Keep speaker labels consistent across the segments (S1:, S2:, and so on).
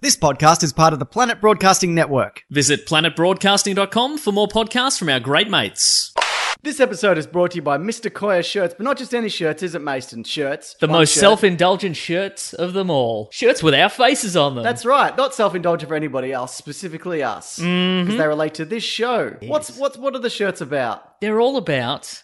S1: This podcast is part of the Planet Broadcasting Network.
S2: Visit planetbroadcasting.com for more podcasts from our great mates.
S1: This episode is brought to you by Mr. Koya Shirts, but not just any shirts, is it, Mason? Shirts.
S2: The
S1: One
S2: most
S1: shirt.
S2: self indulgent shirts of them all. Shirts with our faces on them.
S1: That's right. Not self-indulgent for anybody else, specifically us, because
S2: Mm-hmm.
S1: they relate to this show. What's what's what are the shirts about?
S2: They're all about.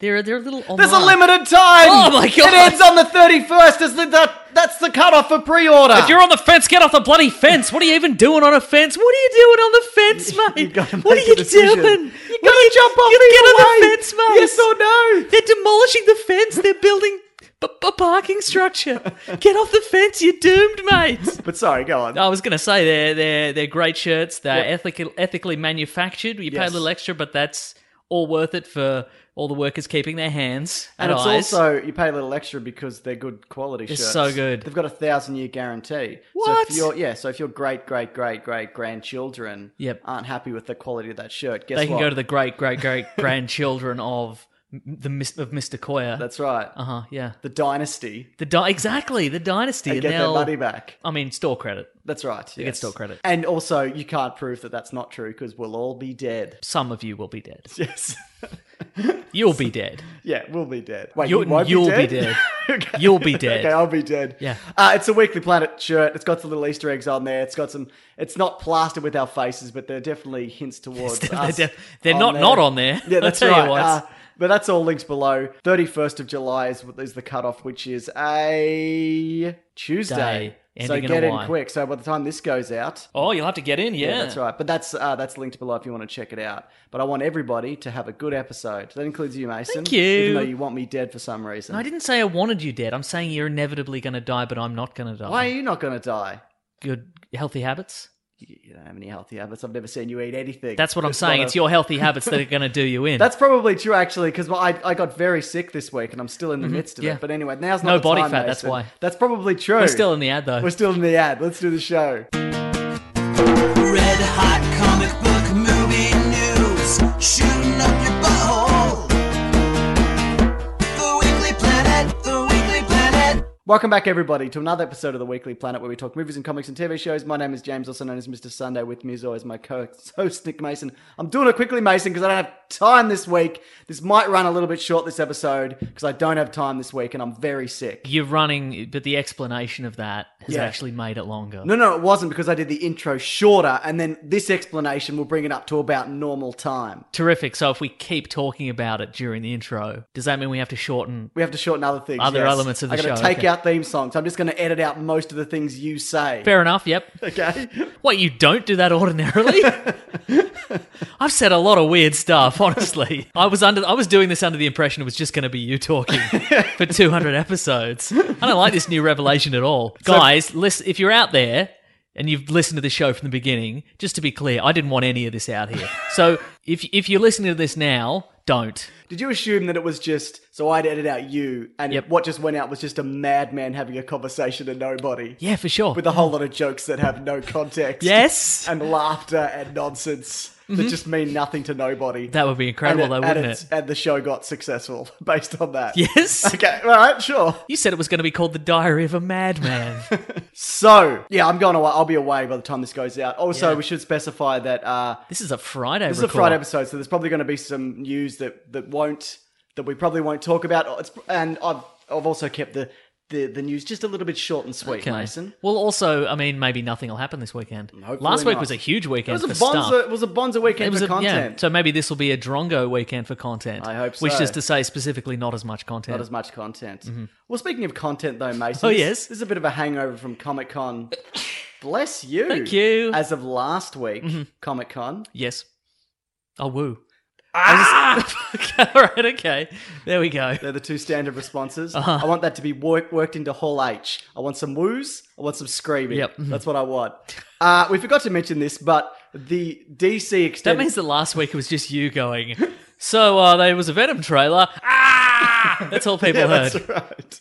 S2: They're, they're a little.
S1: There's a
S2: online.
S1: limited time.
S2: Oh my God.
S1: It ends on the thirty first. Is the that, that's the cutoff for pre-order?
S2: If you're on the fence, get off the bloody fence. What are you even doing on a fence? What are you doing on the fence,
S1: You
S2: mate?
S1: gotta
S2: what are
S1: make a
S2: you
S1: decision.
S2: doing?
S1: You gotta jump off
S2: You
S1: either
S2: get on the
S1: way.
S2: fence, mate.
S1: Yes or no?
S2: They're demolishing the fence. They're building a, a parking structure. get off the fence. You're doomed, mate.
S1: But sorry, go on.
S2: I was going to say they're they're they're great shirts. They're ethical, ethically manufactured. You pay a
S1: Yes.
S2: little extra, but that's all worth it for all the workers keeping their hands
S1: and
S2: and,
S1: it's
S2: eyes.
S1: also you pay a little extra because they're good quality
S2: They're
S1: shirts.
S2: so good.
S1: They've got a thousand year guarantee.
S2: What?
S1: So if your yeah, so if your great great great great grandchildren
S2: Yep.
S1: aren't happy with the quality of that shirt, guess
S2: they can
S1: what?
S2: go to the great great great grandchildren of m- the mis- of Mr. Koya.
S1: that's right.
S2: Uh huh. Yeah.
S1: the dynasty
S2: The di- exactly the dynasty.
S1: and
S2: and
S1: get their
S2: they'll-
S1: money back.
S2: I mean, store credit.
S1: That's right. You
S2: get store credit.
S1: And also, you can't prove that that's not true because we'll all be dead.
S2: Some of you will be dead.
S1: Yes.
S2: You'll be dead.
S1: yeah, we'll be dead. Wait,
S2: You'll-
S1: you won't
S2: you'll be
S1: be dead?
S2: dead.
S1: okay.
S2: You'll be dead.
S1: Okay, I'll be dead.
S2: Yeah.
S1: Uh, it's a Weekly Planet shirt. It's got some little Easter eggs on there. It's got some, it's not plastered with our faces, but there are definitely hints towards
S2: They're
S1: us.
S2: def- they're not not on there.
S1: Yeah,
S2: I'll
S1: that's
S2: tell you
S1: right.
S2: what.
S1: Uh, but that's all links below. 31st of July is, is the cutoff, which is a Tuesday.
S2: Day,
S1: so
S2: ending in a
S1: get in
S2: Y.
S1: quick. So by the time this goes out,
S2: Oh, you'll have to get in. Yeah.
S1: yeah, that's right. But that's uh, that's linked below if you want to check it out. But I want everybody to have a good episode. That includes you, Mason.
S2: Thank you.
S1: Even though you want me dead for some reason.
S2: I didn't say I wanted you dead. I'm saying you're inevitably going to die, but I'm not going to die.
S1: Why are you not going to die?
S2: Good healthy habits.
S1: You you don't have any healthy habits. I've never seen you eat anything.
S2: That's what I'm
S1: It's
S2: saying.
S1: not
S2: It's
S1: a-
S2: your healthy habits that are going to do you in.
S1: That's probably true, actually, because I, I got very sick this week and I'm still in the midst of
S2: Mm-hmm. yeah.
S1: it. But anyway, now's not
S2: No
S1: the
S2: body
S1: time,
S2: fat, that's
S1: Mason.
S2: why.
S1: That's probably true.
S2: We're still in the ad though.
S1: We're still in the ad. Let's do the show.
S3: Red hot comic book movie news, shooting up your butthole. The Weekly Planet, the Weekly Planet.
S1: Welcome back, everybody, to another episode of the Weekly Planet where we talk movies and comics and TV shows. My name is James, also known as Mr. Sunday. With me, as always, my co host, Nick Mason. I'm doing it quickly, Mason, because I don't have time this week. This might run a little bit short this episode because I don't have time this week and I'm very sick.
S2: You're running, but the explanation of that has
S1: Yeah.
S2: actually made it longer.
S1: No, no, it wasn't because I did the intro shorter, and then this explanation will bring it up to about normal time.
S2: Terrific. So if we keep talking about it during the intro, does that mean we have to shorten?
S1: We have to shorten other things.
S2: Other
S1: yes.
S2: elements of the
S1: I'm gonna
S2: show,
S1: take
S2: okay.
S1: out theme songs. I'm just going to edit out most of the things you say.
S2: Fair enough. Yep.
S1: Okay.
S2: Wait, you don't do that ordinarily? I've said a lot of weird stuff, honestly. I was under I was doing this under the impression it was just going to be you talking for 200 episodes. I don't like this new revelation at all. Guys, listen, if you're out there and you've listened to the show from the beginning, just to be clear, I didn't want any of this out here. So, if if you're listening to this now, don't.
S1: Did you assume that it was just so I'd edit out you and
S2: Yep.
S1: what just went out was just a madman having a conversation to nobody
S2: Yeah, for sure.
S1: with a whole lot of jokes that have no context?
S2: yes.
S1: And laughter and nonsense that just mean nothing to nobody.
S2: That would be
S1: and,
S2: incredible though,
S1: and
S2: wouldn't
S1: it's-
S2: it?
S1: and the show got successful based on that.
S2: Yes.
S1: Okay, all right, sure.
S2: You said it was going to be called The Diary of a Madman.
S1: So, yeah, I'm going away. I'll be away by the time this goes out. Also,
S2: Yeah.
S1: we should specify that uh,
S2: This is a Friday
S1: This is a
S2: record.
S1: Friday episode, so there's probably going to be some news that that won't that we probably won't talk about. It's, and I've I've also kept the, the the news just a little bit short and sweet,
S2: Okay.
S1: Mason.
S2: Well, also, I mean, maybe nothing will happen this weekend.
S1: Hopefully
S2: Last week
S1: not.
S2: was a huge
S1: It
S2: weekend
S1: was a
S2: for stuff.
S1: bonza. It was a bonza weekend for content.
S2: yeah. So maybe this will be a drongo weekend for content.
S1: I hope
S2: Which
S1: so.
S2: is to say, specifically, not as much content.
S1: Not as much content. Well, speaking of content, though, Mason.
S2: Mm-hmm. Oh,
S1: this-
S2: yes?
S1: this is a bit of a hangover from Comic Con. Bless you.
S2: Thank you. Mm-hmm.
S1: As of last week, Comic Con.
S2: yes. Oh woo. Ah! okay, all right. Okay. There we go.
S1: They're the two standard responses.
S2: Uh-huh.
S1: I want that to be work, worked into Hall H. I want some woos. I want some screaming.
S2: Yep. Mm-hmm.
S1: That's what I want. Uh, we forgot to mention this, but the DC
S2: That
S1: extended.
S2: means that last week it was just you going. So uh, there was a Venom trailer. Ah! That's all people
S1: yeah,
S2: heard.
S1: that's right.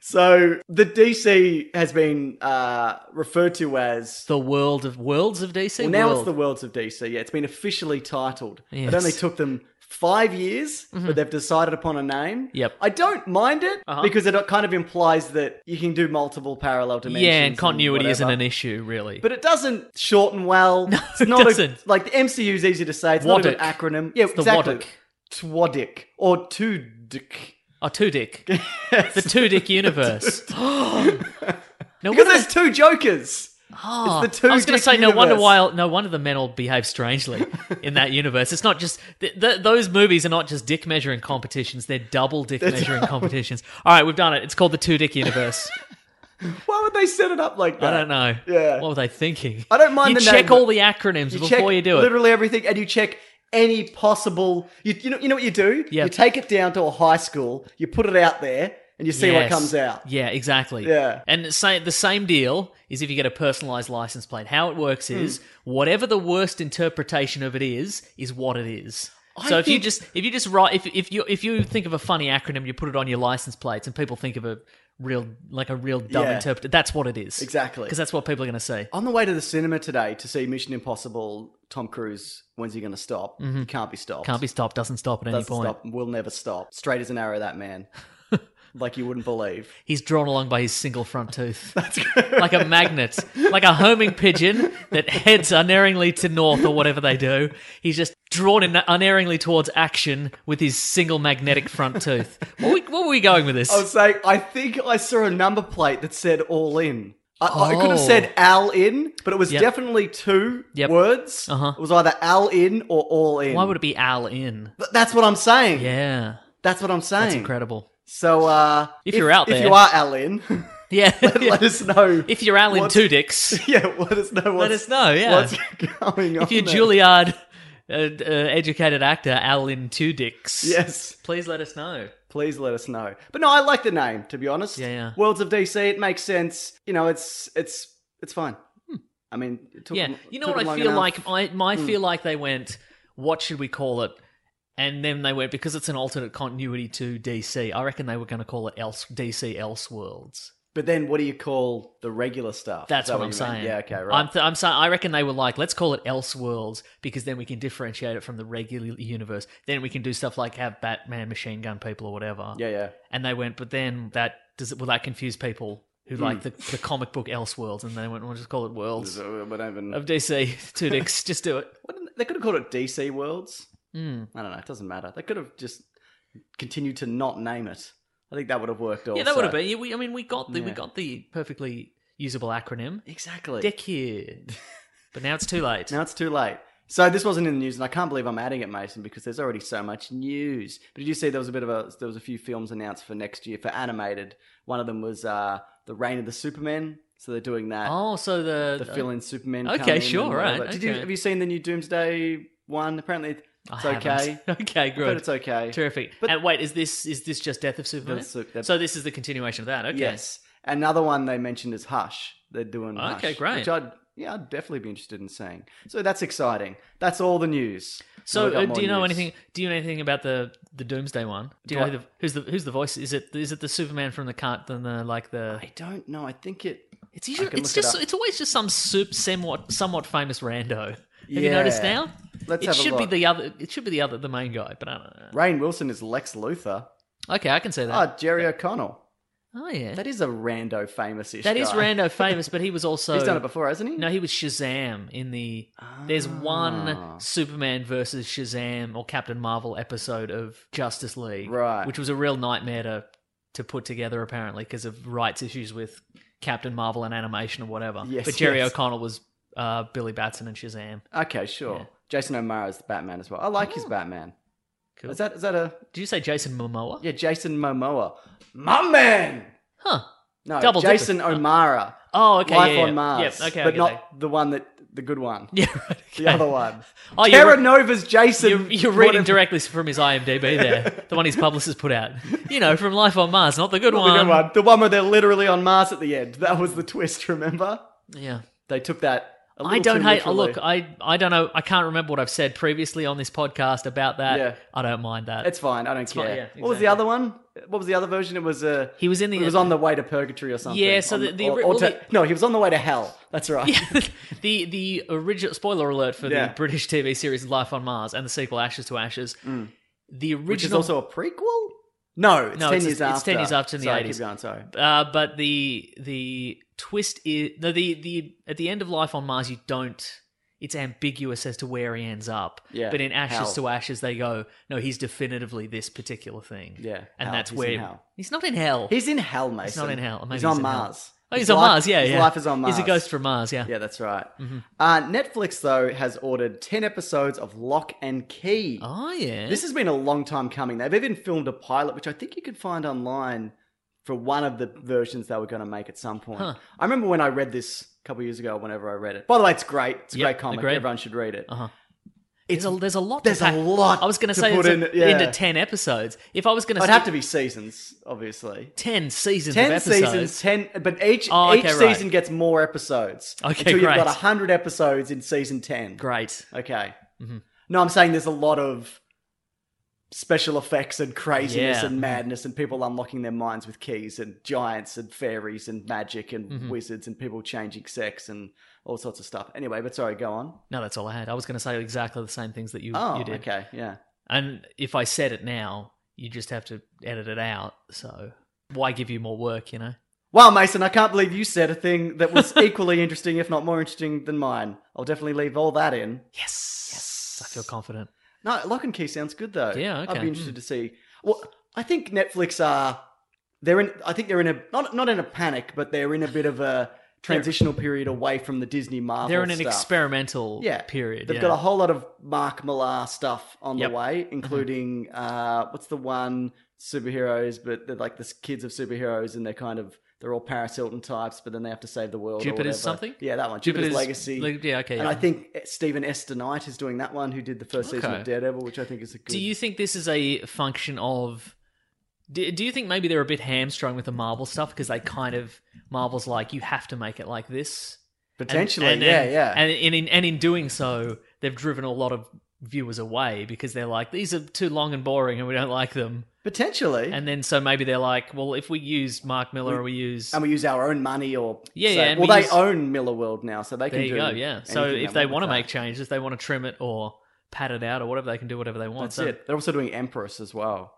S1: So the DC has been uh, referred to as.
S2: The world of worlds of DC.
S1: Well, now
S2: World.
S1: it's the worlds of DC. Yeah, it's been officially titled.
S2: Yes. Mm-hmm.
S1: It only took them five years where they've decided upon a name.
S2: Yep.
S1: I don't mind it
S2: Uh-huh.
S1: because it kind of implies that you can do multiple parallel dimensions.
S2: yeah, and continuity isn't
S1: whatever.
S2: an issue, really.
S1: But it doesn't shorten well. No, it's
S2: it
S1: not a-
S2: doesn't.
S1: like the MCU is easy to say. It's not an
S2: Wadic.
S1: acronym. Yeah,
S2: the
S1: exactly.
S2: Wadic.
S1: Twadic or Tudic.
S2: oh, two dick. the two dick universe. no
S1: Because
S2: wonder.
S1: there's two Jokers.
S2: Ah,
S1: it's the
S2: I was
S1: two-dick
S2: going to say no wonder
S1: universe.
S2: why no wonder the men all behave strangely in that universe. It's not just th- th- those movies are not just dick measuring competitions; they're double dick measuring competitions. All right, we've done it. It's called the two dick universe.
S1: Why would they set it up like that?
S2: I don't know.
S1: Yeah.
S2: What were they thinking?
S1: I don't mind
S2: You
S1: the name,
S2: check
S1: but-
S2: all the acronyms before
S1: check
S2: you do it.
S1: Literally everything, and you check any possible. You, you know, you know what you do.
S2: Yeah.
S1: You take it down to a high school. You put it out there, and you see what
S2: Yes.
S1: comes out.
S2: Yeah, exactly.
S1: Yeah.
S2: And say, the same deal is if you get a personalized license plate. How it works
S1: Hmm.
S2: is whatever the worst interpretation of it is is what it is.
S1: I
S2: so if you
S1: think-
S2: just if you just write if if you if you think of a funny acronym you put it on your license plates and people think of a real like a real dumb
S1: Yeah.
S2: interpret that's what it is.
S1: Exactly.
S2: Because that's what people are going to say. "Oh,
S1: On the way to the cinema today to see Mission Impossible, Tom Cruise. When's he going to stop? He can't be stopped.
S2: Mm-hmm. Can't be stopped, doesn't stop at any
S1: Doesn't
S2: point.
S1: stop. Will never stop. Straight as an arrow, that man. like you wouldn't believe.
S2: He's drawn along by his single front tooth. like a magnet. Like a homing pigeon that heads unerringly to north or whatever they do. He's just drawn in unerringly towards action with his single magnetic front tooth. What were we, what were we going with this?
S1: I was saying, I think I saw a number plate that said all in. I, I could have
S2: Oh.
S1: said al in, but it was
S2: Yep.
S1: definitely two
S2: Yep.
S1: words.
S2: Uh-huh.
S1: It was either al in or all in.
S2: Why would it be Al in?
S1: Th- That's what I'm saying.
S2: Yeah.
S1: That's what I'm saying.
S2: That's incredible.
S1: So uh,
S2: If you're out
S1: if
S2: there-
S1: you are al in,
S2: Yeah.
S1: let us know.
S2: if you're Al in
S1: what's-
S2: two dicks,
S1: yeah, let us know. What's,
S2: let us know. Yeah.
S1: what's going on.
S2: if you're
S1: there.
S2: Juilliard uh, uh, educated actor Al in two dicks,
S1: yes,
S2: please let us know.
S1: please let us know. But no, I like the name to be honest.
S2: Yeah, yeah.
S1: Worlds of DC, it makes sense. You know, it's it's it's fine. I mean, it took
S2: Hmm. yeah,
S1: them-
S2: you know
S1: took
S2: what
S1: them
S2: I
S1: long
S2: feel
S1: enough. Hmm.
S2: like. I my feel like they went. What should we call it? And then they went because it's an alternate continuity to DC. I reckon they were going to call it else DC Elseworlds.
S1: But then, what do you call the regular stuff? Is
S2: That's
S1: that
S2: what I'm
S1: you mean?
S2: saying.
S1: Yeah, okay, right.
S2: I'm, th- I'm saying I reckon they were like, let's call it Elseworlds because then we can differentiate it from the regular universe. Then we can do stuff like have Batman machine gun people or whatever.
S1: yeah, yeah.
S2: And they went, but then that does it? Will that confuse people
S1: Hmm.
S2: who like the, the comic book Elseworlds? And they went, we'll just call it Worlds
S1: So, but I even-
S2: of DC. Two dicks, just do it.
S1: Wouldn't- uh, they could have called it DC Worlds.
S2: Mm.
S1: I don't know. It doesn't matter. They could have just continued to not name it. I think that would have worked. Also.
S2: Yeah, that would have been. Yeah, we, I mean, we got the we
S1: Yeah.
S2: got the perfectly usable acronym
S1: exactly.
S2: Dick here, but now it's too late.
S1: Now it's too late. So this wasn't in the news, and I can't believe I'm adding it, Mason, because there's already so much news. But did you see there was a bit of a there was a few films announced for next year for animated. One of them was uh, the Reign of the Superman. So they're doing that.
S2: oh, so the
S1: the fill-in Superman.
S2: okay,
S1: come in and
S2: sure,
S1: whatever.
S2: right,
S1: Did you
S2: okay.
S1: have you seen the new Doomsday one? Apparently, it's
S2: I
S1: okay.
S2: haven't. Okay,
S1: I heard
S2: good.
S1: it's okay.
S2: Terrific.
S1: But-
S2: and wait, is this is this just Death of Superman?
S1: That's- that's-
S2: so this is the continuation of that. Okay.
S1: Yes. Another one they mentioned is Hush. They're doing Hush,
S2: Okay, great.
S1: Which I'd yeah, I'd definitely be interested in seeing. So that's exciting. That's all the news.
S2: So
S1: We've got
S2: uh,
S1: more
S2: do you know
S1: news.
S2: anything? Do you know anything about the the Doomsday one? Do
S1: Do
S2: you know
S1: I-
S2: who the, who's the who's the voice? Is it is it the Superman from the cart? Then the like the
S1: I don't know. I think it.
S2: it's usually
S1: can
S2: it's
S1: look it
S2: just
S1: up.
S2: it's always just some soup somewhat somewhat famous rando. Have you noticed
S1: Yeah.
S2: now?
S1: Let's
S2: it
S1: have
S2: should
S1: a
S2: be
S1: look.
S2: the other. It should be the other, the main guy. But I don't know.
S1: Rain Wilson is Lex Luthor.
S2: Okay, I can say that.
S1: Ah, Jerry O'Connell.
S2: oh yeah,
S1: That is a rando famous ish.
S2: that is rando famous, but he was also
S1: He's done it before, hasn't he?
S2: No, he was Shazam in the. There's
S1: Ah.
S2: one Superman versus Shazam or Captain Marvel episode of Justice League,
S1: Right.
S2: Which was a real nightmare to to put together apparently because of rights issues with Captain Marvel and animation or whatever.
S1: Yes,
S2: but Jerry
S1: yes.
S2: O'Connell was uh, Billy Batson and Shazam.
S1: Okay, sure. Jason O'Mara is the Batman as well. I like his
S2: Oh.
S1: Batman.
S2: Cool.
S1: Is that is that a
S2: Did you say Jason Momoa?
S1: yeah? Jason Momoa, my man.
S2: Huh.
S1: No,
S2: Double dipper.
S1: Jason O'Mara.
S2: Oh, okay.
S1: Life
S2: yeah, yeah.
S1: on Mars.
S2: Yep, okay, I
S1: but
S2: get
S1: not
S2: that.
S1: the one that the good one.
S2: Yeah, right, okay.
S1: The other one.
S2: Oh, you're-
S1: Terra Nova's Jason.
S2: You're, you're reading
S1: whatever-
S2: directly from his IMDb there, the one his publicist put out. You know, from Life on Mars, not the good,
S1: The good one. The one where they're literally on Mars at the end. That was the twist, remember?
S2: Yeah.
S1: They took that. A
S2: I
S1: little
S2: don't
S1: too
S2: hate. oh,
S1: literally.
S2: Look, I I don't know. I can't remember what I've said previously on this podcast about that.
S1: Yeah.
S2: I don't mind that.
S1: It's fine. I don't care.
S2: fine, yeah,
S1: What was
S2: exactly.
S1: the other one? What was the other version? It was uh,
S2: He was in the-
S1: It was on the way to purgatory or something.
S2: Yeah, so
S1: On
S2: the- the-
S1: or- or
S2: well,
S1: to-
S2: the-
S1: no, he was on the way to hell. That's right.
S2: the the original spoiler alert for
S1: Yeah.
S2: the British TV series Life on Mars and the sequel Ashes to Ashes. The original,
S1: Mm. Which is also a prequel. No, it's
S2: No,
S1: ten
S2: it's-
S1: years after.
S2: it's 10 years after in the
S1: Sorry,
S2: 80s.
S1: Keep going. Sorry.
S2: uh, but the the twist is no the the at the end of Life on Mars you don't. It's ambiguous as to where he ends up.
S1: Yeah,
S2: But in Ashes
S1: hell.
S2: to Ashes, they go, no, he's definitively this particular thing.
S1: Yeah,
S2: and
S1: hell.
S2: that's
S1: He's in
S2: where
S1: hell.
S2: he's not in hell.
S1: He's in hell, Mason.
S2: not in hell. Maybe
S1: He's on
S2: he's in hell.
S1: Mars.
S2: Oh, he's
S1: His
S2: on
S1: life-
S2: Mars. Yeah,
S1: his
S2: yeah.
S1: life is on Mars.
S2: He's a ghost Mm-hmm. from Mars. Yeah.
S1: Yeah, that's right. Uh, Netflix though has ordered ten episodes of Lock and Key.
S2: Oh yeah.
S1: This has been a long time coming. They've even filmed a pilot, which I think you could find online for one of the versions they were going to make at some point.
S2: Huh.
S1: I remember when I read this a couple years ago. Whenever I read it, by the way, it's great. It's a
S2: Yep,
S1: great comic.
S2: agreed.
S1: Everyone should read it.
S2: Uh-huh.
S1: It's
S2: there's a, there's a lot.
S1: there's
S2: to
S1: a
S2: pack-
S1: lot
S2: I was going
S1: to
S2: to say
S1: put
S2: there's
S1: in,
S2: a-
S1: yeah.
S2: into ten episodes. If I was going
S1: It'd have to be seasons, obviously.
S2: ten seasons. of
S1: Ten
S2: episodes.
S1: seasons, ten, but each
S2: Oh,
S1: each
S2: okay, right.
S1: season gets more episodes.
S2: Okay,
S1: until you've
S2: great.
S1: got hundred episodes in season ten.
S2: Great.
S1: Okay.
S2: Mm-hmm.
S1: No, I'm saying there's a lot of special effects and craziness
S2: Yeah.
S1: and madness and people unlocking their minds with keys and giants and fairies and magic and
S2: Mm-hmm.
S1: wizards and people changing sex and all sorts of stuff. Anyway, but sorry, go on.
S2: No, that's all I had. I was going to say exactly the same things that you
S1: Oh,
S2: you did.
S1: okay, yeah.
S2: And if I said it now, you just have to edit it out. So why give you more work? You know.
S1: Wow, Mason, I can't believe you said a thing that was equally interesting, if not more interesting than mine. I'll definitely leave all that in.
S2: Yes. Yes. I feel confident.
S1: No, Lock and Key sounds good though.
S2: Yeah,
S1: I'd
S2: okay. Hmm.
S1: be interested to see. Well, I think Netflix are they're in. I think they're in a not not in a panic, but they're in a bit of a transitional period away from the Disney Marvel.
S2: They're in an
S1: stuff.
S2: experimental
S1: Yeah,
S2: period.
S1: They've
S2: yeah.
S1: got a whole lot of Mark Millar stuff on
S2: Yep. Mm-hmm.
S1: the way, including uh, what's the one superheroes, but they're like the kids of superheroes, and they're kind of they're all Paris Hilton types, but then they have to save the world. or
S2: Jupiter's
S1: whatever.
S2: something?
S1: Yeah, that one. Jupiter's,
S2: Jupiter's
S1: Legacy.
S2: Leg- yeah. Okay.
S1: and
S2: yeah.
S1: I think Stephen Esther Knight is doing that one, who did the first season
S2: Okay.
S1: of Daredevil, which I think is a good.
S2: Do you think this is a function of? Do, do you think maybe they're a bit hamstrung with the Marvel stuff because they kind of Marvel's like you have to make it like this And-
S1: Potentially,
S2: and-
S1: yeah,
S2: and-
S1: yeah.
S2: And in, in and in doing so, they've driven a lot of viewers away because they're like these are too long and boring and we don't like them.
S1: Potentially. And,
S2: And then so maybe they're like, well, if we use Mark Miller, or we use
S1: we use our own money or.
S2: Yeah,
S1: so-
S2: yeah, and
S1: well,
S2: we
S1: they
S2: use-
S1: own Miller World now, so they
S2: there
S1: can
S2: you
S1: do
S2: go, yeah. So
S1: anything
S2: if they
S1: want
S2: want to
S1: with
S2: make
S1: that.
S2: changes, they want to trim it or pat it out or whatever, they can do whatever they want.
S1: That's
S2: so
S1: it. They're also doing Empress as well.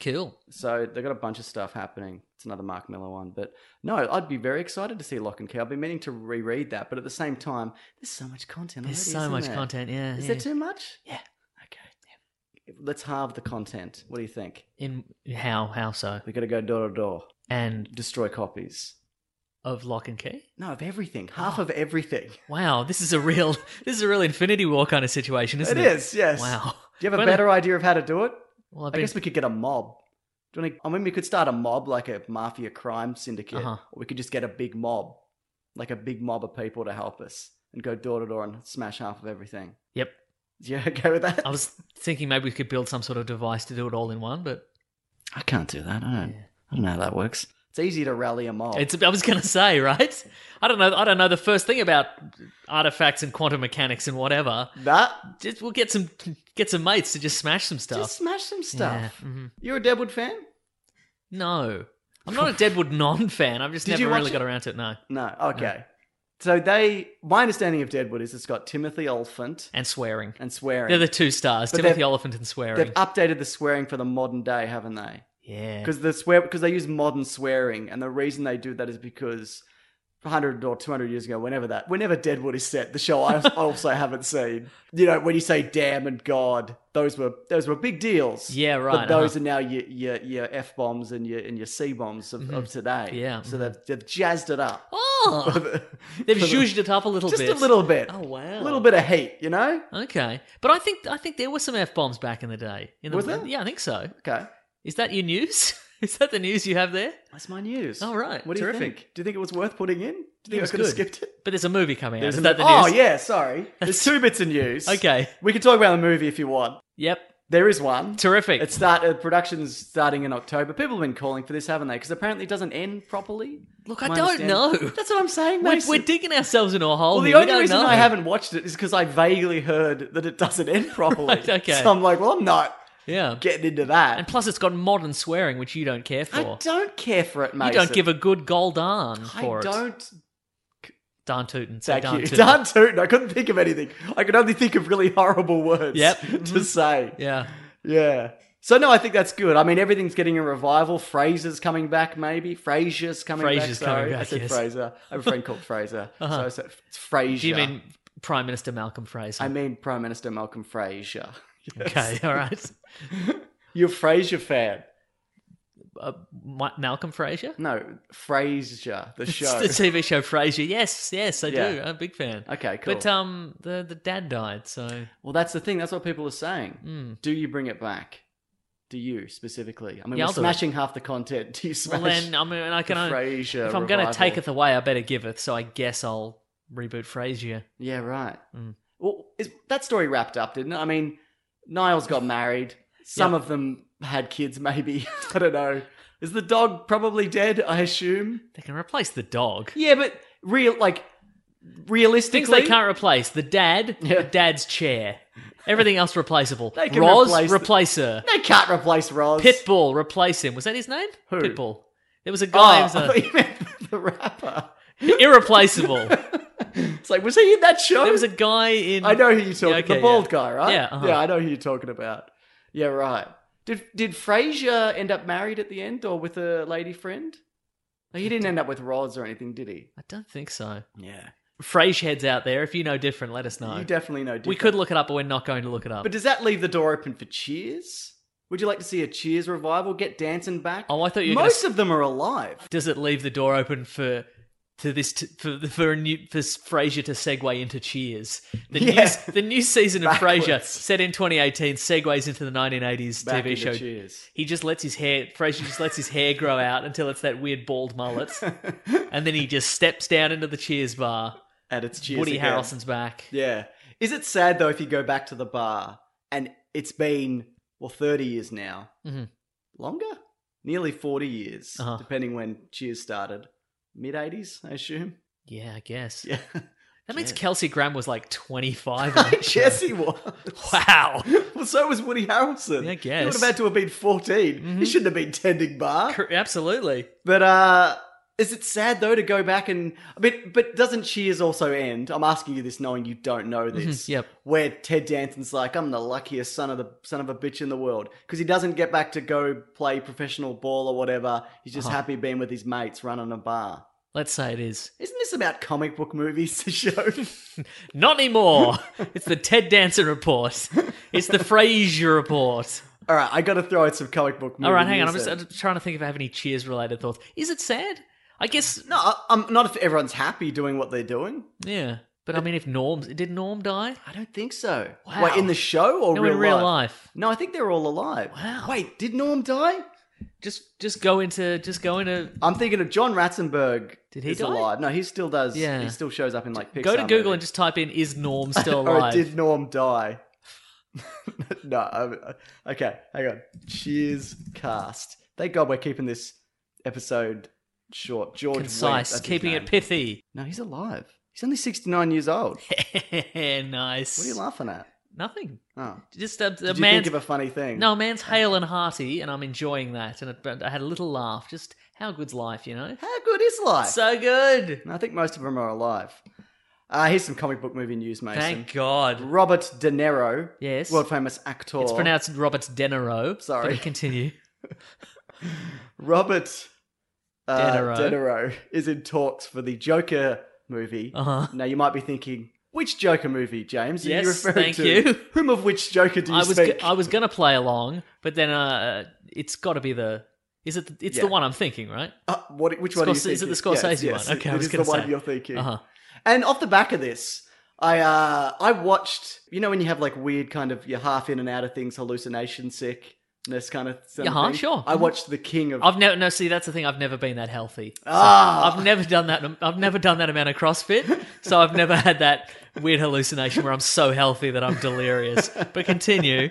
S2: cool.
S1: So they've got a bunch of stuff happening. It's another Mark Miller one. But no, I'd be very excited to see Lock and Key. I've been meaning to reread that, but at the same time, there's so much content.
S2: There's
S1: already,
S2: so
S1: isn't
S2: much
S1: there?
S2: content. Yeah.
S1: Is
S2: yeah.
S1: there too much?
S2: Yeah.
S1: Okay. Let's halve the content. What do you think?
S2: in how how so?
S1: we got to go door to door,
S2: And
S1: destroy copies.
S2: of Lock and Key.
S1: No, of everything.
S2: Oh.
S1: Half of everything.
S2: Wow, this is a real this is a real Infinity War kind of situation, isn't
S1: It
S2: it?
S1: is, yes.
S2: Wow.
S1: Do you have a
S2: Well,
S1: better idea of how to do it?
S2: Well, I've
S1: I
S2: been,
S1: guess we could get a mob. Do you wanna, I mean, we could start a mob like a mafia crime syndicate,
S2: Uh-huh.
S1: or we could just get a big mob, like a big mob of people to help us and go door to door and smash half of everything.
S2: yep.
S1: You okay with that?
S2: I was thinking maybe we could build some sort of device to do it all in one, but
S1: I can't do that. I don't. I don't know how that works. It's easy to rally a mob.
S2: it's. I was going to say, right? I don't know. I don't know the first thing about artifacts and quantum mechanics and whatever.
S1: that.
S2: Just we'll get some get some mates to just smash some stuff.
S1: Just smash some stuff.
S2: Yeah, mhm.
S1: You're a Deadwood fan?
S2: No, I'm not a Deadwood non fan. I've just
S1: Did you
S2: never
S1: watch
S2: really
S1: it?
S2: got around to it. No,
S1: No. Okay. So they. My understanding of Deadwood is it's got Timothy Oliphant
S2: and swearing.
S1: and swearing.
S2: They're the two stars,
S1: But
S2: Timothy
S1: they've-
S2: Oliphant and swearing.
S1: They've updated the swearing for the modern day, haven't they?
S2: Yeah,
S1: Because the swear because they use modern swearing, and the reason they do that is because 100 or 200 years ago, whenever that, whenever Deadwood is set, the show I I also haven't seen. You know, when you say "damn" and "god," those were those were big deals.
S2: Yeah,
S1: But
S2: right, uh-huh.
S1: those are now your your, your f bombs and your and your c bombs of, of today.
S2: Mm-hmm. Yeah,
S1: So they've, they've jazzed it up.
S2: Oh, they've zhuzhed it up a little
S1: just
S2: bit.
S1: a little bit.
S2: Oh,
S1: A
S2: wow.
S1: little bit of heat, you know.
S2: Okay, but I think I think there were some f bombs back in the day. In the,
S1: Was there?
S2: Yeah, I think so.
S1: Okay.
S2: Is that your news? Is that the news you have there?
S1: That's my news.
S2: All Oh, right,
S1: What do
S2: terrific.
S1: you think? Do you think it was worth putting in? Do you think
S2: It was
S1: I could have
S2: good.
S1: skipped it?
S2: But there's a movie coming
S1: There's
S2: out.
S1: Oh, an-
S2: Is that the
S1: oh
S2: news?
S1: yeah, sorry. There's two bits of news.
S2: Okay.
S1: we can talk about the movie if you want.
S2: Yep.
S1: There is one.
S2: Terrific.
S1: It start uh, production's starting in October. People have been calling for this, haven't they? Because apparently it doesn't end properly.
S2: Look, I
S1: My
S2: don't
S1: understanding-
S2: know.
S1: That's what I'm saying.
S2: We're,
S1: Mason.
S2: we're digging ourselves into a hole.
S1: Well, the
S2: here. We
S1: only
S2: don't
S1: reason
S2: know.
S1: I haven't watched it is because I vaguely heard that it doesn't end properly.
S2: Right, okay.
S1: So I'm like, well, I'm not
S2: Yeah.
S1: getting into
S2: And
S1: that.
S2: plus, it's got modern swearing, which you don't care for.
S1: I don't care for it, mate.
S2: you don't give a good gold darn
S1: I
S2: for it.
S1: don't.
S2: Darn tootin'. Say
S1: Thank
S2: darn
S1: you.
S2: tootin'.
S1: Darn tootin'. I couldn't think of anything. I could only think of really horrible words
S2: Yep. Mm-hmm.
S1: to say.
S2: Yeah.
S1: Yeah. So no, I think that's good. I mean, everything's getting a revival. Fraser's coming back, maybe. Frasier's coming back.
S2: Frasier's coming
S1: Sorry, I
S2: back,
S1: said
S2: yes.
S1: Fraser. I have a friend called Fraser,
S2: Uh-huh.
S1: so I said it's Fraser.
S2: Do you mean Prime Minister Malcolm Fraser?
S1: I mean Prime Minister Malcolm Fraser.
S2: okay, all right.
S1: You're a Fraser fan?
S2: Uh, Ma- Malcolm Fraser?
S1: No, Fraser, the show.
S2: It's the TV show Fraser. Yes, yes, I do.
S1: Yeah.
S2: I'm a big fan.
S1: okay, cool.
S2: But um, the the dad died, so
S1: well, that's the thing. That's what people are saying.
S2: mm.
S1: Do you bring it back? Do you specifically? I mean,
S2: Yeah,
S1: we're
S2: I'll do it.
S1: smashing half the content. Do you
S2: well
S1: smash
S2: then I mean I
S1: the
S2: can only,
S1: Frasier
S2: if I'm going to
S1: revival?
S2: take it away, I better giveth. So I guess I'll reboot Frasier.
S1: Yeah, right.
S2: Mm.
S1: Well, is that story wrapped up, didn't it? I mean, Niles got married. Some
S2: Yeah.
S1: of them had kids, maybe. I don't know. Is the dog probably dead? I assume.
S2: They can replace the dog.
S1: Yeah, but real like
S2: Things
S1: realistically,
S2: they can't replace: the dad,
S1: Yeah.
S2: the dad's chair, everything else replaceable.
S1: They can
S2: Roz,
S1: replace the-
S2: replace her.
S1: They can't replace Roz.
S2: Pitbull, replace him. Was that his name?
S1: Who?
S2: Pitbull. There was a
S1: Oh,
S2: guy.
S1: I
S2: who
S1: thought
S2: was
S1: you meant the rapper.
S2: a- irreplaceable.
S1: It's like, was he in that show?
S2: There was a guy in.
S1: I know who you're talking.
S2: Yeah, okay,
S1: the bald
S2: yeah.
S1: guy, right?
S2: Yeah, uh-huh.
S1: yeah, I know who you're talking about. Yeah, right. Did did Frasier end up married at the end, or with a lady friend? Like, he Oh, didn't end up with Roz or anything, did he?
S2: I don't think so.
S1: Yeah,
S2: Frasier heads out there. If you know different, let us know.
S1: you definitely know. Different.
S2: We could look it up, but we're not going to look it up.
S1: but does that leave the door open for Cheers? Would you like to see a Cheers revival? Get dancing back.
S2: oh, I thought you were going
S1: Most
S2: to.
S1: of them are alive.
S2: Does it leave the door open for to this t- for for a new for Frasier to segue into Cheers? The
S1: Yeah.
S2: new s- the new season of Frasier,
S1: Backwards.
S2: set in 2018, segues into the 1980s
S1: Back
S2: TV
S1: into
S2: show.
S1: Cheers.
S2: He just lets his hair. Frasier just lets his hair grow out until it's that weird bald mullet, and then he just steps down into the Cheers bar.
S1: And it's Cheers.
S2: Woody
S1: again.
S2: Harrelson's back.
S1: Yeah. Is it sad though if you go back to the bar and it's been well thirty years now,
S2: Mhm.
S1: longer, nearly forty years,
S2: Uh-huh.
S1: depending when Cheers started, mid eighties, I assume.
S2: Yeah, I guess.
S1: Yeah,
S2: That means
S1: Yeah.
S2: Kelsey Graham was like 25. on
S1: I
S2: that show.
S1: guess he was.
S2: Wow.
S1: Well, so was Woody Harrelson. He
S2: Yeah, I
S1: would
S2: guess.
S1: have had to have been 14 He
S2: Mhm.
S1: shouldn't have been tending bar.
S2: Cor- Absolutely.
S1: But uh, is it sad though to go back and? I mean, but doesn't Cheers also end? I'm asking you this knowing you don't know this.
S2: Mhm, yep.
S1: Where Ted Danson's like, I'm the luckiest son of the son of a bitch in the world because he doesn't get back to go play professional ball or whatever. He's just
S2: Uh-huh.
S1: happy being with his mates, running a bar.
S2: Let's say it is.
S1: Isn't this about comic book movies? The show.
S2: Not anymore. it's the Ted Danson report. It's the Frasier report.
S1: All right, I got to throw in some comic book. Movie
S2: All right, hang on. I'm
S1: music.
S2: just, I'm just trying to think if I have any Cheers related thoughts. Is it sad? I guess.
S1: No, I- I'm not if everyone's happy doing what they're doing.
S2: Yeah. But I mean, if Norm's. Did Norm die?
S1: I don't think so.
S2: Wow.
S1: Wait, in the show or
S2: No,
S1: Oh, real
S2: in real
S1: life?
S2: life.
S1: No, I think they're all alive.
S2: Wow.
S1: Wait, did Norm die?
S2: Just just go into. Just go into.
S1: I'm thinking of John Ratzenberg.
S2: Did he
S1: is
S2: die?
S1: alive? No, he still does.
S2: Yeah.
S1: he still shows up in like Pixar.
S2: Go to Google and
S1: movies.
S2: just type in, is Norm still
S1: Or
S2: alive?
S1: did Norm die? no. I, okay, hang on. Cheers, cast. Thank God we're keeping this episode short. George Wendt,
S2: Concise.
S1: that's his
S2: Keeping
S1: name.
S2: it pithy.
S1: No, he's alive. He's only 69 years old.
S2: nice.
S1: What are you laughing at?
S2: Nothing.
S1: Oh.
S2: Just a, a
S1: Did you
S2: man's
S1: think of a funny thing?
S2: No, man's hale and hearty, and I'm enjoying that. And it, I had a little laugh. Just how good's life, you know?
S1: How good is life?
S2: So good.
S1: And I think most of them are alive. Uh, here's some comic book movie news, Mason.
S2: Thank God.
S1: Robert De Niro,
S2: Yes.
S1: world famous actor.
S2: it's pronounced Robert Denero.
S1: Sorry.
S2: But continue.
S1: Robert uh, De,
S2: Deniro.
S1: Niro. is in talks for the Joker movie.
S2: Uh huh.
S1: Now you might be thinking, which Joker movie, James? Are
S2: Yes,
S1: you referring
S2: thank
S1: to?
S2: you.
S1: Whom of which Joker do you
S2: I was
S1: speak?
S2: go- I was gonna play along, but then uh, it's got to be the. Is it? The, it's
S1: Yeah.
S2: the one I'm thinking, right?
S1: Uh, what, which one are you
S2: Scorsese-
S1: thinking?
S2: is it the Scorsese
S1: yes,
S2: one? Okay,
S1: it,
S2: I was
S1: it is
S2: gonna
S1: the one
S2: say.
S1: you're thinking.
S2: Uh huh.
S1: And off the back of this, I uh, I watched. You know when you have like weird kind of you're half in and out of things, hallucination sick. This kind of sort of
S2: Yeah, huh,
S1: thing?
S2: Uh-huh, sure.
S1: I watched The King of
S2: I've never no. See, that's the thing. I've never been that healthy.
S1: Ah,
S2: I've never done that. I've never done that amount of CrossFit, so I've never had that weird hallucination where I'm so healthy that I'm delirious. But continue.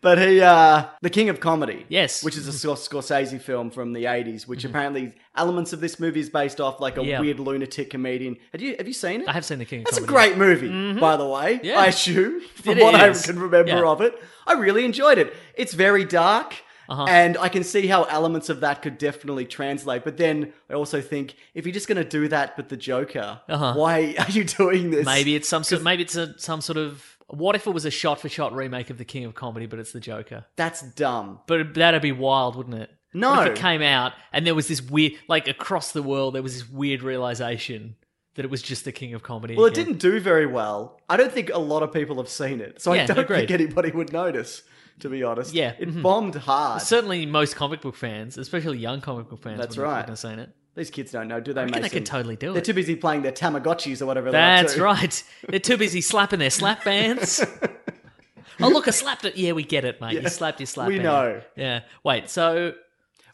S1: But he, uh, the King of Comedy,
S2: Yes. Mm-hmm.
S1: which is a Scor- Scorsese film from the '80s, which apparently elements of this movie is based off like a
S2: Yeah.
S1: weird lunatic comedian. Have you have you seen it?
S2: I have seen The King of
S1: That's a
S2: Comedy.
S1: great movie, by the way.
S2: Yeah.
S1: I assume from
S2: It
S1: what I
S2: is.
S1: can remember
S2: Yeah.
S1: of it, I really enjoyed it. It's very dark.
S2: Uh-huh.
S1: And I can see how elements of that could definitely translate. But then I also think if you're just going to do that with the Joker,
S2: Uh-huh.
S1: why are you doing this?
S2: Maybe it's some sort. Maybe it's a, some sort of. What if it was a shot-for-shot remake of The King of Comedy, but it's the Joker?
S1: That's dumb.
S2: But that'd be wild, wouldn't it?
S1: No.
S2: What if it came out and there was this weird, like across the world, there was this weird realization that it was just the King of Comedy.
S1: Well, it
S2: again.
S1: didn't do very well. I don't think a lot of people have seen it, so I
S2: Yeah,
S1: don't
S2: agreed.
S1: think anybody would notice. To be honest,
S2: Yeah,
S1: it
S2: mhm.
S1: bombed hard.
S2: Certainly, most comic book fans, especially young comic book fans,
S1: That's
S2: wouldn't have
S1: right.
S2: fucking seen it.
S1: These kids don't know, do they?
S2: I reckon they
S1: Mason?
S2: could totally do
S1: They're
S2: it.
S1: too busy playing their Tamagotchis or whatever. they're up
S2: That's
S1: to.
S2: right. They're too busy slapping their slap bands. oh look, I slapped it. Yeah, we get it, mate.
S1: Yeah.
S2: You slapped your slap.
S1: We
S2: band.
S1: know.
S2: Yeah. Wait. So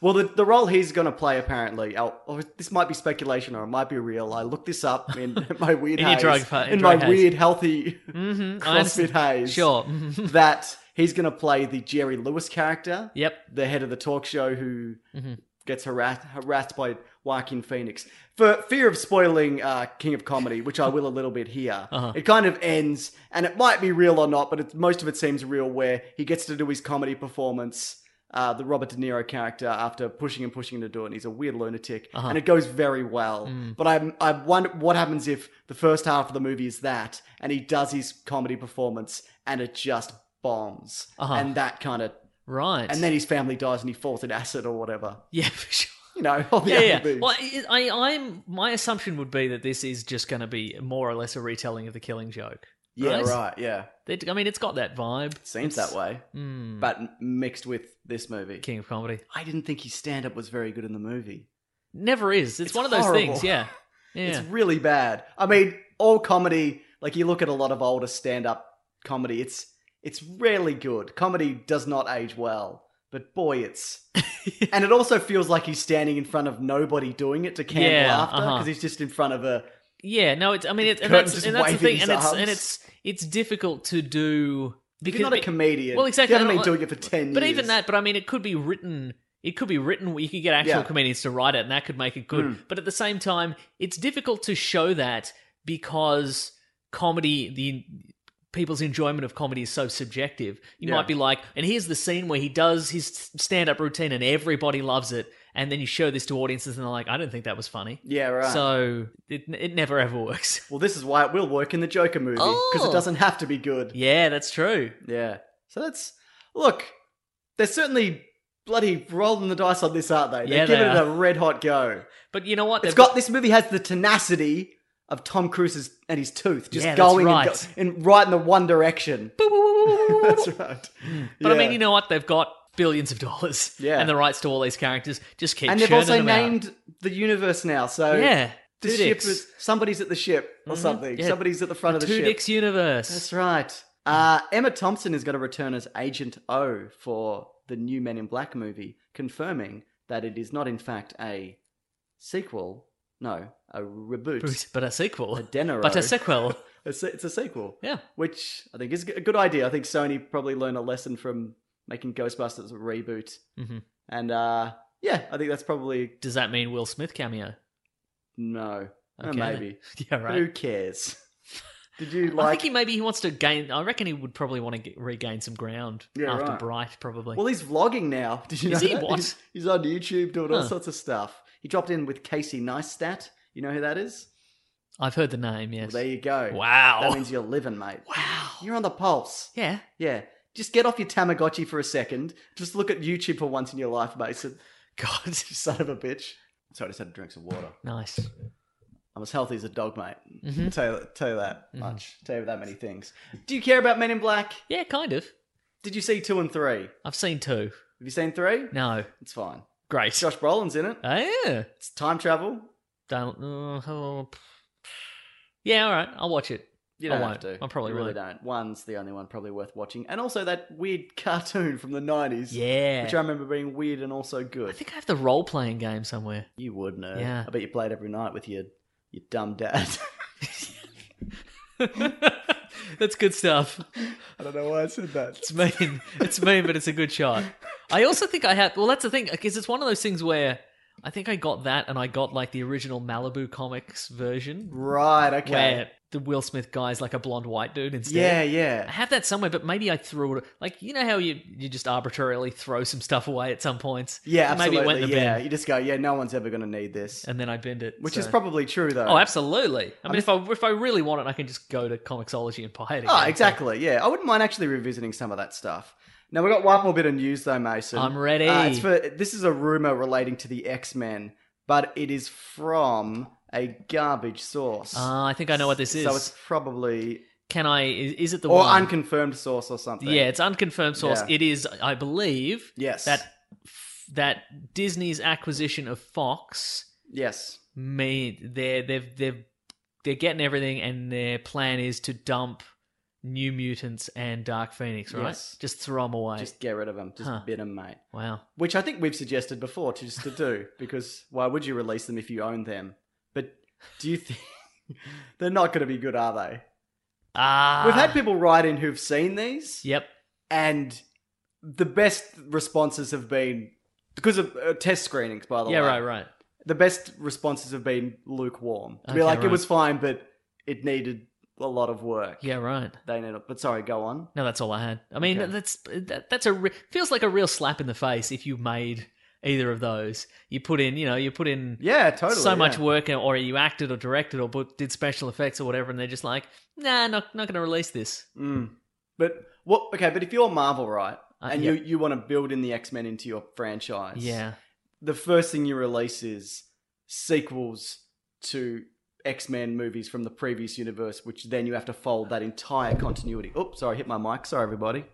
S1: Well, the, the role he's going to play apparently, oh, or this might be speculation or it might be real. I looked this up in my weird
S2: In your
S1: haze,
S2: drug fa-
S1: in,
S2: in
S1: my
S2: drug haze.
S1: weird healthy
S2: mhm, I
S1: CrossFit
S2: understand.
S1: haze.
S2: Sure. mhm.
S1: that he's going to play the Jerry Lewis character.
S2: Yep.
S1: the head of the talk show who
S2: Mm-hmm.
S1: gets harassed, harassed by Joaquin Phoenix. For fear of spoiling uh, King of Comedy, which I will a little bit here,
S2: Uh-huh.
S1: it kind of ends, and it might be real or not, but it, most of it seems real, where he gets to do his comedy performance. Uh, the Robert De Niro character, after pushing and pushing him to do it, and he's a weird lunatic,
S2: Uh-huh. Mm.
S1: and it goes very well. But I, I wonder what happens if the first half of the movie is that, and he does his comedy performance, and it just bombs,
S2: Uh-huh.
S1: and that kind of
S2: Right.
S1: and then his family dies and he falls in acid or whatever.
S2: yeah, for sure.
S1: You know, all the
S2: Yeah,
S1: other
S2: yeah.
S1: things.
S2: Well, I, I, I'm. My assumption would be that this is just going to be more or less a retelling of the Killing Joke.
S1: yeah,
S2: right?
S1: right, yeah.
S2: They- I mean, it's got that vibe.
S1: Seems
S2: It's-
S1: that way,
S2: Mm.
S1: but m- mixed with this movie.
S2: King of Comedy
S1: I didn't think his stand up was very good in the movie.
S2: never is. It's,
S1: It's
S2: one of those
S1: horrible.
S2: things. Yeah. Yeah.
S1: It's really bad. I mean, all comedy, like you look at a lot of older stand up comedy, it's it's rarely good. Comedy does not age well, but boy, it's. and it also feels like he's standing in front of nobody doing it to canned
S2: Yeah,
S1: laughter because
S2: uh-huh.
S1: he's just in front of a.
S2: Yeah, no, it's. I mean, it's and
S1: Curtin
S2: that's,
S1: just
S2: and that's the
S1: waving
S2: thing,
S1: his
S2: and it's and
S1: arms.
S2: it's it's difficult to do
S1: If
S2: because
S1: you're not a
S2: but-
S1: comedian,
S2: well, exactly,
S1: you haven't
S2: I
S1: been
S2: don't-
S1: doing it for 10
S2: But
S1: years.
S2: even that, but I mean, it could be written. It could be written. You could get actual
S1: Yeah. Hmm.
S2: comedians to write it, and that could make it good. But at the same time, it's difficult to show that because comedy, the people's enjoyment of comedy is so subjective. You
S1: Yeah.
S2: might be like, and here's the scene where he does his stand-up routine, and everybody loves it. And then you show this to audiences, and they're like, "I don't think that was funny."
S1: Yeah, right.
S2: So it it never ever works.
S1: Well, this is why it will work in the Joker movie because
S2: Oh.
S1: it doesn't have to be good.
S2: Yeah, that's true.
S1: Yeah. So that's look. They're certainly bloody rolling the dice on this, aren't they? They're
S2: Yeah, they
S1: giving it
S2: are.
S1: a red hot go.
S2: But you know what?
S1: It's
S2: They've-
S1: got this movie has the tenacity of Tom Cruise's and his tooth just
S2: Yeah, that's
S1: going and,
S2: right.
S1: go, and right in the one direction. that's right.
S2: But I mean, you know what? They've got billions of dollars
S1: Yeah.
S2: and the rights to all these characters. Just keep
S1: and they've
S2: churning
S1: also
S2: them
S1: named the universe now. So
S2: out. yeah,
S1: the
S2: Two
S1: ship
S2: Dicks. Mm-hmm.
S1: is somebody's at the ship or something.
S2: yeah.
S1: Somebody's at the front of the
S2: Two
S1: ship.
S2: Dicks universe.
S1: That's right. Uh, Emma Thompson is going to return as Agent O for the new Men in Black movie, confirming that it is not, in fact, a sequel. No, a reboot.
S2: But- But a sequel.
S1: A Denaro.
S2: But a sequel.
S1: It's, a- it's a sequel,
S2: Yeah.
S1: which I think is a good idea. I think Sony probably learned a lesson from making Ghostbusters a reboot.
S2: Mhm.
S1: And uh, yeah, I think that's probably
S2: Does that mean Will Smith cameo?
S1: no. Oh,
S2: Okay.
S1: maybe.
S2: Yeah,
S1: Who
S2: right.
S1: cares? Did you
S2: I
S1: like
S2: think he maybe he wants to gain. I reckon he would probably want to get, regain some ground
S1: Yeah,
S2: after
S1: right.
S2: Bright, probably.
S1: Well, he's vlogging now. Did you
S2: Is
S1: know
S2: he?
S1: that?
S2: What?
S1: He's, he's on YouTube doing all
S2: Huh.
S1: sorts of stuff. He dropped in with Casey Neistat. You know who that is?
S2: I've heard the name.
S1: Well,
S2: Yes.
S1: there you go. That
S2: wow.
S1: means you're living, mate.
S2: Wow.
S1: You're on the pulse.
S2: Yeah.
S1: Yeah. Just get off your Tamagotchi for a second. Just look at YouTube for once in your life, Mason.
S2: God.
S1: You son of a bitch. Sorry, I just had to drink some water.
S2: nice.
S1: I'm as healthy as a dog, mate.
S2: Mhm.
S1: Tell, you, tell you that
S2: Mhm.
S1: much. Tell you that many things. Do you care about Men in Black?
S2: Yeah, kind of.
S1: Did you see two and three? Have
S2: I've seen two.
S1: you seen three?
S2: No.
S1: It's fine.
S2: Great.
S1: Josh Brolin's in it.
S2: Oh, yeah.
S1: It's time travel.
S2: Don't. Uh, oh, p- yeah, all right. I'll watch it.
S1: You
S2: I
S1: don't
S2: won't.
S1: have to.
S2: I probably
S1: You really don't. One's the only one probably worth watching, and also that weird cartoon from the nineties,
S2: Yeah.
S1: which I remember being weird and also
S2: I
S1: good.
S2: think I have the role playing game somewhere.
S1: You would know.
S2: Yeah.
S1: I bet you played every night with your your dumb dad.
S2: That's good stuff.
S1: I don't know why I said that.
S2: It's mean. It's mean, but it's a good shot. I also think I had. Well, that's the thing because it's one of those things where I think I got that, and I got like the original Malibu comics version
S1: Right, okay.
S2: where the Will Smith guy's like a blonde white dude instead.
S1: yeah,
S2: I
S1: yeah.
S2: have that somewhere, but maybe I threw it. Like you know how you you just arbitrarily throw some stuff away at some points.
S1: Yeah, absolutely.
S2: Maybe it went in the
S1: yeah,
S2: bin,
S1: you just go, yeah, no one's ever going to need this.
S2: and then I binned it.
S1: Which
S2: so-
S1: is probably true, though.
S2: Oh, absolutely. I mean,
S1: mean-
S2: if I if I really want it, I can just go to Comixology and buy it. Again.
S1: Oh, exactly. Yeah, I wouldn't mind actually revisiting some of that stuff. Now we got one more bit of news though, Mason.
S2: I'm ready.
S1: Uh, it's for this is a rumor relating to the X Men, but it is from a garbage source.
S2: Uh, I think I know what this is.
S1: So it's probably
S2: Can I? Is, is it the
S1: or
S2: one?
S1: unconfirmed source or something.
S2: yeah, it's unconfirmed source.
S1: Yeah.
S2: It is, I believe,
S1: Yes.
S2: that that Disney's acquisition of Fox
S1: Yes.
S2: made they're they've they've they're getting everything, and their plan is to dump New Mutants and Dark Phoenix. Right?
S1: Yes.
S2: Just throw them away.
S1: Just get rid of them. Just
S2: Huh.
S1: bid them, mate.
S2: wow.
S1: Which I think we've suggested before to just to do because why would you release them if you own them? But do you think they're not going to be good, are they?
S2: Ah.
S1: We've had people write in who've seen these.
S2: Yep.
S1: and the best responses have been because of uh, test screenings by the
S2: Yeah.
S1: way
S2: Right. Right.
S1: the best responses have been lukewarm to be
S2: Okay,
S1: like it
S2: right.
S1: was fine but it needed a lot of work
S2: Yeah. Right.
S1: they need it but sorry go on
S2: No, that's all I had. I mean,
S1: Okay.
S2: that's that, that's a re- feels like a real slap in the face if you made either of those. You put in, you know, you put in
S1: yeah totally
S2: so much
S1: yeah.
S2: work, or you acted or directed or put, did special effects or whatever, and they're just like, nah, not not going to release this.
S1: Mm. but what okay but if you're marvel right
S2: Uh,
S1: and
S2: yeah.
S1: you, you want to build in the x-men into your franchise
S2: Yeah,
S1: the first thing you release is sequels to X-Men movies from the previous universe, which then you have to fold that entire continuity. Oops, sorry, I hit my mic. Sorry, everybody.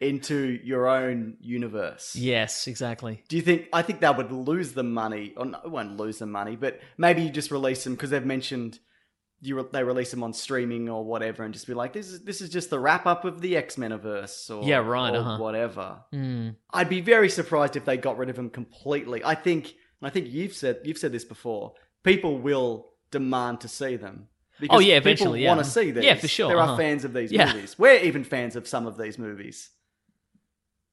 S1: Into your own universe.
S2: yes, exactly.
S1: Do you think? I think that would lose the money, or no, it won't lose the money, but maybe you just release them because they've mentioned you re- they release them on streaming or whatever, and just be like, this is this is just the wrap up of the X-Men verse, or
S2: Yeah, right,
S1: or
S2: uh-huh.
S1: whatever.
S2: Hmm.
S1: I'd be very surprised if they got rid of him completely. I think, and I think you've said you've said this before. People will demand to see them. Because
S2: Oh, yeah,
S1: People
S2: eventually, yeah.
S1: want to see these.
S2: Yeah, for sure,
S1: There
S2: uh-huh.
S1: are fans of these
S2: Yeah.
S1: movies. We're even fans of some of these movies.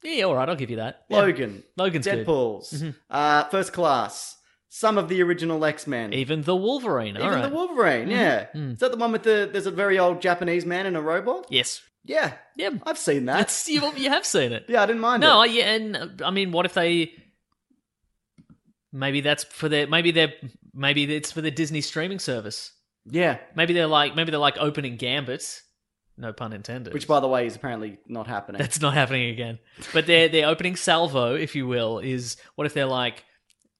S2: Yeah, all right, I'll give you that. Yeah.
S1: Logan,
S2: Logan's good. Mm-hmm.
S1: Deadpool's, uh, First Class, some of the original X Men,
S2: Even the Wolverine. all right.
S1: the Wolverine. Yeah,
S2: Mhm.
S1: is that the one with the? There's a very old Japanese man and a robot.
S2: yes.
S1: Yeah,
S2: Yeah.
S1: I've seen that.
S2: That's you. You have seen it.
S1: yeah, I didn't mind
S2: No,
S1: it.
S2: I, yeah, and uh, I mean, what if they? Maybe that's for their. Maybe they're. Maybe it's for the Disney streaming service.
S1: yeah,
S2: Maybe they're like. Maybe they're like opening Gambit. No pun intended.
S1: which by the way is apparently not happening.
S2: that's not happening again. But their their opening salvo, if you will, is what if they're like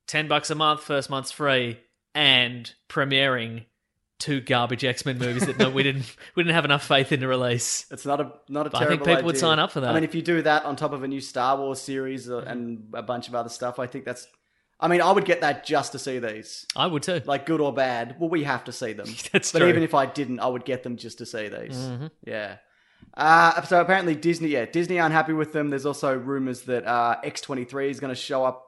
S2: ten bucks a month, first month's free, and premiering two garbage X Men movies that no, we didn't we didn't have enough faith in to release.
S1: It's not a not a
S2: But I
S1: terrible
S2: think people would
S1: idea.
S2: sign up for that.
S1: I mean, if you do that on top of a new Star Wars series uh, and a bunch of other stuff, I think that's. I mean, I would get that just to see these,
S2: I would too.
S1: like good or bad. Well, we have to see them.
S2: That's
S1: but
S2: true.
S1: even if I didn't, I would get them just to see these.
S2: Mhm.
S1: Yeah. Uh, so apparently Disney, yeah, Disney unhappy with them. There's also rumors that uh, X23 is going to show up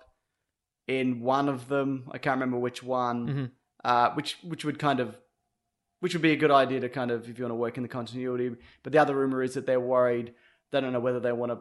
S1: in one of them. I can't remember which one.
S2: Mhm.
S1: Uh, which which would kind of which would be a good idea to kind of if you want to work in the continuity. But the other rumor is that they're worried. They don't know whether they want to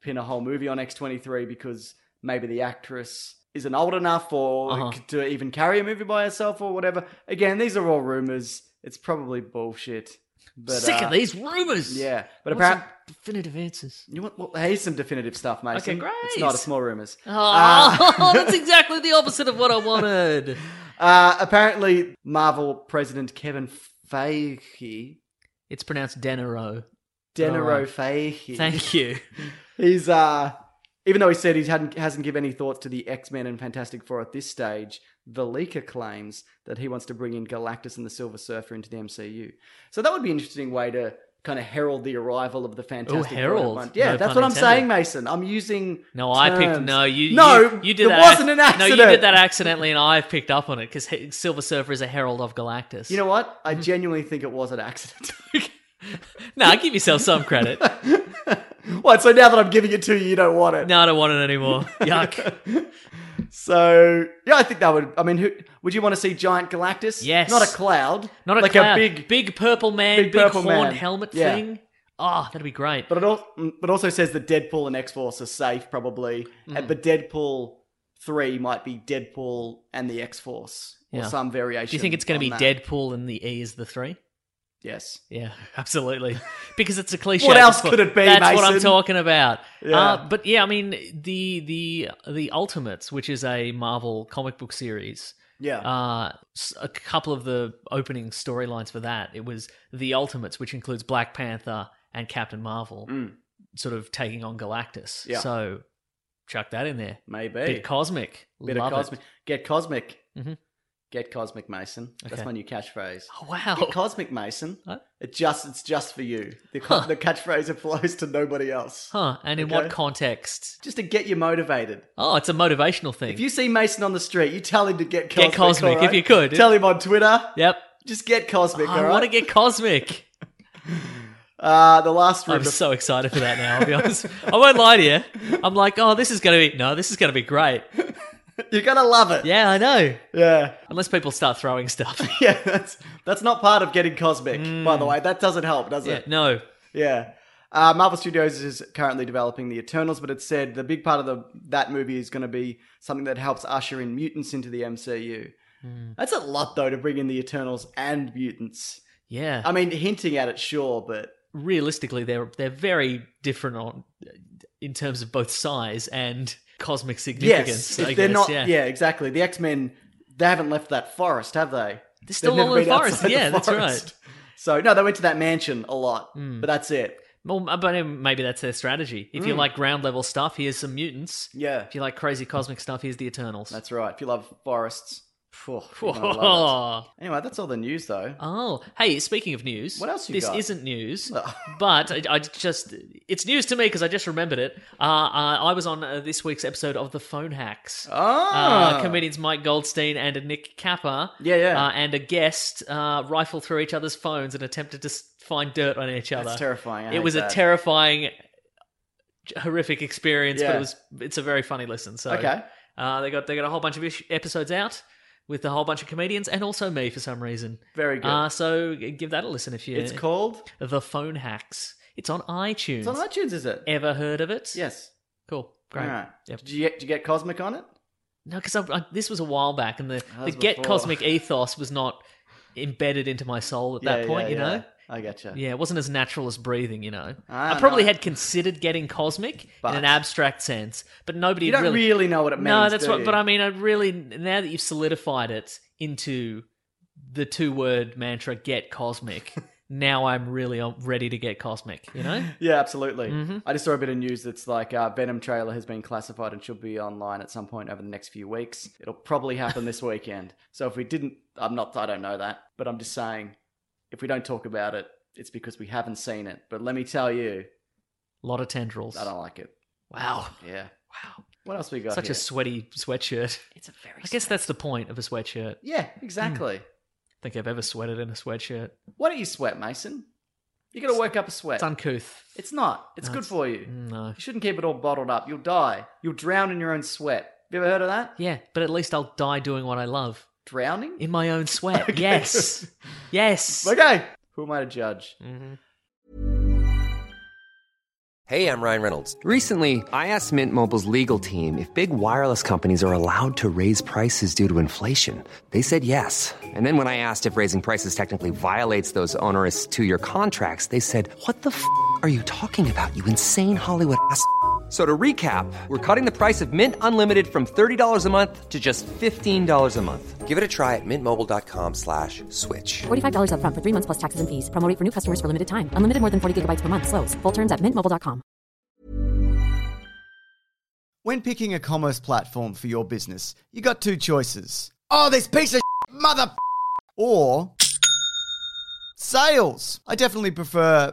S1: pin a whole movie on X23 because maybe the actress isn't old enough or
S2: Uh-huh.
S1: c- to even carry a movie by herself or whatever. Again, these are all rumors. It's probably bullshit. But,
S2: Sick
S1: uh,
S2: of these rumors.
S1: Yeah, but
S2: What's
S1: apparently.
S2: the definitive answers.
S1: You want, well, here's some definitive stuff, Mason.
S2: Okay, great.
S1: It's not a small rumors.
S2: Oh,
S1: Ah.
S2: that's exactly the opposite of what I wanted.
S1: Uh, apparently, Marvel president Kevin Feige,
S2: It's pronounced Denaro.
S1: Denaro
S2: Alright.
S1: Feige.
S2: Thank you.
S1: He's uh even though he said he hadn't hasn't given any thought to the X-Men and Fantastic Four at this stage, the leaker claims that he wants to bring in Galactus and the Silver Surfer into the MCU. So that would be an interesting way to kind of herald the arrival of the Fantastic Four.
S2: herald.
S1: everyone. Yeah,
S2: No
S1: that's
S2: pun
S1: what I'm
S2: intended.
S1: saying, Mason. I'm using
S2: No, I picked.
S1: terms.
S2: No, you.
S1: No,
S2: you, you did
S1: it
S2: that.
S1: wasn't an
S2: No, you
S1: accident.
S2: did that accidentally, and I picked up on it because Silver Surfer is a herald of Galactus.
S1: You know what? I
S2: Mm-hmm.
S1: genuinely think it was an accident.
S2: no, give yourself some credit.
S1: what? So now that I'm giving it to you, you don't want it.
S2: no, I don't want it anymore. Yuck.
S1: So yeah, I think that would. I mean, who, would you want to see giant Galactus?
S2: Yes.
S1: not a cloud,
S2: Not a
S1: like a
S2: cloud.
S1: big.
S2: big purple man,
S1: big
S2: big,
S1: purple
S2: horn
S1: man.
S2: helmet
S1: Yeah.
S2: thing. Ah, that'd be great.
S1: But it also, but also says that Deadpool and X Force are safe, probably.
S2: Mm.
S1: And, but Deadpool three might be Deadpool and the X Force or
S2: Yeah.
S1: some variation.
S2: Do you think it's going
S1: on
S2: to be
S1: that.
S2: Deadpool and the E is the three?
S1: Yes.
S2: Yeah, absolutely. Because it's a cliche.
S1: What
S2: at
S1: else
S2: this point.
S1: could it be,
S2: That's what
S1: Mason?
S2: I'm talking about.
S1: Yeah.
S2: Uh, but yeah, I mean the the the Ultimates, which is a Marvel comic book series.
S1: Yeah.
S2: Uh, s- a couple of the opening storylines for that it was the Ultimates, which includes Black Panther and Captain Marvel,
S1: Mm.
S2: sort of taking on Galactus.
S1: Yeah.
S2: So chuck that in there.
S1: Maybe.
S2: Bit cosmic.
S1: Bit
S2: Love
S1: of cosmic. Get cosmic.
S2: Mhm.
S1: Get cosmic, Mason. That's
S2: Okay.
S1: my new catchphrase.
S2: It. Oh, wow.
S1: Get cosmic, Mason.
S2: What?
S1: It just it's just for you. The, co-
S2: Huh.
S1: the catchphrase applies to nobody else.
S2: Huh? And in
S1: Okay.
S2: what context?
S1: Just to get you motivated.
S2: Oh, it's a motivational thing.
S1: If you see Mason on the street, you tell him to get cosmic.
S2: Get cosmic
S1: all right?
S2: if you could.
S1: Tell him on Twitter.
S2: yep.
S1: Just get cosmic.
S2: Oh,
S1: all
S2: I
S1: right?
S2: want to get cosmic.
S1: uh, the last room.
S2: I'm
S1: of-
S2: so excited for that now. I'll be honest. I won't lie to you. I'm like, oh, this is gonna be no, this is gonna be great.
S1: You're gonna love it.
S2: Yeah, I know.
S1: Yeah.
S2: Unless people start throwing stuff.
S1: Yeah, that's that's not part of getting cosmic, by the way. That doesn't help, does
S2: Hmm. yeah,
S1: it?
S2: no.
S1: Yeah. Uh, Marvel Studios is currently developing the Eternals, but it's said the big part of the, that movie is going to be something that helps usher in mutants into the MCU.
S2: Hmm.
S1: That's a lot, though, to bring in the Eternals and mutants.
S2: Yeah.
S1: I mean, hinting at it, sure, but
S2: Uh, Realistically, they're they're very different on in terms of both size and cosmic significance.
S1: yes, if
S2: I
S1: they're
S2: guess.
S1: not.
S2: yeah.
S1: exactly. The X Men, they haven't left that forest, have they?
S2: They're still
S1: They've
S2: all in the
S1: been
S2: forest.
S1: outside the
S2: yeah, that's right. Hmm.
S1: forest. So no, they went to that mansion a lot, but that's it.
S2: Well, m- but um, maybe that's their strategy. If you like ground level stuff, here's some mutants.
S1: Yeah,
S2: If you like crazy cosmic stuff, here's the Eternals.
S1: that's right. If you love forests, phew, you're gonna love
S2: Whoa.
S1: it. anyway, that's all the news, though.
S2: Oh, hey, speaking of news,
S1: What else you
S2: this
S1: got?
S2: isn't news, but I, I just it's news to me because I just remembered it. Uh, uh, I was on uh, this week's episode of the Phone Hacks.
S1: Ah,
S2: Uh, comedians Mike Goldstein and Nick Kappa,
S1: Yeah, yeah.
S2: uh, and a guest uh, rifled through each other's phones and attempted to s- find dirt on each other.
S1: That's terrifying. I
S2: it
S1: hate
S2: was
S1: that.
S2: a terrifying, horrific experience, but
S1: Yeah.
S2: it was it's a very funny listen. So
S1: Okay.
S2: uh, they got they got a whole bunch of ish- episodes out with a whole bunch of comedians and also me for some reason.
S1: Very good.
S2: Uh, so g- give that a listen if you.
S1: it's called.
S2: The Phone Hacks. It's on iTunes.
S1: It's on iTunes, is it?
S2: Ever heard of it?
S1: Yes.
S2: Cool. Great.
S1: All right.
S2: Yep.
S1: Did, you get, did you get Cosmic on it?
S2: No, because I, I, this was a while back, and the, the
S1: was
S2: Get
S1: before.
S2: Cosmic ethos was not embedded into my soul at that
S1: Yeah,
S2: point,
S1: yeah,
S2: you
S1: yeah.
S2: know?
S1: I gotcha.
S2: Yeah, it wasn't as natural as breathing, you know?
S1: Ah,
S2: I probably
S1: no.
S2: had considered getting cosmic
S1: But-
S2: in an abstract sense, but nobody
S1: You don't really,
S2: really.
S1: know what it means.
S2: no, that's
S1: do
S2: what.
S1: you?
S2: But I mean, I really. Now that you've solidified it into the two word mantra, get cosmic, now I'm really uh, ready to get cosmic, you know? Mm-hmm.
S1: Yeah, absolutely.
S2: Mm.
S1: I just saw a bit of news that's like uh, Venom trailer has been classified and should be online at some point over the next few weeks. It'll probably happen this weekend. So if we didn't, I'm not, I don't know that, but I'm just saying, if we don't talk about it, it's because we haven't seen it. But let me tell you,
S2: A lot of tendrils.
S1: I don't like it.
S2: Wow.
S1: Yeah.
S2: Wow.
S1: What else we got?
S2: Such
S1: here?
S2: a sweaty sweatshirt.
S1: It's a very.
S2: I guess that's the point of a sweatshirt. I
S1: Yeah, exactly.
S2: Mm. think I've ever sweated in a sweatshirt.
S1: Why don't you sweat, Mason? You got to work up a sweat.
S2: It's uncouth.
S1: It's not. It's
S2: No,
S1: good
S2: it's-
S1: for you.
S2: Mm, No.
S1: You shouldn't keep it all bottled up. You'll die. You'll drown in your own sweat. You ever heard of that?
S2: Yeah, but at least I'll die doing what I love
S1: Drowning?
S2: in my own sweat. Yes. Yes.
S1: Okay. Who am I to judge?
S2: Mhm.
S4: Hey, I'm Ryan Reynolds. Recently, I asked Mint Mobile's legal team if big wireless companies are allowed to raise prices due to inflation. They said yes. And then when I asked if raising prices technically violates those onerous two year contracts, they said, What the f are you talking about, you insane Hollywood ass? f- So to recap, we're cutting the price of Mint Unlimited from $30 a month to just $15 a month. Give it a try at mintmobile.com slash switch.
S5: $45 upfront for three months plus taxes and fees. Promote for new customers for limited time. Unlimited more than 40 gigabytes per month. Slows. Full terms at mintmobile.com.
S6: When picking a commerce platform for your business, you got two choices. Oh, this piece of shit, mother f- or sales. I definitely prefer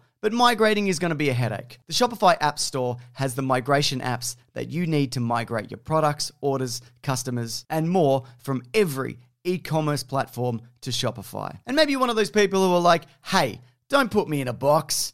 S6: But migrating is going to be a headache. The Shopify App Store has the migration apps that you need to migrate your products, orders, customers, and more from every e commerce platform to Shopify. And maybe you're one of those people who are like, hey, don't put me in a box.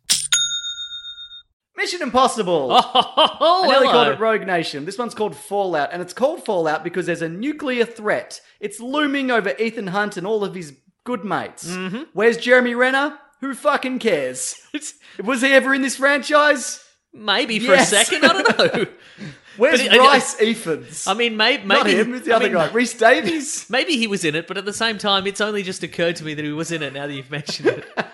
S1: Mission Impossible.
S2: Oh,
S1: I nearly
S2: hello.
S1: called it Rogue Nation. This one's called Fallout, and it's called Fallout because there's a nuclear threat. It's looming over Ethan Hunt and all of his good mates.
S2: Mm-hmm.
S1: Where's Jeremy Renner? Who fucking cares? Was he ever in this franchise?
S2: Maybe for
S1: Yes.
S2: a second, I don't know.
S1: Where's
S2: But he- I-
S1: Bryce Ephens?
S2: I mean, may, maybe
S1: not him. It's the
S2: I
S1: other
S2: mean,
S1: guy, Reese Davies.
S2: Maybe he was in it, but at the same time, it's only just occurred to me that he was in it. Now that you've mentioned it,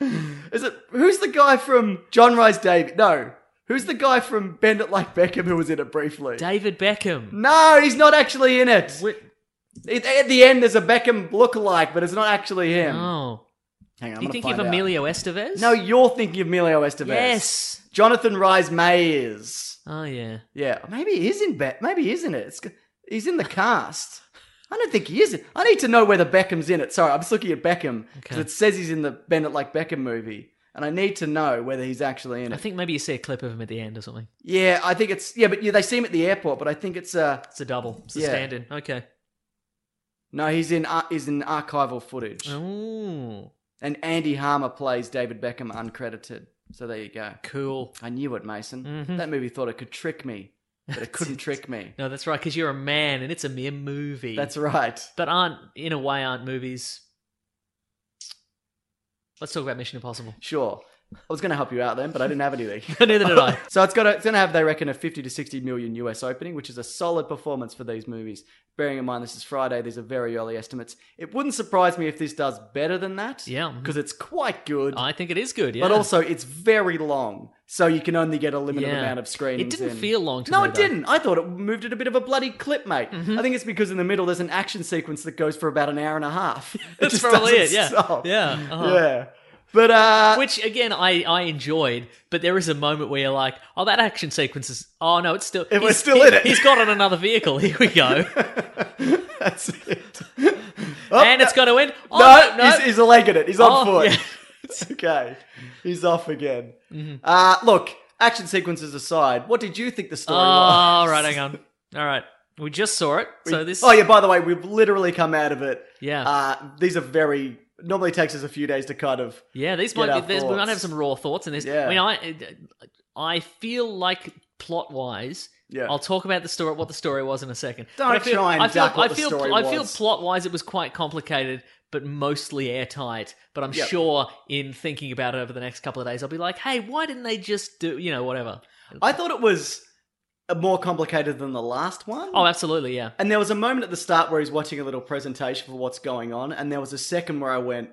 S1: Is it? Who's the guy from John Rice Davies? No. Who's the guy from Bend It Like Beckham who was in it briefly?
S2: David Beckham.
S1: no, he's not actually in it.
S2: Wh-
S1: It- At the end, there's a Beckham lookalike, but it's not actually him.
S2: Oh,
S1: Hang on, I'm
S2: you
S1: gonna
S2: think of
S1: find out.
S2: Emilio Estevez?
S1: No, you're thinking of Emilio Estevez.
S2: Yes.
S1: Jonathan Rhys Meyers.
S2: Oh yeah.
S1: Yeah, maybe he is in Be- Maybe he is in it. It's, g- he's in the cast. I don't think he is. I need to know whether Beckham's in it. Sorry, I'm just looking at Beckham because
S2: Okay.
S1: it says he's in the Bend It Like Beckham movie, and I need to know whether he's actually in it.
S2: I think maybe you see a clip of him at the end or something.
S1: yeah, I think it's yeah, but yeah, they see him at the airport, but I think it's uh
S2: It's a double. It's a
S1: Yeah.
S2: stand-in. Okay.
S1: no, he's in ar- he's in archival footage,
S2: Oh,
S1: and Andy Harmer plays David Beckham uncredited. So there you go.
S2: cool.
S1: I knew it, Mason.
S2: Mhm.
S1: That movie thought it could trick me, but it couldn't trick me.
S2: No, that's right. Because you're a man, and it's a mere movie.
S1: That's right.
S2: But aren't in a way aren't movies? Let's talk about Mission Impossible.
S1: Sure. I was going to help you out then, but I didn't have anything.
S2: Neither did I.
S1: So it's got a, it's going to have they reckon a 50 to 60 million US opening, which is a solid performance for these movies. Bearing in mind this is Friday, these are very early estimates. It wouldn't surprise me if this does better than that.
S2: Yeah. mm-hmm.
S1: because it's quite good,
S2: I think it is good. Yeah.
S1: but also it's very long, so you can only get a limited
S2: Yeah.
S1: amount of screenings.
S2: It didn't
S1: in.
S2: feel long to
S1: No,
S2: me,
S1: it
S2: though. Mm-hmm.
S1: didn't. I thought it moved at a bit of a bloody clip, mate. I think it's because in the middle there's an action sequence that goes for about an hour and a half. It
S2: That's
S1: just
S2: probably it.
S1: doesn't
S2: Yeah.
S1: stop.
S2: Yeah. uh-huh.
S1: yeah. But uh,
S2: Which again, I, I enjoyed, but there is a moment where you're like, "Oh, that action sequence is oh no, it's still
S1: It was
S2: he's-
S1: still
S2: he-
S1: in it.
S2: He's got on another vehicle. Here we go,
S1: That's it. Oh,
S2: and it's going to end. Oh,
S1: no,
S2: no, no,
S1: He's, he's a leg in it. He's on
S2: Oh,
S1: foot.
S2: yeah. Mm-hmm.
S1: It's okay. He's off again. Uh, look, action sequences aside, what did you think the
S2: Uh,
S1: story was?
S2: all right, hang on. All right, we just saw it, so this.
S1: Oh yeah. By the way, we've literally come out of it.
S2: Yeah.
S1: Uh, these are very. Normally takes us a few days to kind of.
S2: Yeah, these
S1: Get our
S2: might be, there's, we might
S1: thoughts.
S2: have some raw thoughts in this.
S1: Yeah.
S2: I mean, I I feel like plot wise.
S1: Yeah.
S2: I'll talk about the story, what the story was in a second.
S1: Don't
S2: But I feel,
S1: try and
S2: I feel,
S1: duck what
S2: I
S1: the
S2: feel,
S1: story
S2: I feel
S1: was.
S2: plot wise, it was quite complicated, but mostly airtight. But I'm
S1: Yep.
S2: sure in thinking about it over the next couple of days, I'll be like, hey, why didn't they just do, you know, whatever?
S1: I thought it was uh, more complicated than the last one.
S2: Oh, absolutely, yeah.
S1: And there was a moment at the start where he's watching a little presentation for what's going on, and there was a second where I went,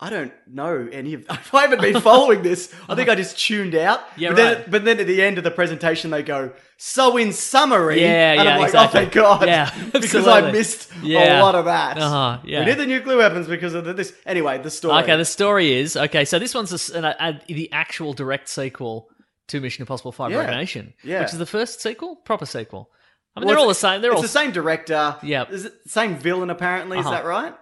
S1: I don't know any of. I haven't been following this. I think I just tuned out.
S2: Yeah,
S1: but, then,
S2: right.
S1: but then at the end of the presentation, they go, "So in summary,"
S2: Yeah,
S1: and
S2: yeah,
S1: I'm like,
S2: exactly.
S1: "Oh thank God,"
S2: Yeah,
S1: because I
S2: absolutely.
S1: missed a
S2: Yeah.
S1: lot of that.
S2: Uh-huh, yeah.
S1: We did the nuclear weapons because of the, this. Anyway, the story.
S2: Okay, the story is okay. So this one's a s an, a, a- the actual direct sequel to Mission Impossible Five:
S1: Yeah.
S2: Rogue Nation,
S1: Yeah.
S2: which is the first sequel, proper sequel. I mean, they're all the same. They're
S1: it's
S2: all
S1: the same director.
S2: Yep.
S1: Is it the same villain, apparently.
S2: Uh-huh.
S1: Is that right?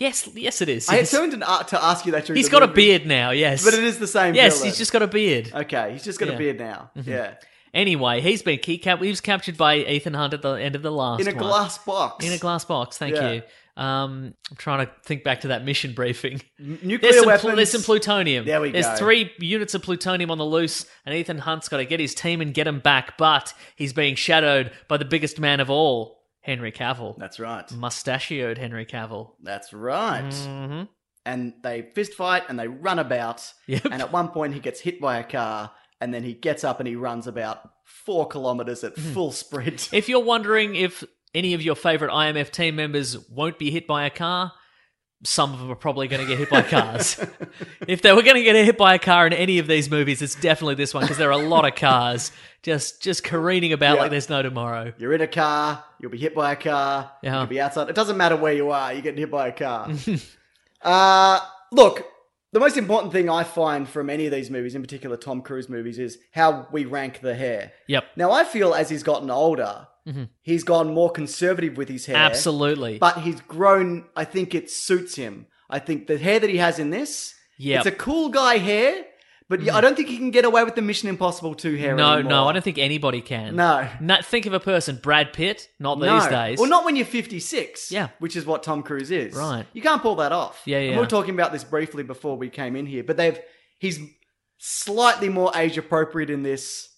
S2: Yes, yes, it is.
S1: I
S2: Yes.
S1: assumed an, uh, to ask you that during
S2: He's
S1: the
S2: got a
S1: movie.
S2: beard now. Yes,
S1: But it is the same
S2: Yes,
S1: villain.
S2: he's just got a beard.
S1: Okay, he's just got
S2: Yeah. Mm-hmm.
S1: a beard now. Yeah.
S2: Anyway, he's been he, cap- he was captured by Ethan Hunt at the end of the last
S1: In a
S2: one.
S1: glass box.
S2: in a glass box. Thank
S1: Yeah.
S2: you. Um, I'm trying to think back to that mission briefing.
S1: N- Nuclear
S2: There's some, pl-
S1: weapons.
S2: there's some plutonium.
S1: There we
S2: there's
S1: go.
S2: three units of plutonium on the loose, and Ethan Hunt's got to get his team and get him back. But he's being shadowed by the biggest man of all, Henry Cavill,
S1: That's right.
S2: mustachioed Henry Cavill.
S1: That's right.
S2: Mhm.
S1: And they fist fight and they run about.
S2: Yep.
S1: And at one point, he gets hit by a car and then he gets up and he runs about four kilometers at
S2: Mm-hmm.
S1: full sprint.
S2: If you're wondering if any of your favorite IMF team members won't be hit by a car, some of them are probably going to get hit by cars. if they were going to get hit by a car in any of these movies, it's definitely this one because there are a lot of cars just just careening about
S1: Yeah.
S2: like there's no tomorrow.
S1: You're in a car, you'll be hit by a car,
S2: Yeah.
S1: you'll be outside. It doesn't matter where you are, you're getting hit by a car. uh, look, the most important thing I find from any of these movies, in particular Tom Cruise movies, is how we rank the hair.
S2: Yep,
S1: Now, I feel as he's gotten older, he's gone more conservative with his hair.
S2: Mm-hmm. absolutely.
S1: But he's grown, I think it suits him. I think the hair that he has in this,
S2: Yep. Mm-hmm.
S1: it's a cool guy hair, but I don't think he can get away with the Mission Impossible 2 hair
S2: no,
S1: anymore.
S2: no, I don't think anybody can.
S1: No.
S2: Not- think of a person, Brad Pitt, not these
S1: No.
S2: days.
S1: Well, not when you're 56.
S2: Yeah.
S1: Which is what Tom Cruise is.
S2: Right.
S1: You can't pull that off.
S2: Yeah,
S1: And
S2: yeah.
S1: we were talking about this briefly before we came in here, but they've he's slightly more age appropriate in this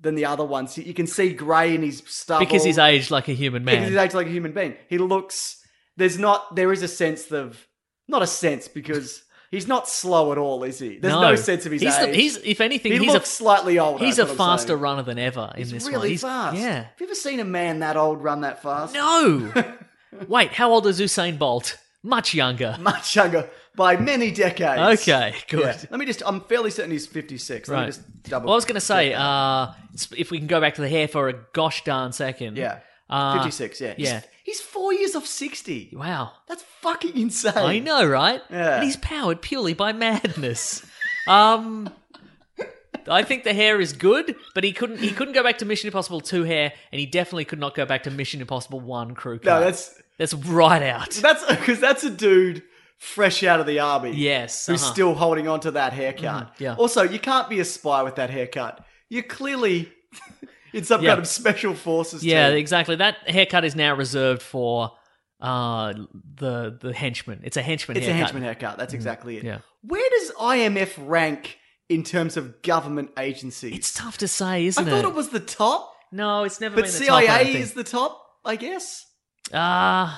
S1: than the other ones. You can see grey in his stubble
S2: because he's aged like a human man.
S1: because he's acting like a human being. He looks. There's not. There is a sense of not a sense because he's not slow at all, is he? There's no, sense of his
S2: he's
S1: age.
S2: The, he's if anything,
S1: he
S2: he's
S1: looks
S2: a
S1: slightly older.
S2: He's a
S1: that's what I'm
S2: faster
S1: saying.
S2: runner than ever in
S1: He's
S2: this
S1: really
S2: one. He's
S1: fast.
S2: Yeah.
S1: Have you ever seen a man that old run that fast?
S2: No. Wait, how old is Usain Bolt? Much younger.
S1: Much younger by many decades.
S2: Okay, good.
S1: Yeah. Let me just. I'm fairly certain he's 56. Let
S2: Right.
S1: me just double.
S2: Well, I was going to say, uh, s- if we can go back to the hair for a gosh darn second.
S1: Yeah.
S2: Uh,
S1: 56. Yeah.
S2: yeah.
S1: He's, he's four years off 60.
S2: Wow.
S1: That's fucking insane.
S2: I know, right?
S1: Yeah.
S2: And he's powered purely by madness. um, I think the hair is good, but he couldn't. He couldn't go back to Mission Impossible Two hair, and he definitely could not go back to Mission Impossible One crew cut.
S1: No, that's
S2: that's right out.
S1: that's because that's a dude fresh out of the army.
S2: Yes,
S1: who's
S2: uh-huh. Mm-hmm,
S1: still holding on to that haircut.
S2: yeah.
S1: Also, you can't be a spy with that haircut. You're clearly in some
S2: Yeah.
S1: kind of special forces.
S2: Yeah,
S1: team.
S2: exactly. That haircut is now reserved for uh the the henchman. It's a henchman
S1: it's a
S2: haircut.
S1: henchman haircut. That's exactly it.
S2: Mm-hmm, yeah.
S1: Where does IMF rank in terms of government agencies?
S2: It's tough to say,
S1: I
S2: isn't
S1: thought it was the top,
S2: No, it's never
S1: but
S2: been the
S1: CIA
S2: top, I don't
S1: is
S2: think.
S1: the top, I guess.
S2: Uh,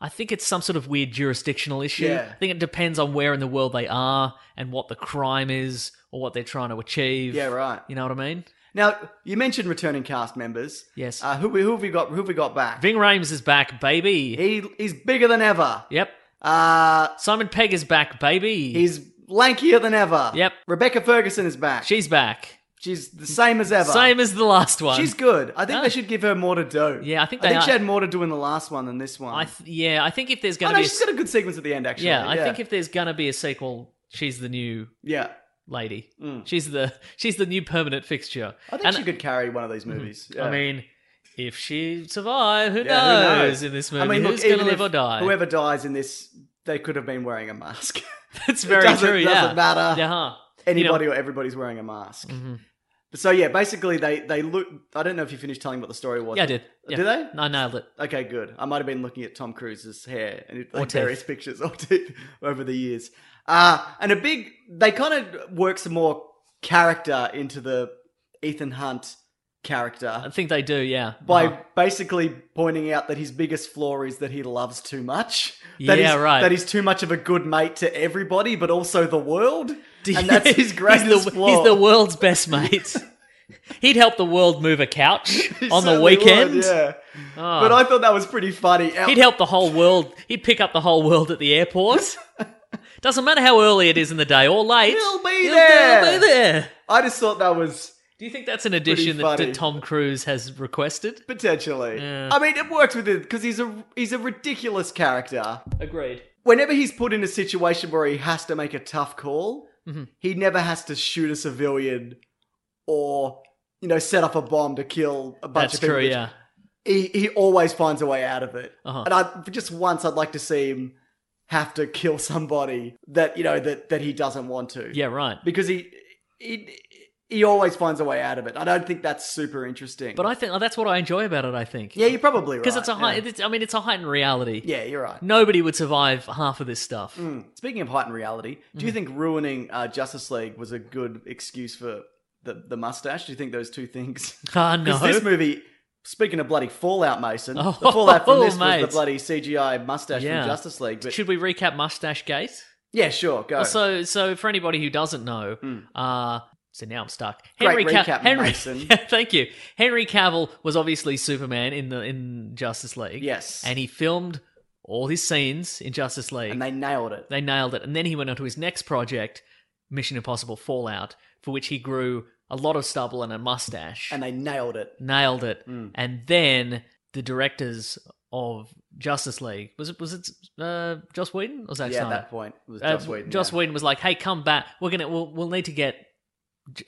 S2: I think it's some sort of weird jurisdictional issue.
S1: Yeah.
S2: I think it depends on where in the world they are and what the crime is or what they're trying to achieve.
S1: Yeah, right.
S2: You know what I mean?
S1: Now you mentioned returning cast members.
S2: Yes.
S1: Uh, who, who have we got? Who have we got back?
S2: Ving Rhames is back, baby.
S1: He is bigger than ever.
S2: yep.
S1: Uh,
S2: Simon Pegg is back, baby.
S1: He's lankier than ever.
S2: Yep.
S1: Rebecca Ferguson is back.
S2: She's back.
S1: She's the same as ever.
S2: Same as the last one.
S1: She's good. I think
S2: No.
S1: they should give her more to do.
S2: Yeah, I think
S1: I
S2: they
S1: think she
S2: are-
S1: had more to do in the last one than this one.
S2: I th- yeah, I think if there's
S1: oh,
S2: going to
S1: no,
S2: be a
S1: she's got a good sequence at the end, actually.
S2: yeah, I think if there's gonna be a sequel, she's the new
S1: yeah,
S2: lady. She's the she's the new permanent fixture.
S1: Mm. I think
S2: And, Mhm.
S1: she could carry one of these movies. Yeah.
S2: I mean, if she survived, who,
S1: Yeah,
S2: knows, in this movie?
S1: I mean, look,
S2: who's gonna
S1: even if
S2: live or die?
S1: Whoever dies in this, they could have been wearing a mask.
S2: That's very
S1: doesn't-
S2: true.
S1: doesn't
S2: yeah, Mm-hmm.
S1: matter.
S2: Yeah.
S1: Anybody or everybody's wearing a mask. So yeah, basically they they look. I don't know if you finished telling what the story was.
S2: Yeah, I did. Yeah.
S1: Do they?
S2: I nailed it.
S1: Okay, good. I might have been looking at Tom Cruise's hair and it,
S2: Or
S1: like,
S2: teeth.
S1: various pictures or teeth over the years. Uh, and a big, they kind of work some more character into the Ethan Hunt
S2: I
S1: character
S2: think they do. Yeah.
S1: by
S2: Uh-huh.
S1: basically pointing out that his biggest flaw is that he loves too much. That
S2: Yeah,
S1: he's,
S2: right.
S1: That he's too much of a good mate to everybody, but also the world. And that's his greatest
S2: he's the,
S1: flaw.
S2: He's the world's best mate. He'd help the world move a couch
S1: He
S2: on the
S1: certainly would,
S2: weekend. Ah.
S1: yeah. But I thought that was pretty funny.
S2: He'd help the whole world. He'd pick up the whole world at the airport. Doesn't matter how early it is in the day or late.
S1: He'll be there.
S2: He'll be there.
S1: I just thought that was.
S2: Do you think that's an addition that,
S1: funny.
S2: that Tom Cruise has requested?
S1: Potentially. I mean, it works with it because he's a he's a ridiculous character.
S2: Agreed.
S1: Whenever he's put in a situation where he has to make a tough call,
S2: Mm-hmm.
S1: he never has to shoot a civilian or you know set up a bomb to kill a bunch
S2: That's
S1: of people.
S2: true. Yeah. Uh-huh.
S1: he, he always finds a way out of it. And I for just once I'd like to see him have to kill somebody that you know that that he doesn't want to.
S2: Yeah, right.
S1: because he he he always finds a way out of it. I don't think that's super interesting.
S2: But I think oh, that's what I enjoy about it. I think
S1: yeah, you're probably right
S2: because it's a high.
S1: Yeah.
S2: It's, I mean, it's a heightened reality.
S1: Yeah, you're right.
S2: Nobody would survive half of this stuff.
S1: Mm. Speaking of heightened reality, do you
S2: Mm-hmm.
S1: think ruining uh, Justice League was a good excuse for the the mustache? Do you think those two things?
S2: Ah, no.
S1: Because this movie, speaking of bloody Fallout, Mason,
S2: Oh,
S1: the Fallout from this
S2: mate.
S1: was the bloody CGI mustache
S2: Yeah.
S1: from Justice League. But
S2: Should we recap Mustache Gate?
S1: yeah, sure, go.
S2: So, so for anybody who doesn't know, uh, so now I'm stuck.
S1: Mm. Great
S2: Ca-
S1: recap,
S2: Henry,
S1: Mason.
S2: Yeah, thank you. Henry Cavill was obviously Superman in the in Justice League.
S1: Yes.
S2: and he filmed all his scenes in Justice League.
S1: and they nailed it.
S2: They nailed it. And then he went on to his next project, Mission Impossible Fallout, for which he grew a lot of stubble and a mustache.
S1: And they Mm. nailed it.
S2: nailed it. And then the directors of Justice League was it was it uh, Joss Whedon or was that
S1: yeah, at
S2: Snyder?
S1: that point it was
S2: Uh,
S1: Joss Whedon.
S2: Joss
S1: yeah.
S2: Whedon was like, "Hey, come back. We're gonna we'll, we'll need to get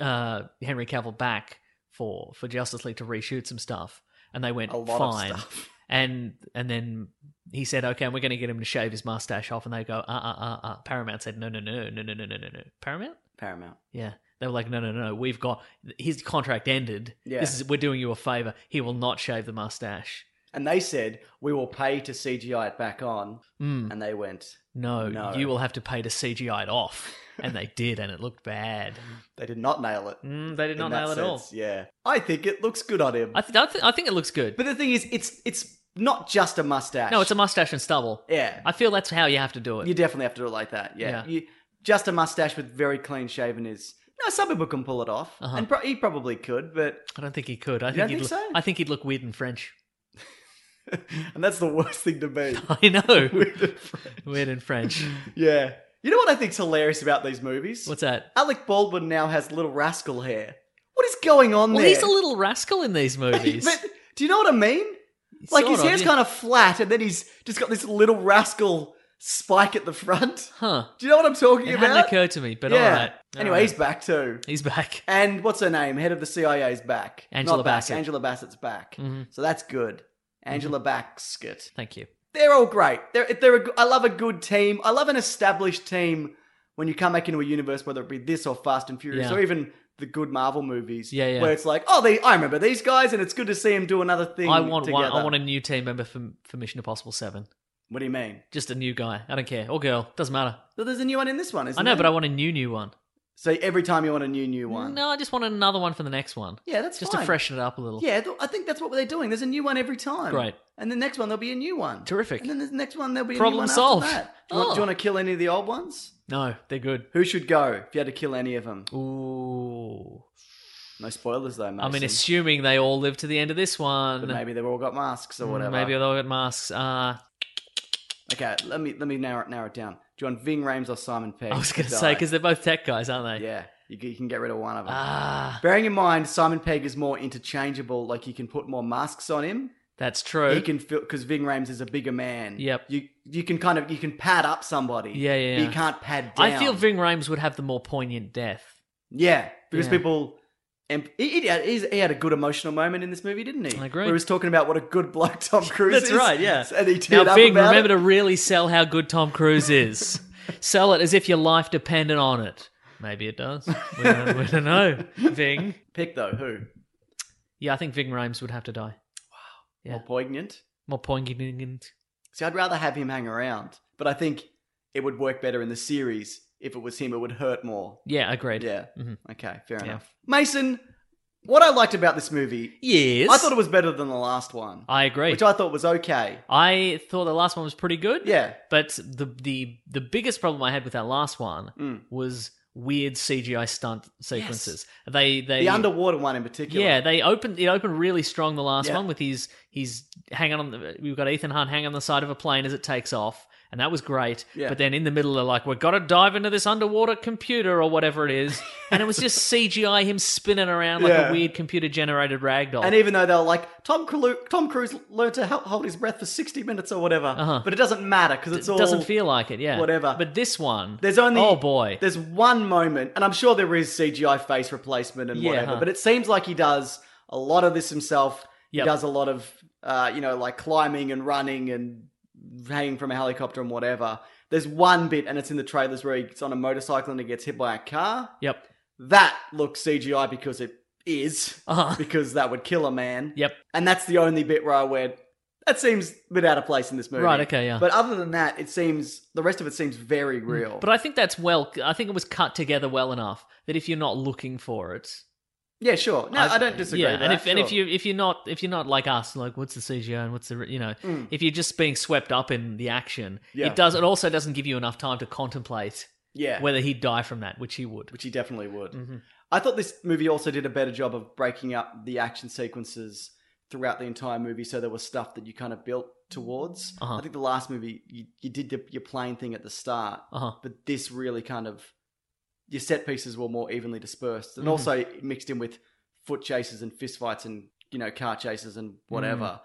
S2: uh, Henry Cavill back for for Justice League to reshoot some stuff." And they went
S1: A lot of
S2: fine.
S1: stuff.
S2: And and then he said, "Okay, we're going to get him to shave his mustache off." And they go, "Uh, uh, uh, uh." Paramount said, "No, no, no, no, no, no, no, no, no." Paramount?
S1: Paramount.
S2: Yeah. They were like, "No, no, no. We've got his contract ended.
S1: Yeah.
S2: This is we're doing you a favor. He will not shave the mustache."
S1: And they said we will pay to CGI it back on,
S2: Mm.
S1: and they went.
S2: No,
S1: No.
S2: you will have to pay to CGI it off. And they did, and it looked bad.
S1: They did not nail it.
S2: Mm, they did
S1: in
S2: not
S1: that
S2: nail it at all.
S1: sense, Yeah, I think it looks good on him.
S2: I, th- I, th- I think it looks good.
S1: But the thing is, it's it's not just a mustache.
S2: no, it's a mustache and stubble.
S1: yeah.
S2: I feel that's how you have to do it.
S1: you definitely have to do it like that. Yeah,
S2: Yeah.
S1: You, just a mustache with very clean shaven is. No, some people can pull it off,
S2: Uh-huh.
S1: and pro- he probably could, but
S2: I don't think he could. I think,
S1: don't
S2: he'd
S1: think
S2: look-
S1: so?
S2: I think he'd look weird in French.
S1: and that's the worst thing to be.
S2: I know.
S1: With the fr-
S2: weird in French.
S1: yeah, you know what I think's hilarious about these movies?
S2: What's that?
S1: Alec Baldwin now has little rascal hair. What is going on
S2: Well,
S1: there?
S2: he's a little rascal in these movies.
S1: but do you know what I mean? Like his
S2: Sort of,
S1: hair's
S2: yeah.
S1: kind of flat, and then he's just got this little rascal spike at the front.
S2: Huh.
S1: Do you know what I'm talking
S2: It hadn't
S1: about?
S2: occurred to me, but
S1: yeah.
S2: all right. All
S1: anyway,
S2: right.
S1: he's back too.
S2: he's back.
S1: And what's her name? Head of the CIA's back.
S2: Angela
S1: Not back,
S2: Bassett. Mm-hmm.
S1: Angela Bassett's back.
S2: Mhm.
S1: So that's good. Angela Baskett.
S2: Thank you.
S1: They're all great. They're they're. A, g- I love a good team. I love an established team. When you come back into a universe, whether it be this or Fast and Furious
S2: Yeah.
S1: or even the good Marvel movies,
S2: Yeah, yeah.
S1: where it's like, oh, they, I remember these guys, and it's good to see them do another thing.
S2: I want one. I
S1: together.
S2: want a new team member for, for Mission Impossible Seven.
S1: What do you mean?
S2: Just a new guy. I don't care or girl. Doesn't matter.
S1: Well, there's a new one in this one, isn't
S2: I know,
S1: there?
S2: but I want a new new one.
S1: So every time you want a new new one.
S2: No, I just want another one for the next one.
S1: Yeah, that's
S2: just
S1: fine.
S2: to freshen it up a little.
S1: Yeah, th- I think that's what they're doing. There's a new one every time.
S2: Great.
S1: And the next one there'll be a new one.
S2: Terrific.
S1: And then the next one there'll be
S2: Problem
S1: a new one
S2: solved.
S1: after that. Do you, want, do you
S2: Oh.
S1: want to kill any of the old ones?
S2: No, they're good.
S1: Who should go if you had to kill any of them?
S2: Ooh.
S1: No spoilers though,
S2: I
S1: Mason.
S2: mean, assuming they all live to the end of this one.
S1: but maybe they've all got masks or
S2: Mm,
S1: whatever.
S2: Maybe they'll get masks. Uh,
S1: Okay, let me let me narrow it, narrow it down. Do you want Ving Rhames or Simon Pegg?
S2: I was going to
S1: die?
S2: say because they're both tech guys, aren't they?
S1: yeah, you, c- you can get rid of one of them.
S2: Ah,
S1: Bearing in mind, Simon Pegg is more interchangeable. Like you can put more masks on him.
S2: that's true.
S1: He can feel because Ving Rhames is a bigger man.
S2: Yep.
S1: You you can kind of you can pad up somebody.
S2: Yeah, yeah,
S1: but You
S2: yeah.
S1: can't pad down.
S2: I feel Ving Rhames would have the more poignant death.
S1: Yeah, because
S2: Yeah.
S1: people. And he, he, had, he's- he had a good emotional moment in this movie, didn't he?
S2: I agree.
S1: Where he was talking about what a good bloke Tom Cruise
S2: That's
S1: is.
S2: right, yeah.
S1: And he teared
S2: Now,
S1: up
S2: Ving,
S1: about
S2: remember
S1: it.
S2: to really sell how good Tom Cruise is. sell it as if your life depended on it. Maybe it does. We don't, we don't know. Ving.
S1: Pick though, who?
S2: Yeah, I think Ving Rhames would have to die. Yeah.
S1: More poignant.
S2: More poignant.
S1: See, I'd rather have him hang around, but I think it would work better in the series if it was him. It would hurt more.
S2: Yeah, agreed.
S1: Yeah.
S2: Mhm.
S1: Okay, fair
S2: Yeah.
S1: enough. Mason, what I liked about this movie,
S2: Yes.
S1: I thought it was better than the last one,
S2: I agree.
S1: which I thought was okay.
S2: I thought the last one was pretty good.
S1: Yeah.
S2: But the the the biggest problem I had with that last one
S1: Mm.
S2: was weird CGI stunt sequences. They they
S1: The underwater one in particular.
S2: yeah they opened it opened really strong the last
S1: Yeah.
S2: one with his he's hanging on the we've got Ethan Hunt hanging on the side of a plane as it takes off and that was great.
S1: Yeah.
S2: But then in the middle they're like we've got to dive into this underwater computer or whatever it is and it was just CGI him spinning around like
S1: Yeah.
S2: a weird computer generated ragdoll.
S1: And even though they were like Tom Cruise, Tom Cruise learned to help hold his breath for sixty minutes or whatever,
S2: Uh-huh.
S1: but it doesn't matter because it's
S2: it
S1: all
S2: doesn't feel like it, yeah.
S1: whatever.
S2: But this one,
S1: There's only
S2: oh boy,
S1: There's one moment, and I'm sure there is CGI face replacement and
S2: Yeah,
S1: whatever,
S2: huh.
S1: but it seems like he does a lot of this himself. He
S2: Yep.
S1: does a lot of uh, you know, like climbing and running and hanging from a helicopter and whatever. There's one bit, and it's in the trailers where he gets on a motorcycle and he gets hit by a car.
S2: Yep.
S1: That looks CGI because it is,
S2: Uh-huh.
S1: because that would kill a man.
S2: Yep.
S1: And that's the only bit where I went, that seems a bit out of place in this movie.
S2: Right, okay, yeah. Mm,
S1: But other than that, it seems, the rest of it seems very real.
S2: But I think that's well. I think it was cut together well enough that if you're not looking for it,
S1: yeah, sure. No, I, don't disagree
S2: Yeah,
S1: with
S2: and
S1: that,
S2: if and if
S1: sure.
S2: you if you're not if you're not like us, like what's the CGI and what's the re- you know, if you're just being swept up in the action,
S1: Hmm. Yeah.
S2: it does. It also doesn't give you enough time to contemplate
S1: Yeah.
S2: whether he'd die from that, which he would.
S1: which he definitely would.
S2: Mm-hmm.
S1: I thought this movie also did a better job of breaking up the action sequences throughout the entire movie, so there was stuff that you kind of built towards.
S2: Uh-huh.
S1: I think the last movie you, you did the, your plane thing at the start,
S2: Uh-huh.
S1: but this really kind of your set pieces were more evenly dispersed,
S2: Mm-hmm.
S1: and also mixed in with foot chases and fist fights and you know car chases and whatever.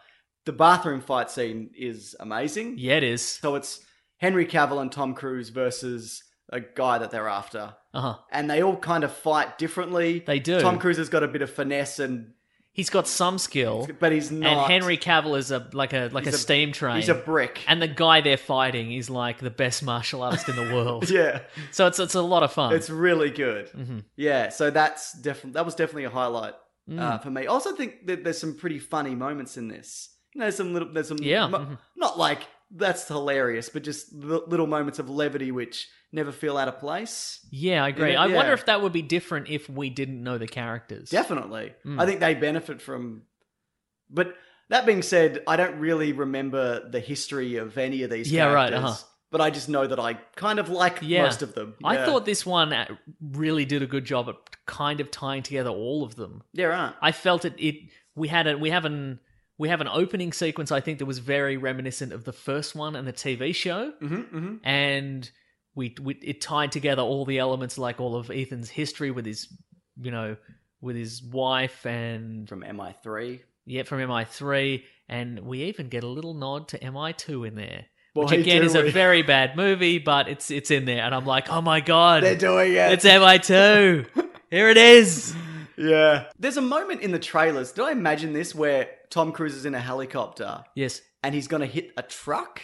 S1: The bathroom fight scene is amazing.
S2: Mm. Yeah, it is.
S1: So it's Henry Cavill and Tom Cruise versus a guy that they're after
S2: Uh huh.
S1: and they all kind of fight differently.
S2: They do.
S1: Tom Cruise has got a bit of finesse, and
S2: He's got some skill,
S1: but he's not.
S2: and Henry Cavill is a like a like a,
S1: He's a-
S2: steam train.
S1: he's a brick.
S2: and the guy they're fighting is like the best martial artist in the world.
S1: yeah,
S2: So it's it's a lot of fun.
S1: it's really good.
S2: mm-hmm.
S1: Yeah, so that's definitely that was definitely a highlight uh,
S2: Mm.
S1: for me. I also think that there's some pretty funny moments in this. You know, there's some little, there's some
S2: Yeah,
S1: mo-
S2: mhm.
S1: not like that's hilarious, but just li- little moments of levity which never feel out of place.
S2: yeah, I agree.
S1: Yeah,
S2: I
S1: yeah.
S2: wonder if that would be different if we didn't know the characters.
S1: Definitely.
S2: Hmm.
S1: I think they benefit from. But that being said, I don't really remember the history of any of these
S2: Yeah, right,
S1: characters.
S2: uh-huh.
S1: But I just know that I kind of like
S2: Yeah.
S1: most of them.
S2: I
S1: Yeah.
S2: thought this one uh, really did a good job at kind of tying together all of them.
S1: there aren't.
S2: I felt it. It we had a we have an we have an opening sequence I think that was very reminiscent of the first one and the TV show,
S1: hmm hmm
S2: and we, we it tied together all the elements like all of Ethan's history with his you know with his wife and
S1: From MI3.
S2: yeah from MI3, and we even get a little nod to MI2 in there. Which
S1: Boy,
S2: again
S1: do
S2: is a
S1: we.
S2: very bad movie, but it's it's in there, and I'm like, oh my god,
S1: They're doing it.
S2: it's MI2. Here it is.
S1: yeah. There's a moment in the trailers. Did I imagine this where Tom Cruise is in a helicopter
S2: Yes.
S1: and he's going to hit a truck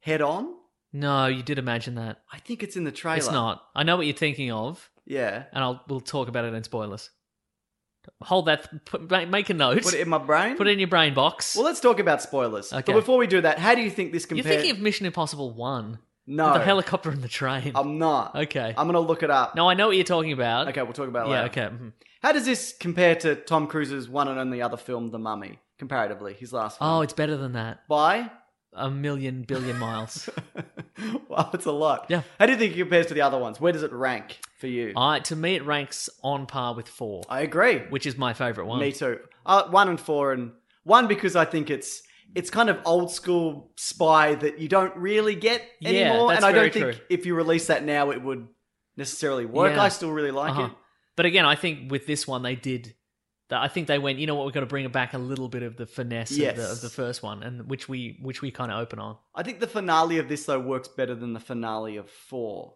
S1: head on?
S2: No, you did imagine that.
S1: I think it's in the trailer.
S2: It's not. I know what you're thinking of,
S1: Yeah.
S2: and I'll we'll talk about it in spoilers. Hold that. Put, ma- make a note.
S1: Put it in my brain.
S2: Put it in your brain box.
S1: Well, let's talk about spoilers. But
S2: Okay.
S1: before we do that, how do you think this
S2: you're
S1: compares?
S2: thinking of Mission Impossible One.
S1: no
S2: With the helicopter and the train.
S1: I'm not.
S2: Okay.
S1: I'm gonna look it up.
S2: no, I know what you're talking about.
S1: Okay, we'll talk about it
S2: Yeah.
S1: later.
S2: Okay. mhm.
S1: How does this compare to Tom Cruise's one and only other film, The Mummy, comparatively? His last film.
S2: Oh, it's better than that.
S1: by.
S2: A million billion miles.
S1: wow, it's a lot.
S2: Yeah.
S1: How do you think it compares to the other ones? Where does it rank for you?
S2: I to me it ranks on par with four,
S1: I agree.
S2: which is my favorite one.
S1: Me too. Uh, one and four, and one because I think it's it's kind of old school spy that you don't really get
S2: Yeah,
S1: anymore,
S2: that's
S1: and I
S2: very
S1: don't think
S2: true.
S1: if you release that now, it would necessarily work.
S2: Yeah.
S1: I still really like
S2: Uh-huh.
S1: it.
S2: But again, I think with this one they did. that- I think they went. You know what? We've got to bring back a little bit of the finesse of, the,
S1: Yes.
S2: of the first one, and which we which we kind of open on.
S1: I think the finale of this though works better than the finale of four.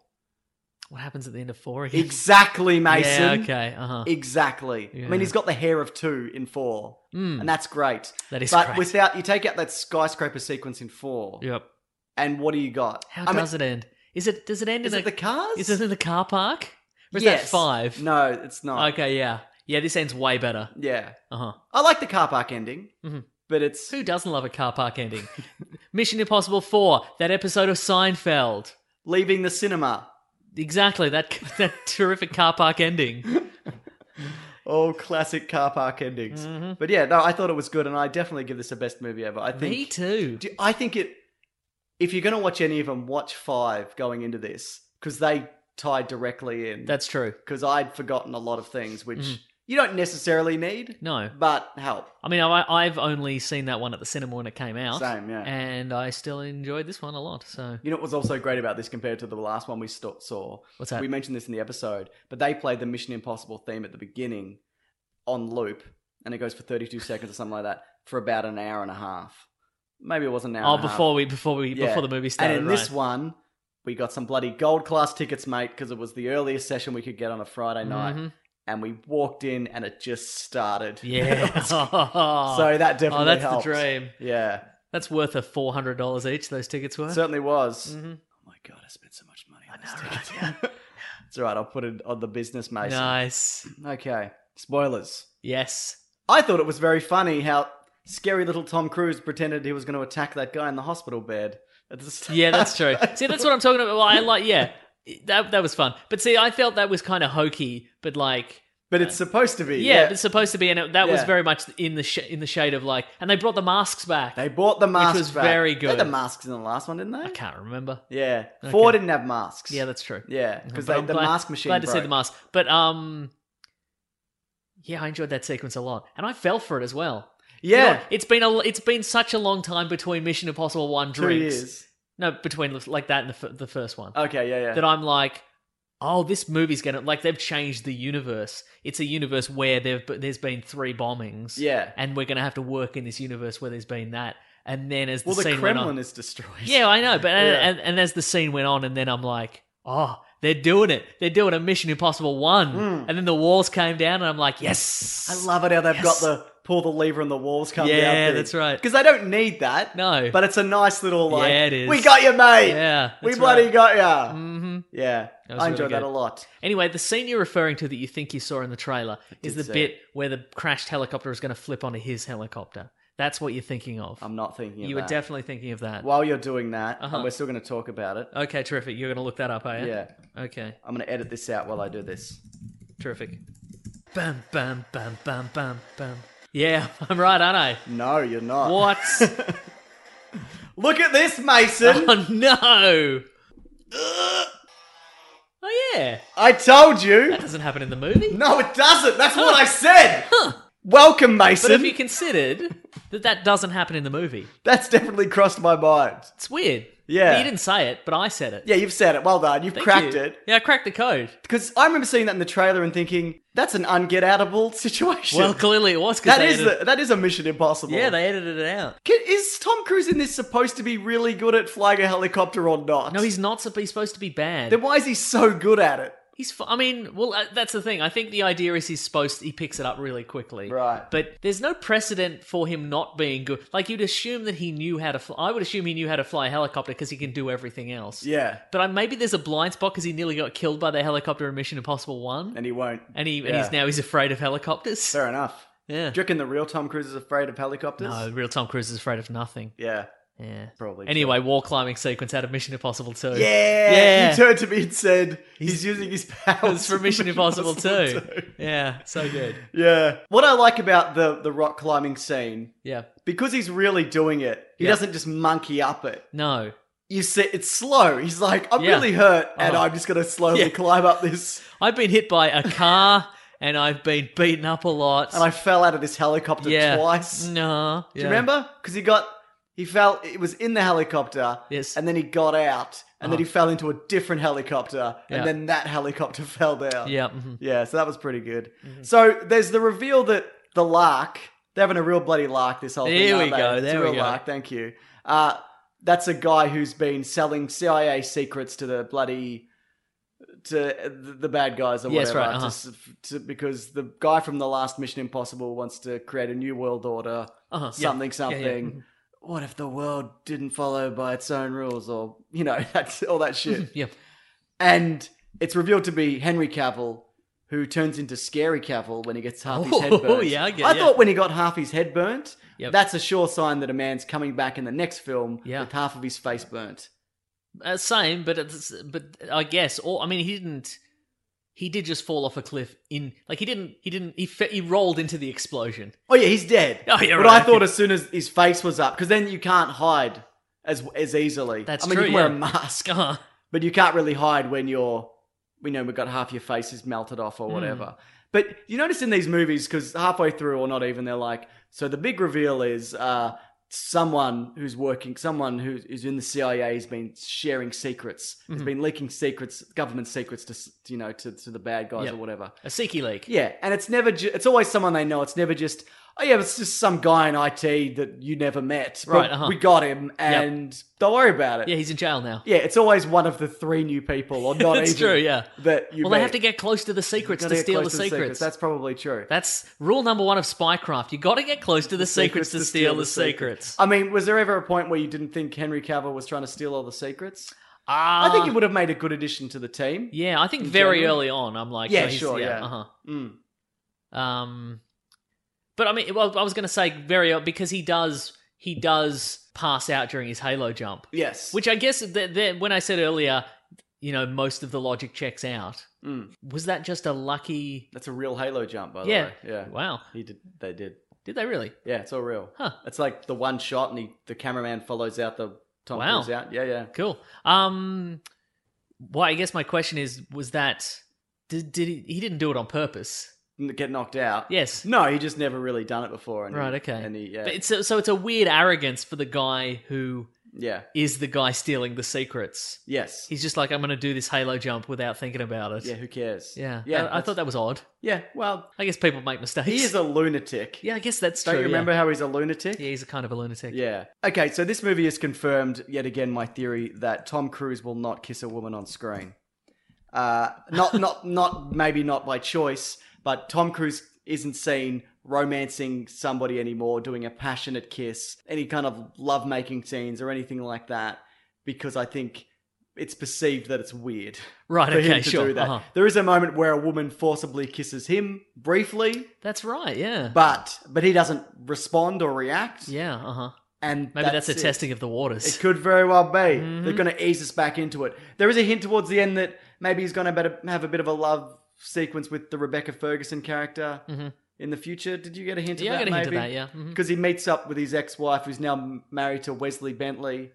S2: What happens at the end of four again?
S1: Exactly, Mason.
S2: Yeah. Okay. Uh huh.
S1: Exactly. I
S2: Yeah. Hmm.
S1: mean, he's got the hair of two in four, and that's great.
S2: That is
S1: But
S2: great.
S1: without you take out that skyscraper sequence in four,
S2: Yep.
S1: and what do you got?
S2: How
S1: I mean,
S2: does it end? Is it does it end
S1: Is
S2: in
S1: it
S2: a,
S1: the cars?
S2: Is it in the car park? Or is that
S1: yes.
S2: five?
S1: No, it's not.
S2: Okay. Yeah. Yeah. This ends way better.
S1: Yeah,
S2: Uh huh.
S1: I like the car park ending,
S2: Mm-hmm.
S1: but it's
S2: Who doesn't love a car park ending? Mission Impossible Four. That episode of Seinfeld.
S1: leaving the cinema.
S2: Exactly. That that terrific car park ending.
S1: All classic car park endings. But yeah, no, I thought it was good, and I definitely give this the best movie ever. I think
S2: Mm-hmm. Me too.
S1: Do, I think it. If you're going to watch any of them, watch five going into this because they tie directly in.
S2: That's true.
S1: because I'd forgotten a lot of things which you don't necessarily need.
S2: No.
S1: but help.
S2: I mean, I, I've only seen that one at the cinema when it came out.
S1: Same, yeah.
S2: And I still enjoyed this one a lot. So
S1: You know what was also great about this compared to the last one we st- saw?
S2: What's that?
S1: We mentioned this in the episode, but they played the Mission Impossible theme at the beginning on loop, and it goes for 32 seconds or something like that for about an hour and a half. Maybe it was an hour.
S2: oh,
S1: and a half.
S2: before we before we
S1: Yeah.
S2: before the movie started,
S1: And in
S2: right?
S1: this one,
S2: Mm-hmm.
S1: we got some bloody gold class tickets, mate, because it was the earliest session we could get on a Friday night. and we walked in and it just started.
S2: Yeah.
S1: so that definitely
S2: Oh, that's
S1: helped.
S2: the dream.
S1: Yeah,
S2: That's worth a four hundred dollars each. Those tickets were.
S1: certainly was.
S2: Mm-hmm.
S1: Oh my god, I spent so much money on this ticket. it's all right. I'll put it on the business, Mason.
S2: nice.
S1: Okay, spoilers.
S2: Yes.
S1: I thought it was very funny how scary little Tom Cruise pretended he was going to attack that guy in the hospital bed at the start.
S2: Yeah, that's true. see, that's what I'm talking about. Well, I like. Yeah, that that was fun. But see, I felt that was kind of hokey, but like.
S1: but it's supposed to be.
S2: Yeah, it's supposed to be, and it, that was
S1: Yeah.
S2: very much in the sh- in the shade of like, and they brought the masks back.
S1: they bought the masks.
S2: was
S1: back.
S2: very
S1: They had the
S2: good.
S1: masks in the last one, didn't they?
S2: I can't remember.
S1: Yeah, four didn't have masks.
S2: Yeah, that's true.
S1: yeah, because
S2: But
S1: the
S2: I'm glad-
S1: mask machine.
S2: Glad to see
S1: broke.
S2: the mask, but um, yeah, I enjoyed that sequence a lot, and I fell for it as well.
S1: Yeah,
S2: God, it's been a it's been such a long time between Mission Impossible One
S1: two
S2: drinks.
S1: years.
S2: No, between the- like that and the, f- the first one.
S1: Okay, yeah, yeah.
S2: that I'm like, oh, this movie's gonna like they've changed the universe. It's a universe where there there's been three bombings.
S1: Yeah.
S2: and we're gonna have to work in this universe where there's been that. And then as the
S1: well, the
S2: scene went
S1: Kremlin
S2: on,
S1: is destroyed.
S2: yeah, I know. But
S1: Yeah.
S2: and, and as the scene went on, and then I'm like, oh, they're doing it. They're doing a Mission Impossible one. And then the walls came down, and I'm like, yes,
S1: Hmm. I love it how they've got
S2: Yes.
S1: the pull the lever and the walls come down.
S2: Yeah, that's right.
S1: Because they don't need that.
S2: No.
S1: but it's a nice little like.
S2: Yeah, it is.
S1: We got you, mate.
S2: Yeah,
S1: we
S2: that's
S1: bloody
S2: right.
S1: got ya.
S2: Mm-hmm.
S1: Yeah,
S2: That was
S1: I
S2: really
S1: enjoyed that
S2: good.
S1: a lot.
S2: Anyway, the scene you're referring to that you think you saw in the trailer is
S1: did
S2: the
S1: see
S2: bit where the crashed helicopter is going to flip onto his helicopter. That's what you're thinking of.
S1: I'm not thinking. Of
S2: you
S1: that.
S2: were definitely thinking of that.
S1: While you're doing that,
S2: Uh-huh.
S1: and we're still going to talk about it.
S2: Okay, terrific. You're going to look that up, are you?
S1: Yeah,
S2: Okay,
S1: I'm going to edit this out while I do this.
S2: terrific. Bam, bam, bam, bam, bam, bam. Yeah, I'm right, aren't I?
S1: No, you're not.
S2: What?
S1: Look at this, Mason.
S2: oh no! Oh yeah,
S1: I told you.
S2: that doesn't happen in the movie.
S1: No, it doesn't. That's what I said. Welcome,
S2: But
S1: Mason.
S2: have you considered that that doesn't happen in the movie?
S1: That's definitely crossed my mind.
S2: It's weird.
S1: Yeah.
S2: you didn't say it, but I said it.
S1: Yeah, you've said it. Well done. You've
S2: Thank
S1: cracked
S2: you.
S1: it.
S2: Yeah, I cracked the code.
S1: Because I remember seeing that in the trailer and thinking, that's an unget outable situation.
S2: Well, clearly it was because
S1: that is the, that is a Mission Impossible.
S2: yeah they edited it out.
S1: Can- is Tom Cruise in this supposed to be really good at flying a helicopter or not?
S2: No, he's not. supp- He's supposed to be bad.
S1: Then why is he so good at it?
S2: He's. fu- I mean, well, uh, that's the thing. I think the idea is he's supposed. He picks it up really quickly.
S1: Right.
S2: But there's no precedent for him not being good. Like you'd assume that he knew how to. Fly. I would assume he knew how to fly a helicopter because he can do everything else.
S1: Yeah,
S2: But I, maybe there's a blind spot because he nearly got killed by the helicopter in Mission Impossible One, and,
S1: and he won't.
S2: he and
S1: Yeah.
S2: he's now he's afraid of helicopters.
S1: Fair enough.
S2: Yeah.
S1: Do you reckon the real Tom Cruise is afraid of helicopters?
S2: No, real Tom Cruise is afraid of nothing.
S1: Yeah,
S2: Yeah.
S1: probably.
S2: Anyway, wall climbing sequence out of Mission Impossible 2.
S1: Yeah,
S2: Yeah.
S1: You turned to me and said he's, using his powers
S2: It's from Mission Impossible 2.
S1: 2.
S2: Yeah, so good.
S1: Yeah. What I like about the the rock climbing scene
S2: Yeah.
S1: because he's really doing it. He
S2: Yeah.
S1: doesn't just monkey up it.
S2: No.
S1: You see, it's slow. He's like, I'm
S2: Yeah.
S1: really hurt, and
S2: Uh-huh.
S1: I'm just gonna slowly
S2: Yeah.
S1: climb up this.
S2: I've been hit by a car and I've been beaten up a lot.
S1: And I fell out of this helicopter
S2: yeah. Mm,
S1: twice.
S2: No.
S1: Do you remember? Because he got he fell. It was in the helicopter.
S2: Yes.
S1: And then he got out, and then he
S2: Uh-huh.
S1: fell into a different helicopter, and
S2: Yeah.
S1: then that helicopter fell down.
S2: Yeah. mhm.
S1: Yeah, so that was pretty good.
S2: Mm-hmm.
S1: So there's the reveal that the lark, they're having a real bloody lark this whole thing.
S2: There we
S1: aren't they?
S2: go,
S1: It's a
S2: there we
S1: real
S2: go.
S1: lark, thank you. Uh, that's a guy who's been selling CIA secrets to the bloody to the bad guys or
S2: Yes,
S1: whatever
S2: right, uh-huh.
S1: just to- because the guy from the last Mission Impossible wants to create a new world order,
S2: Uh-huh, yeah,
S1: something
S2: yeah, Mm-hmm. yeah.
S1: something. What if the world didn't follow by its own rules or you know, that's all that shit
S2: Yeah.
S1: and it's revealed to be Henry Cavill, who turns into Scary Cavill when he gets half his head
S2: Oh,
S1: burnt.
S2: yeah, I get- yeah.
S1: thought when he got half his head burnt,
S2: Yep.
S1: that's a sure sign that a man's coming back in the next film
S2: Yeah.
S1: with half of his face burnt.
S2: Uh, same, but it's, but I guess or I mean he didn't he did just fall off a cliff in like he didn't he didn't he fe- he rolled into the explosion.
S1: Oh yeah, he's dead.
S2: Oh, yeah,
S1: but
S2: right.
S1: I thought as soon as his face was up, because then you can't hide as as easily.
S2: That's
S1: I mean,
S2: true,
S1: you can wear a
S2: yeah.
S1: mask,
S2: Uh-huh.
S1: but you can't really hide when you're, you know, we've got half your face is melted off
S2: Hmm.
S1: or whatever. But you notice in these movies, because halfway through or not even, they're like, so the big reveal is uh, someone who's working, someone who is in the CIA has been sharing secrets,
S2: Hmm.
S1: has been leaking secrets, government secrets to, s- you know, to, to the bad guys
S2: Yep.
S1: or whatever.
S2: A Siki leak.
S1: Yeah, and it's never. Ju- it's always someone they know. It's never just oh yeah, it's just some guy in IT that you never met. But
S2: Right, uh-huh.
S1: We got him, and don't worry about it.
S2: Yeah, he's in jail now.
S1: Yeah, it's always one of the three new people, or not
S2: That's
S1: even.
S2: true, yeah.
S1: That you
S2: well,
S1: met.
S2: they have to get close to the secrets
S1: Gotta
S2: to
S1: get
S2: steal the
S1: close to
S2: secrets.
S1: That's probably true.
S2: That's rule number one of spycraft. You got to get close to the, secrets, to steal, the secrets.
S1: I mean, was there ever a point where you didn't think Henry Cavill was trying to steal all the secrets?
S2: Ah,
S1: I think he would have made a good addition to the team.
S2: Yeah, I think very
S1: general?
S2: early on, I'm like,
S1: Yeah,
S2: oh, he's-
S1: sure, yeah.
S2: Uh-huh.
S1: Mm.
S2: Um, but I mean, well, I was going to say very early, because he does he does pass out during his halo jump,
S1: Yes.
S2: which I guess that that- when I said earlier, you know, most of the logic checks out.
S1: Mm.
S2: Was that just a lucky?
S1: that's a real Halo jump, by the
S2: Yeah.
S1: way. Yeah.
S2: Wow.
S1: He did. They did.
S2: Did they really?
S1: Yeah, it's all real.
S2: Huh.
S1: It's like the one shot, and he, the cameraman follows out the Tom
S2: Wow.
S1: Cruise out. Yeah, yeah.
S2: Cool. Um, well, I guess my question is, was that did did he, he didn't do it on purpose?
S1: N- Get knocked out.
S2: Yes.
S1: No, he just never really done it before. And he-
S2: Right. Okay.
S1: Mm. And he, yeah,
S2: But it's a, so it's a weird arrogance for the guy who
S1: yeah,
S2: is the guy stealing the secrets.
S1: yes,
S2: He's just like, I'm going to do this Halo jump without thinking about it.
S1: yeah. Who cares?
S2: yeah.
S1: yeah.
S2: I, I thought
S1: that's-
S2: that was odd.
S1: Yeah. Well,
S2: I guess people make mistakes.
S1: he is a lunatic.
S2: yeah, I guess that's
S1: Don't
S2: true.
S1: you remember
S2: Yeah.
S1: how he's a lunatic?
S2: Yeah, he's a kind of a lunatic.
S1: Yeah. Okay, so this movie has confirmed yet again my theory that Tom Cruise will not kiss a woman on screen. Uh, not, not, not maybe not by choice, but Tom Cruise isn't seen romancing somebody anymore, doing a passionate kiss, any kind of lovemaking scenes or anything like that, because I think it's perceived that it's weird
S2: Right.
S1: for
S2: okay.
S1: him to
S2: sure.
S1: do that.
S2: Uh-huh.
S1: There is a moment where a woman forcibly kisses him briefly,
S2: That's right. Yeah.
S1: but but he doesn't respond or react.
S2: yeah. Uh huh.
S1: And
S2: Maybe that's, a Mm-hmm.
S1: it.
S2: testing of the waters.
S1: It could very well be. They're going to ease us back into it. There is a hint towards the end that maybe he's going to have a bit of a love sequence with the Rebecca Ferguson character in the future. Did you get a hint
S2: Mm-hmm. Yeah,
S1: of
S2: I
S1: that?
S2: got a hint of
S1: maybe?
S2: that, yeah. Mhm.
S1: Because he meets up with his ex-wife, who's now m- married to Wesley Bentley.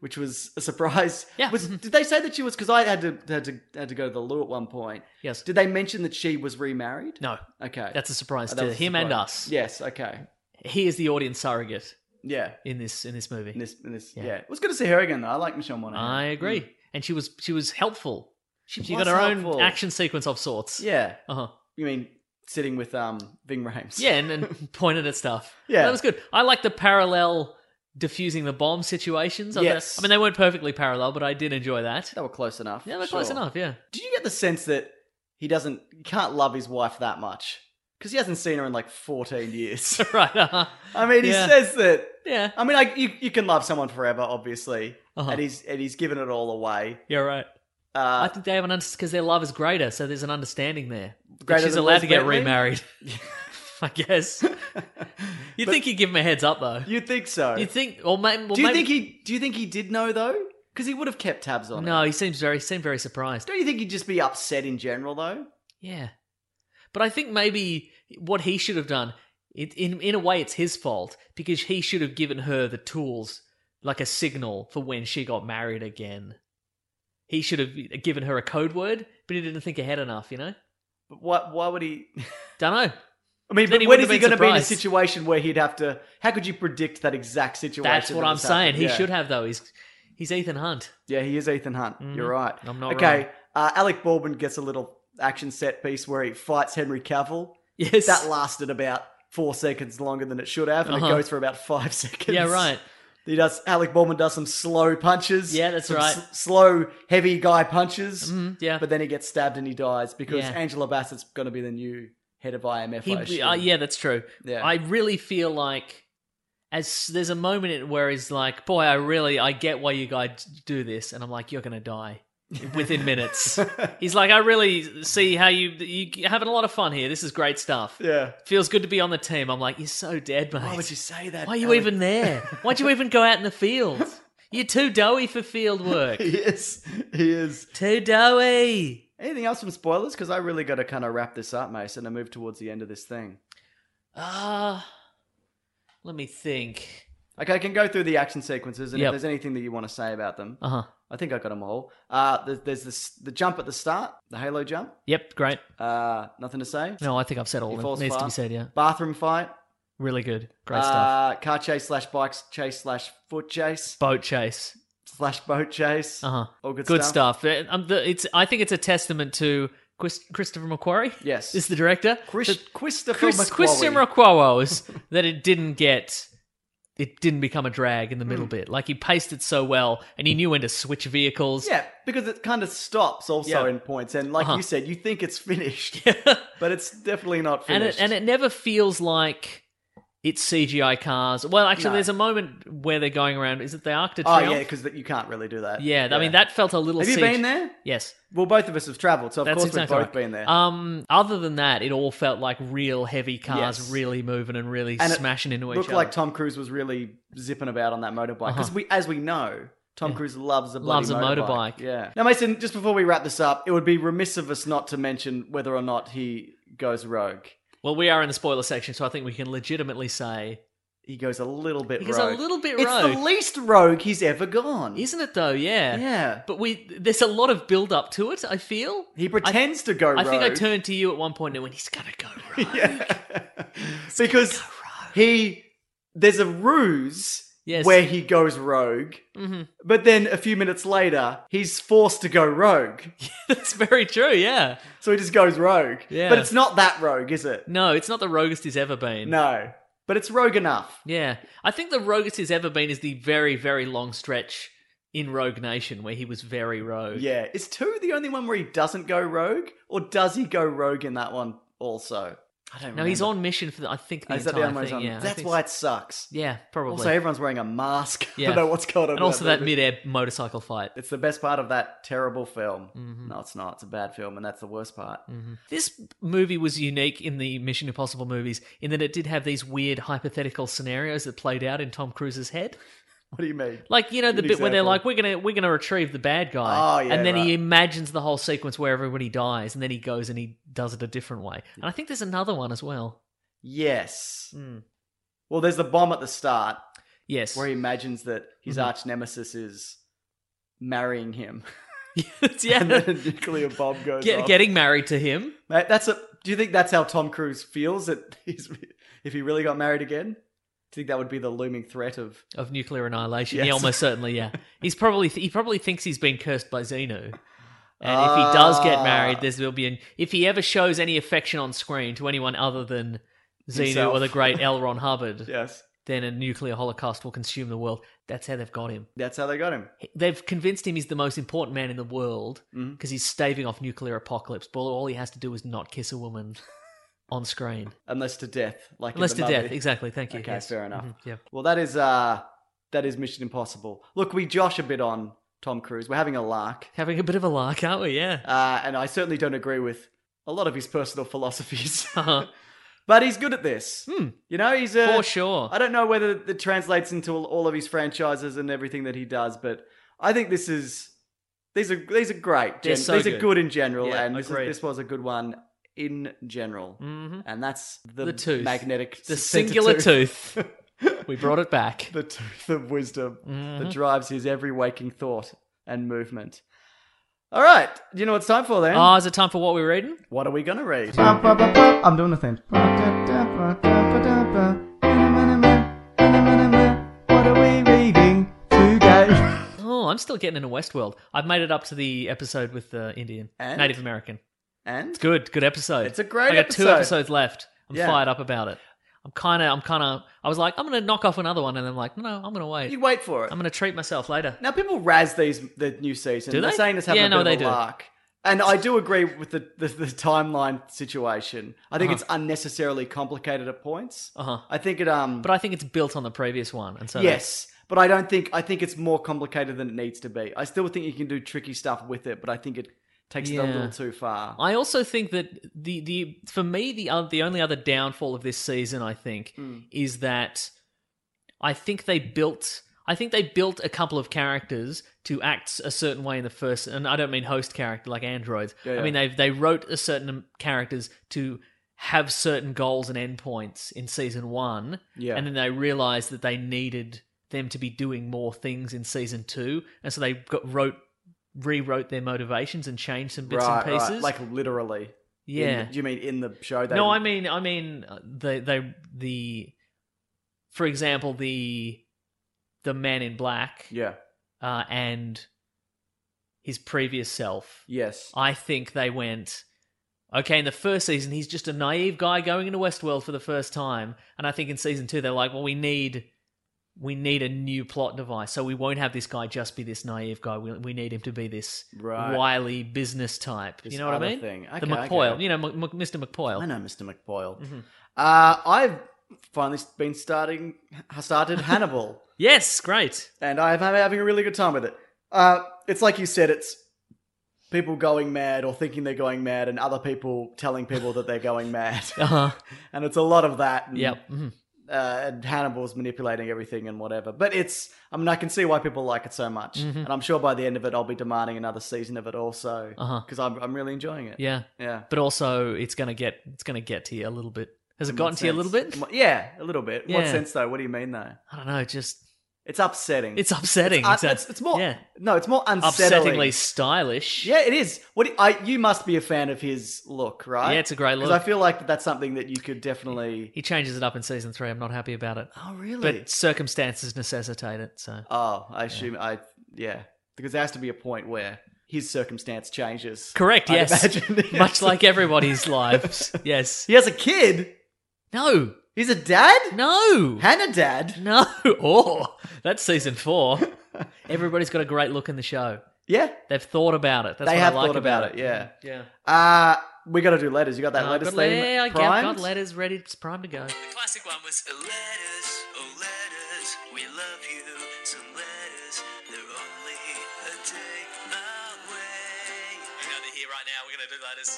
S1: Which was a surprise.
S2: Mm-hmm. Yeah. Mm-hmm.
S1: Was did they say that she was? Because I had to had to had to go to the loo at one point.
S2: Yes.
S1: Did they mention that she was remarried?
S2: no.
S1: Okay.
S2: That's a surprise
S1: Oh, that
S2: to
S1: was a
S2: him and
S1: surprise.
S2: us.
S1: Yes. Okay.
S2: He is the audience surrogate
S1: Yeah.
S2: in this in this movie.
S1: In this. In this. Yeah.
S2: Yeah.
S1: It was good to see her again though. I like Michelle Monaghan. Mm.
S2: I agree. And she was she was helpful. She,
S1: was
S2: got her
S1: helpful.
S2: own action sequence of sorts.
S1: Yeah.
S2: Uh huh.
S1: You mean sitting with um Ving Rhames?
S2: Yeah, and, and pointed at stuff.
S1: Yeah.
S2: that was good. I like the parallel diffusing the bomb situations. I-
S1: Yes.
S2: I mean they weren't perfectly parallel, but I did enjoy that.
S1: they were close enough.
S2: Yeah, they're close
S1: sure.
S2: enough. Yeah,
S1: Did you get the sense that he doesn't he can't love his wife that much because he hasn't seen her in like fourteen years?
S2: right. Uh-huh.
S1: I mean, he
S2: Yeah.
S1: says that.
S2: Yeah,
S1: I mean, like you, you can love someone forever, obviously,
S2: Uh-huh.
S1: and he's and he's given it all away.
S2: yeah, right. I
S1: Uh,
S2: think they have an understanding because their love is greater, so there's an understanding there. That
S1: Greater
S2: she's
S1: than
S2: allowed
S1: Liz
S2: to get
S1: Bentley?
S2: remarried. I guess. You'd think he'd give him a heads up though.
S1: you'd think so.
S2: You'd think, or maybe,
S1: do you think he? Do you think he did know though? Because he would have kept tabs on
S2: No,
S1: her.
S2: he seems very seemed very surprised.
S1: Don't you think he'd just be upset in general though?
S2: Yeah, but I think maybe what he should have done, it, in in a way, it's his fault because he should have given her the tools, like a signal for when she got married again. He should have given her a code word, but he didn't think ahead enough. You know,
S1: But why? Why would he?
S2: don't know.
S1: I mean,
S2: Then
S1: but
S2: he
S1: when
S2: wouldn't
S1: is
S2: have
S1: he going
S2: been
S1: to be in a
S2: surprised.
S1: situation where he'd have to? How could you predict that exact situation?
S2: That's what
S1: that
S2: I'm
S1: has
S2: saying.
S1: happened?
S2: He
S1: Yeah.
S2: should have though. He's he's Ethan Hunt.
S1: Yeah, he is Ethan Hunt. You're right.
S2: Mm-hmm. I'm not
S1: okay.
S2: wrong.
S1: Uh, Alec Baldwin gets a little action set piece where he fights Henry Cavill.
S2: Yes,
S1: That lasted about four seconds longer than it should have, and it
S2: Uh-huh.
S1: goes for about five seconds.
S2: yeah, right.
S1: He does. Alec Baldwin does some slow punches.
S2: Yeah, that's
S1: some
S2: right.
S1: slow, heavy guy punches.
S2: Mm, yeah,
S1: Hmm. But then he gets stabbed and he dies because
S2: Yeah.
S1: Angela Bassett's going to be the new head of IMF. I
S2: He,
S1: assume.
S2: uh, yeah, that's true.
S1: Yeah.
S2: I really feel like as there's a moment in where he's like, "Boy, I really I get why you guys do this," and I'm like, "You're gonna die within minutes." he's like, "I really see how you you having a lot of fun here. This is great stuff.
S1: Yeah.
S2: Feels good to be on the team." I'm like, "You're so dead, mate.
S1: Why would you say that?
S2: Why are you
S1: Alec?
S2: even there? Why'd you even go out in the field? You're too doughy for field work.
S1: He is. He is.
S2: too doughy."
S1: Anything else from spoilers? Because I really got to kind of wrap this up, Mason, and move towards the end of this thing.
S2: Ah, let me think.
S1: Okay, I can go through the action sequences, and if
S2: Yep.
S1: there's anything that you want to say about them,
S2: Uh huh.
S1: I think I got them all. Uh, there's, there's this the jump at the start, the Halo jump.
S2: Yep, great.
S1: Uh, nothing to say.
S2: No, I think I've said all
S1: He
S2: that
S1: falls
S2: needs to be
S1: fast.
S2: said. Yeah,
S1: Bathroom fight.
S2: really good, great stuff.
S1: Uh, car chase slash bikes chase slash foot chase
S2: Boat chase,
S1: slash boat chase.
S2: uh huh,
S1: All good,
S2: good stuff. Uh, um, the- It's I think it's a testament to Chris- Christopher McQuarrie.
S1: Yes.
S2: is the director.
S1: Chris,
S2: That-
S1: Christopher
S2: Chris, Chris
S1: McQuarrie.
S2: Simraquao's that it didn't get it didn't become a drag in the
S1: Hmm.
S2: middle bit. Like he paced it so well, and he knew when to switch vehicles.
S1: Yeah, because it kind of stops also
S2: Yeah.
S1: in points, and like
S2: Uh-huh.
S1: you said, you think it's finished, but it's definitely not
S2: and it
S1: finished.
S2: and it never feels like it's CGI cars. Well, actually,
S1: No.
S2: there's a moment where they're going around. Is it the Arc de
S1: oh
S2: Triomphe?
S1: yeah, because you can't really do that.
S2: yeah, I mean that felt a little.
S1: Have you
S2: CG
S1: been there?
S2: Yes,
S1: Well, both of us have travelled, so of
S2: that's
S1: course
S2: exactly
S1: we've both
S2: right.
S1: been there.
S2: Um, other than that, it all felt like real heavy cars,
S1: Yes.
S2: really moving and really
S1: And it
S2: smashing into each
S1: Looked
S2: other.
S1: like Tom Cruise was really zipping about on that motorbike because we, as we know, Tom Cruise loves a bloody
S2: Uh-huh. Loves a
S1: motorbike.
S2: motorbike.
S1: Yeah. Now, Mason, just before we wrap this up, it would be remiss of us not to mention whether or not he goes rogue.
S2: well, we are in the spoiler section, so I think we can legitimately say
S1: He goes a little bit
S2: Because a
S1: rogue.
S2: little bit
S1: It's
S2: rogue.
S1: the least rogue he's ever gone.
S2: Isn't it though? Yeah.
S1: Yeah.
S2: But we there's a lot of build up to it. I feel.
S1: He pretends to go rogue.
S2: I think I turned to you at one point and went, "He's gonna go rogue."
S1: because he there's a ruse
S2: Yes.
S1: where he goes rogue, but then a few minutes later he's forced to go rogue,
S2: That's very true. Yeah.
S1: so he just goes rogue.
S2: Yeah.
S1: But it's not that rogue, is it?
S2: No, it's not the roguest he's ever been.
S1: No, but it's rogue enough.
S2: Yeah. I think the roguest he's ever been is the very very long stretch in Rogue Nation where he was very rogue.
S1: Yeah, is two the only one where he doesn't go rogue, or does he go rogue in that one also? I don't.
S2: No, he's
S1: remember.
S2: on mission for the, I think the
S1: Is that
S2: entire
S1: the only one he's
S2: thing.
S1: on?
S2: Yeah. I
S1: That's
S2: think
S1: why
S2: so.
S1: it sucks.
S2: Yeah, probably.
S1: Also, everyone's wearing a mask. I
S2: Yeah.
S1: don't know what's going on.
S2: and
S1: in
S2: also that
S1: movie.
S2: mid-air motorcycle fight.
S1: It's the best part of that terrible film.
S2: Mm-hmm.
S1: No, it's not. It's a bad film, and that's the worst part.
S2: Mm. This movie was unique in the Mission Impossible movies in that it did have these weird hypothetical scenarios that played out in Tom Cruise's head.
S1: What do you mean?
S2: Like you know the
S1: Good
S2: bit where they're
S1: example.
S2: like we're gonna we're gonna retrieve the bad guy,
S1: Oh, yeah,
S2: and then
S1: right.
S2: he imagines the whole sequence where everybody dies, and then he goes and he does it a different way. And I think there's another one as well.
S1: Yes. Hmm. Well, there's the bomb at the start
S2: Yes,
S1: where he imagines that his
S6: Mm-hmm.
S1: arch nemesis is marrying him, and then a
S2: yeah,
S1: nuclear bomb goes
S2: Get,
S1: off.
S2: getting married to him.
S1: Mate, that's a. Do you think that's how Tom Cruise feels that he's if he really got married again? Do you think that would be the looming threat of?
S2: Of nuclear annihilation, yeah,
S1: Yes.
S2: almost certainly, yeah. He's probably he probably thinks he's been cursed by Xenu, and if he does get
S1: Ah.
S2: married, there's will be an if he ever shows any affection on screen to anyone other than Xenu
S1: Himself.
S2: or the great L. Ron Hubbard,
S1: Yes,
S2: then a nuclear holocaust will consume the world. That's how they've got him.
S1: that's how they got him.
S2: They've convinced him he's the most important man in the world because
S1: Mm-hmm.
S2: he's staving off nuclear apocalypse. But all he has to do is not kiss a woman on screen,
S1: Unless to death, like in
S2: unless
S1: the
S2: to death.
S1: movie.
S2: Exactly. Thank you.
S1: Okay,
S2: yes.
S1: fair enough.
S2: Mhm, yeah.
S1: Well, that is uh that is Mission Impossible. Look, we josh a bit on Tom Cruise. We're having a lark,
S2: Having a bit of a lark, aren't we? Yeah.
S1: uh, and I certainly don't agree with a lot of his personal philosophies.
S2: Uh-huh.
S1: but he's good at this. You know, he's a,
S2: Hmm. For sure.
S1: I don't know whether that translates into all- all of his franchises and everything that he does, but I think this is these are these are great.
S2: They're
S1: Gen-
S2: so
S1: these are
S2: good.
S1: good in general,
S2: Yeah,
S1: and this, is,
S2: agreed.
S1: this was a good one in general. Mm-hmm. And that's the,
S2: The tooth.
S1: magnetic,
S2: the
S1: center
S2: singular
S1: tooth.
S2: tooth. we brought it back.
S1: the tooth of wisdom
S2: Mm-hmm.
S1: that drives his every waking thought and movement. All right, you know what it's time for then?
S2: Ah, is it time for what we're reading?
S1: what are we gonna read?
S6: I'm doing the thing. What are we reading today?
S2: Oh, I'm still getting into Westworld. I've made it up to the episode with the Indian
S1: And?
S2: Native American.
S1: And
S2: It's good, good episode.
S1: It's a great
S2: I got two
S1: episode.
S2: episodes left. I'm
S1: Yeah.
S2: fired up about it. I'm kind of, I'm kind of. I was like, I'm gonna knock off another one, and I'm like, no, I'm gonna wait.
S1: you wait for it.
S2: I'm gonna treat myself later.
S1: Now people razz these the new season.
S2: Do
S1: They're
S2: they?
S1: saying it's having
S2: Yeah,
S1: a
S2: no,
S1: bit
S2: they
S1: of a
S2: do.
S1: lark. And I do agree with the, the, the timeline situation. I think it's unnecessarily complicated at points.
S2: Uh-huh.
S1: I think it um
S2: But I think it's built on the previous one, and so
S1: yes, but I don't think I think it's more complicated than it needs to be. I still think you can do tricky stuff with it, but I think it takes it a
S2: Yeah.
S1: little too far.
S2: I also think that the the for me the oth- the only other downfall of this season I think
S1: Hmm.
S2: is that I think they built I think they built a couple of characters to act a certain way in the first and I don't mean host character like androids
S1: yeah.
S2: I mean they they wrote a certain am- characters to have certain goals and endpoints in season 1
S1: Yeah.
S2: and then they realized that they needed them to be doing more things in season 2 and so they got wrote rewrote their motivations and changed some bits and pieces
S1: Like literally. In the-
S2: yeah.
S1: do you mean in the show? They
S2: no, I mean, I mean, uh, the they the, for example, the, the Man in Black,
S1: Yeah.
S2: uh, and his previous self.
S1: Yes.
S2: I think they went. Okay, in the first season, he's just a naive guy going into Westworld for the first time, and I think in season two they're like, well, we need we need a new plot device, so we won't have this guy just be this naive guy. We, we need him to be this
S6: Right.
S2: wily business type.
S6: This
S2: you know what I
S6: other
S2: mean?
S6: thing.
S2: the
S6: Okay, I get
S2: McPoyle,
S6: it.
S2: you know, Mm-hmm. M- M- Mr. McPoyle.
S6: I know Mr. McBoyle. Uh, I've finally been starting started Hannibal,
S2: Yes, great.
S6: and I'm having a really good time with it. Uh, it's like you said, it's people going mad or thinking they're going mad, and other people telling people that they're going mad,
S2: Uh huh.
S6: and it's a lot of that. And,
S2: Yep. mhm.
S6: Uh, and Hannibal's manipulating everything and whatever, but it's. I mean, I can see why people like it so much,
S2: Mm-hmm.
S6: and I'm sure by the end of it, I'll be demanding another season of it also
S2: Uh-huh.
S6: because I'm I'm really enjoying it.
S2: Yeah,
S6: yeah.
S2: but also it's gonna get it's gonna get to you a little bit. Has it
S6: In
S2: gotten
S6: what
S2: to you a little
S6: sense?
S2: bit?
S6: In what- yeah, a little bit. In What
S2: Yeah.
S6: sense though? What do you mean though?
S2: I don't know. Just
S6: It's upsetting.
S2: it's upsetting.
S6: Uh,
S2: a-
S6: it's, it's more
S2: yeah.
S6: no, it's more unsettling.
S2: upsettingly stylish.
S6: Yeah, it is. What do- I you must be a fan of his look, right?
S2: Yeah, it's a great
S6: Because I
S2: look.
S6: feel like that's something that you could definitely.
S2: He changes it up in season three. I'm not happy about it.
S6: Oh really?
S2: But circumstances necessitate it. So
S6: oh, I assume I yeah because there has to be a point where his circumstance changes.
S2: correct.
S6: I'd
S2: Yes,
S6: imagine.
S2: much like everybody's lives. Yes.
S6: he has a kid.
S2: No.
S6: He's a dad.
S2: No.
S6: Hannah, dad.
S2: No. Oh, that's season four. Everybody's got a great look in the show.
S6: Yeah,
S2: They've thought about it. That's
S6: they
S2: what
S6: have
S2: I like
S6: thought about it. Yeah.
S2: Yeah.
S6: Uh we got to do letters. You got that
S2: No, I've
S6: letters
S2: got, yeah, I
S6: thing?
S2: got, got
S6: primed?
S2: letters ready. It's prime to go.
S3: The classic one was uh, letters, oh letters, we love you. Some letters, they're only a day away. You know they're here right now. We're gonna do letters.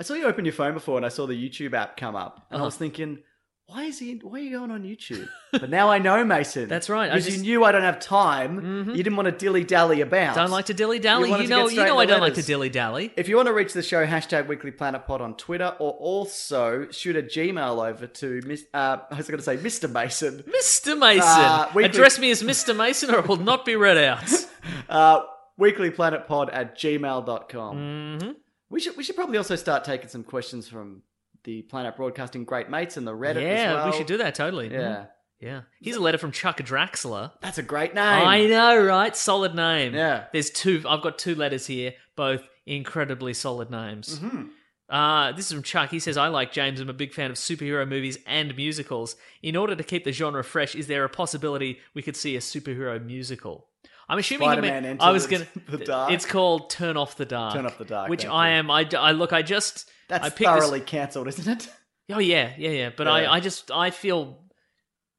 S6: I saw you open your phone before, and I saw the YouTube app come up, and I
S2: Uh-huh.
S6: was thinking, why is he? Why are you going on YouTube? but now I know, Mason.
S2: That's right. I
S6: Because you
S2: just- Mm-hmm.
S6: knew I don't have time. You didn't want to dilly dally about.
S2: Don't like to dilly dally.
S6: wanted
S2: You,
S6: to get
S2: know, you
S6: straight
S2: know,
S6: into
S2: I don't like to
S6: letters.
S2: dilly dally.
S6: If you want to reach the show, hashtag Weekly Planet Pod on Twitter, or also shoot a Gmail over to Miss. Uh, I was going to say Mr. Mason.
S2: Mr. Mason,
S6: Uh, we-
S2: address me as Mr. Mason, or it will not be read out.
S6: Uh, weeklyplanetpod at gmail.com.
S2: Mm.
S6: Mm-hmm. We should we should probably also start taking some questions from the Planet Broadcasting great mates and the Reddit. as
S2: yeah, we
S6: well.
S2: should do that totally.
S6: Yeah,
S2: Yeah. Here's a letter from Chuck Draxler.
S6: that's a great name.
S2: I know, right? Solid name.
S6: Yeah.
S2: There's two. I've got two letters here, both incredibly solid names.
S6: Mm-hmm.
S2: Uh, this is from Chuck. He says, I like James. I'm a big fan of superhero movies and musicals. In order to keep the genre fresh, is there a possibility we could see a superhero musical? I'm assuming he
S6: Spider-Man
S2: meant-
S6: Enter
S2: I was
S6: the-
S2: gonna.
S6: the Dark.
S2: It's called Turn Off the Dark.
S6: Turn Off the Dark,
S2: Which
S6: thank
S2: I
S6: you.
S2: am. I, d- I- look. I just.
S6: That's
S2: I picked this-
S6: thoroughly cancelled, isn't
S2: Oh yeah, yeah, yeah. But
S6: Yeah.
S2: I, I just, I feel,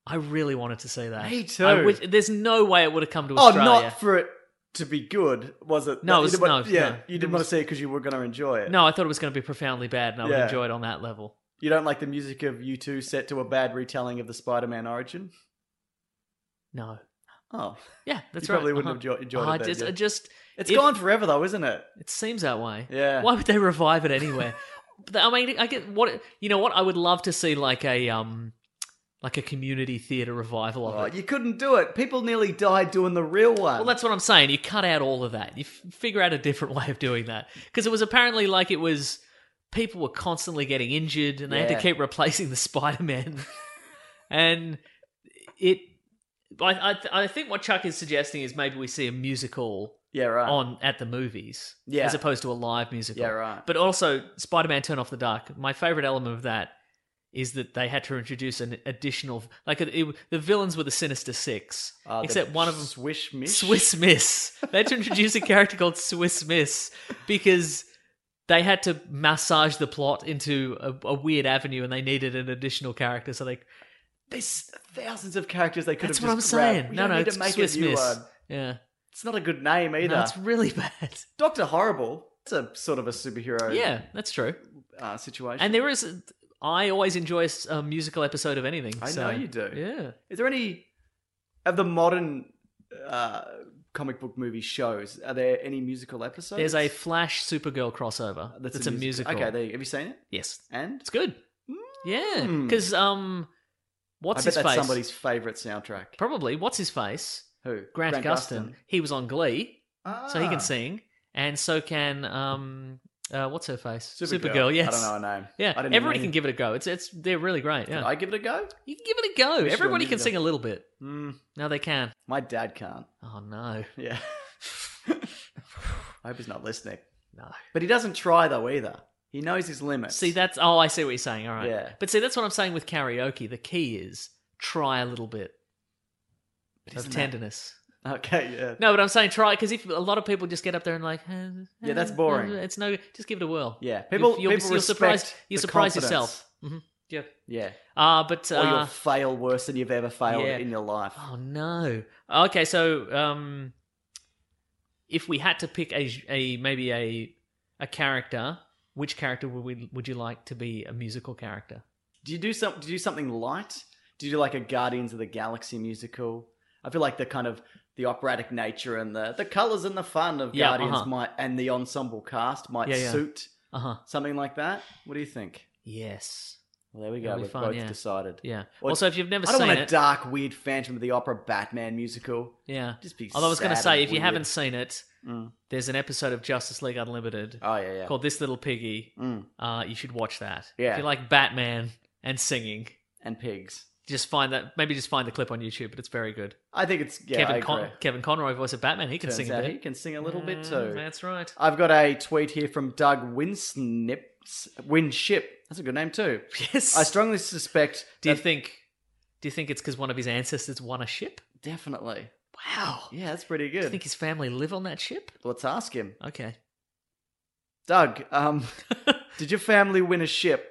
S2: I really wanted to see that.
S6: Me
S2: I
S6: too.
S2: wish- there's no way it would have come to
S6: oh,
S2: Australia.
S6: not for it to be good, was it?
S2: No,
S6: You
S2: it was-
S6: didn't want-
S2: no,
S6: yeah,
S2: no.
S6: you didn't want to see it because you were going to enjoy it.
S2: No, I thought it was going to be profoundly bad, and I would
S6: Yeah.
S2: enjoy it on that level.
S6: you don't like the music of U two set to a bad retelling of the Spider-Man origin.
S2: No.
S6: Oh,
S2: Yeah, that's right. Uh-huh.
S6: You probably wouldn't have jo- enjoyed it
S2: I
S6: then,
S2: just,
S6: yeah.
S2: I just,
S6: it's
S2: If-
S6: gone forever though, isn't it?
S2: it seems that way.
S6: Yeah.
S2: Why would they revive it anywhere? But I mean, I get what you know. What I would love to see, like a um, like a community theater revival of
S6: Oh,
S2: it.
S6: you couldn't do it. People nearly died doing the real one.
S2: Well, that's what I'm saying. You cut out all of that. You f- figure out a different way of doing that because it was apparently like it was people were constantly getting injured and they had
S6: Yeah.
S2: to keep replacing the Spider-Man, and it. I, I I think what Chuck is suggesting is maybe we see a musical
S6: yeah, right.
S2: on at the movies
S6: Uh. Yeah.
S2: as opposed to a live musical.
S6: Yeah, right.
S2: But also Spider-Man Turn Off the Dark. My favorite element of that is that they had to introduce an additional like it, it, the villains were the Sinister 6
S6: Uh, the
S2: except one of them
S6: swish mish.
S2: Swiss Miss. They had to introduce a character called Swiss Miss because they had to massage the plot into a, a weird avenue, and they needed an additional character. So they
S6: There's thousands of characters they could
S2: that's
S6: have
S2: what I'm
S6: just
S2: saying.
S6: grabbed. We
S2: No,
S6: don't
S2: no,
S6: need
S2: it's
S6: to make
S2: Swiss
S6: a new
S2: Miss.
S6: one.
S2: Yeah,
S6: It's not a good name either.
S2: no, it's really bad.
S6: Doctor Horrible. It's a sort of a superhero
S2: Yeah, that's true.
S6: uh, situation.
S2: And there is, I always enjoy a s- a musical episode of anything.
S6: I
S2: so-
S6: know you do.
S2: Yeah.
S6: Is there any of the modern uh, comic book movie shows? Are there any musical episodes?
S2: There's a Flash Supergirl crossover. That's, a, musical.
S6: Okay, there you, have you seen it?
S2: yes,
S6: And
S2: it's good. Yeah,
S6: Hmm.
S2: because um, what's
S6: I bet
S2: his
S6: that's
S2: face?
S6: somebody's favorite soundtrack.
S2: Probably. What's his face?
S6: Who?
S2: Grant, Gustin. He was on Glee,
S6: Ah.
S2: so he can sing, and so can um, uh, what's her face?
S6: Supergirl.
S2: Yes.
S6: I don't know her name.
S2: Yeah.
S6: I didn't
S2: Everybody
S6: even-
S2: can give it a go. It's it's they're really great.
S6: Did
S2: Yeah.
S6: I give it a go?
S2: You can give it a go.
S6: We should
S2: Everybody
S6: all give
S2: can
S6: it a-
S2: sing a little bit.
S6: Hmm.
S2: No, they can.
S6: my dad can't.
S2: Oh no,
S6: Yeah. I hope he's not listening.
S2: no.
S6: But he doesn't try though either. He knows his limits.
S2: See, that's oh, I see what you're saying. All right,
S6: Yeah.
S2: But see, that's what I'm saying with karaoke. The key is try a little bit of
S6: isn't that-
S2: tenderness.
S6: Okay, yeah.
S2: No, but I'm saying try because if a lot of people just get up there and like, eh,
S6: Yeah, that's
S2: eh,
S6: boring.
S2: eh, It's no, just give it a whirl.
S6: Yeah, people-
S2: you'll, you'll,
S6: people
S2: you'll surprise,
S6: respect
S2: you
S6: the
S2: surprise
S6: confidence.
S2: yourself. hmm Yeah.
S6: Yeah.
S2: Uh, but
S6: Or you'll
S2: uh,
S6: fail worse than you've ever failed
S2: yeah.
S6: in your life.
S2: oh no. Okay, so um, if we had to pick a, a maybe a a character, which character would we would you like to be a musical character?
S6: Do you do some? Do you do something light? Do you do like a Guardians of the Galaxy musical? I feel like the kind of the operatic nature and the the colors and the fun of
S2: Yeah,
S6: Guardians
S2: uh-huh.
S6: might and the ensemble cast might
S2: Yeah, yeah.
S6: suit
S2: Uh huh.
S6: something like that. What do you think?
S2: Yes.
S6: Well, there we go.
S2: That'll be
S6: We've
S2: fun,
S6: both
S2: yeah.
S6: decided.
S2: Yeah.
S6: Or-
S2: also, if you've never
S6: I don't
S2: seen
S6: want a
S2: it,
S6: dark, weird Phantom of the Opera Batman musical.
S2: yeah.
S6: Just be.
S2: Although I was going to
S6: sad
S2: say,
S6: and
S2: if you
S6: weird.
S2: haven't seen it,
S6: Mm.
S2: there's an episode of Justice League Unlimited
S6: oh yeah, yeah.
S2: called "This Little Piggy."
S6: Mm.
S2: Uh, you should watch that.
S6: Yeah.
S2: If you like Batman and singing,
S6: And pigs.
S2: just find that. Maybe just find the clip on YouTube, but it's very good.
S6: I think it's yeah. I
S2: Kevin
S6: agree.
S2: Con- Kevin Conroy, voice of Batman, he can
S6: Turns
S2: sing a
S6: out
S2: bit.
S6: he can sing a little bit
S2: Mm,
S6: too.
S2: That's right.
S6: I've got a tweet here from Doug Winsnips, Winship. That's a good name too.
S2: Yes.
S6: I strongly suspect.
S2: do you
S6: that-
S2: think? Do you think it's because one of his ancestors won a ship?
S6: definitely?
S2: Wow.
S6: Yeah, that's pretty
S2: Do
S6: good.
S2: you think his family live on that ship?
S6: Let's ask him.
S2: Okay.
S6: Doug, um, did your family win a ship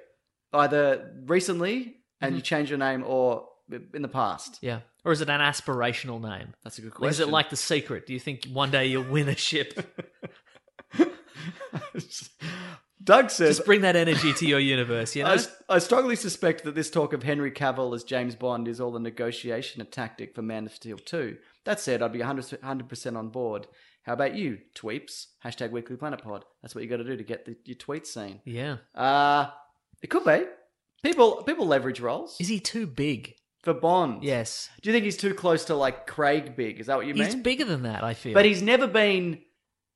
S6: either recently and
S2: Mm-hmm.
S6: you changed your name or in the past?
S2: Yeah. Or is it an aspirational name?
S6: That's a good
S2: Or
S6: question.
S2: Is it like The Secret? Do you think one day you'll win a ship?
S6: Doug says?
S2: Just bring that energy to your universe, you know?
S6: I, I strongly suspect that this talk of Henry Cavill as James Bond is all a negotiation a tactic for Man of Steel 2. That said, I'd be 100%, 100% on board. How about you, tweeps? Hashtag Weekly Planet Pod. That's what you got to do to get the, your tweets seen.
S2: yeah.
S6: Uh, it could be. People people leverage roles
S2: Is he too big?
S6: for Bond.
S2: Yes.
S6: Do you think he's too close to like Craig big? Is that what you
S2: He's
S6: mean?
S2: bigger than that, I feel.
S6: But he's never been.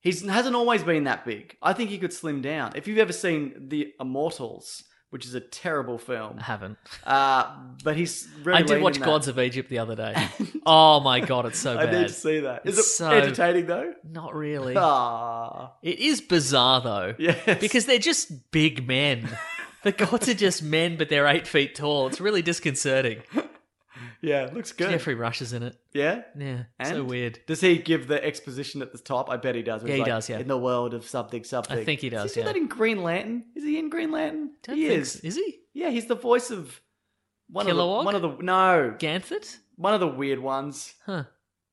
S6: He's hasn't always been that big. I think he could slim down. If you've ever seen The Immortals, which is a terrible film,
S2: I haven't.
S6: uh, but he's really
S2: I did
S6: lean
S2: watch
S6: in that.
S2: Gods of Egypt the other day. oh my god, it's so
S6: I
S2: bad.
S6: need to see that. Is
S2: It's
S6: it
S2: so-
S6: entertaining though?
S2: Not really.
S6: Ah,
S2: It is bizarre though.
S6: yes.
S2: Because they're just big men. the gods are just men, but they're eight feet tall. It's really disconcerting.
S6: yeah, it looks good.
S2: Jeffrey Rush is in it.
S6: Yeah.
S2: Yeah. So
S6: And?
S2: weird.
S6: Does he give the exposition at the top? I bet he does. where
S2: Yeah,
S6: he's
S2: he
S6: like,
S2: does, yeah.
S6: In the world of something, something.
S2: I think he does,
S6: Does he do
S2: yeah.
S6: that in Green Lantern? Is he in Green Lantern?
S2: Don't
S6: he
S2: think
S6: is.
S2: so. Is he?
S6: Yeah, he's the voice of one
S2: Kilowog?
S6: of the one of the no
S2: Ganthet?
S6: one of the weird ones.
S2: Huh.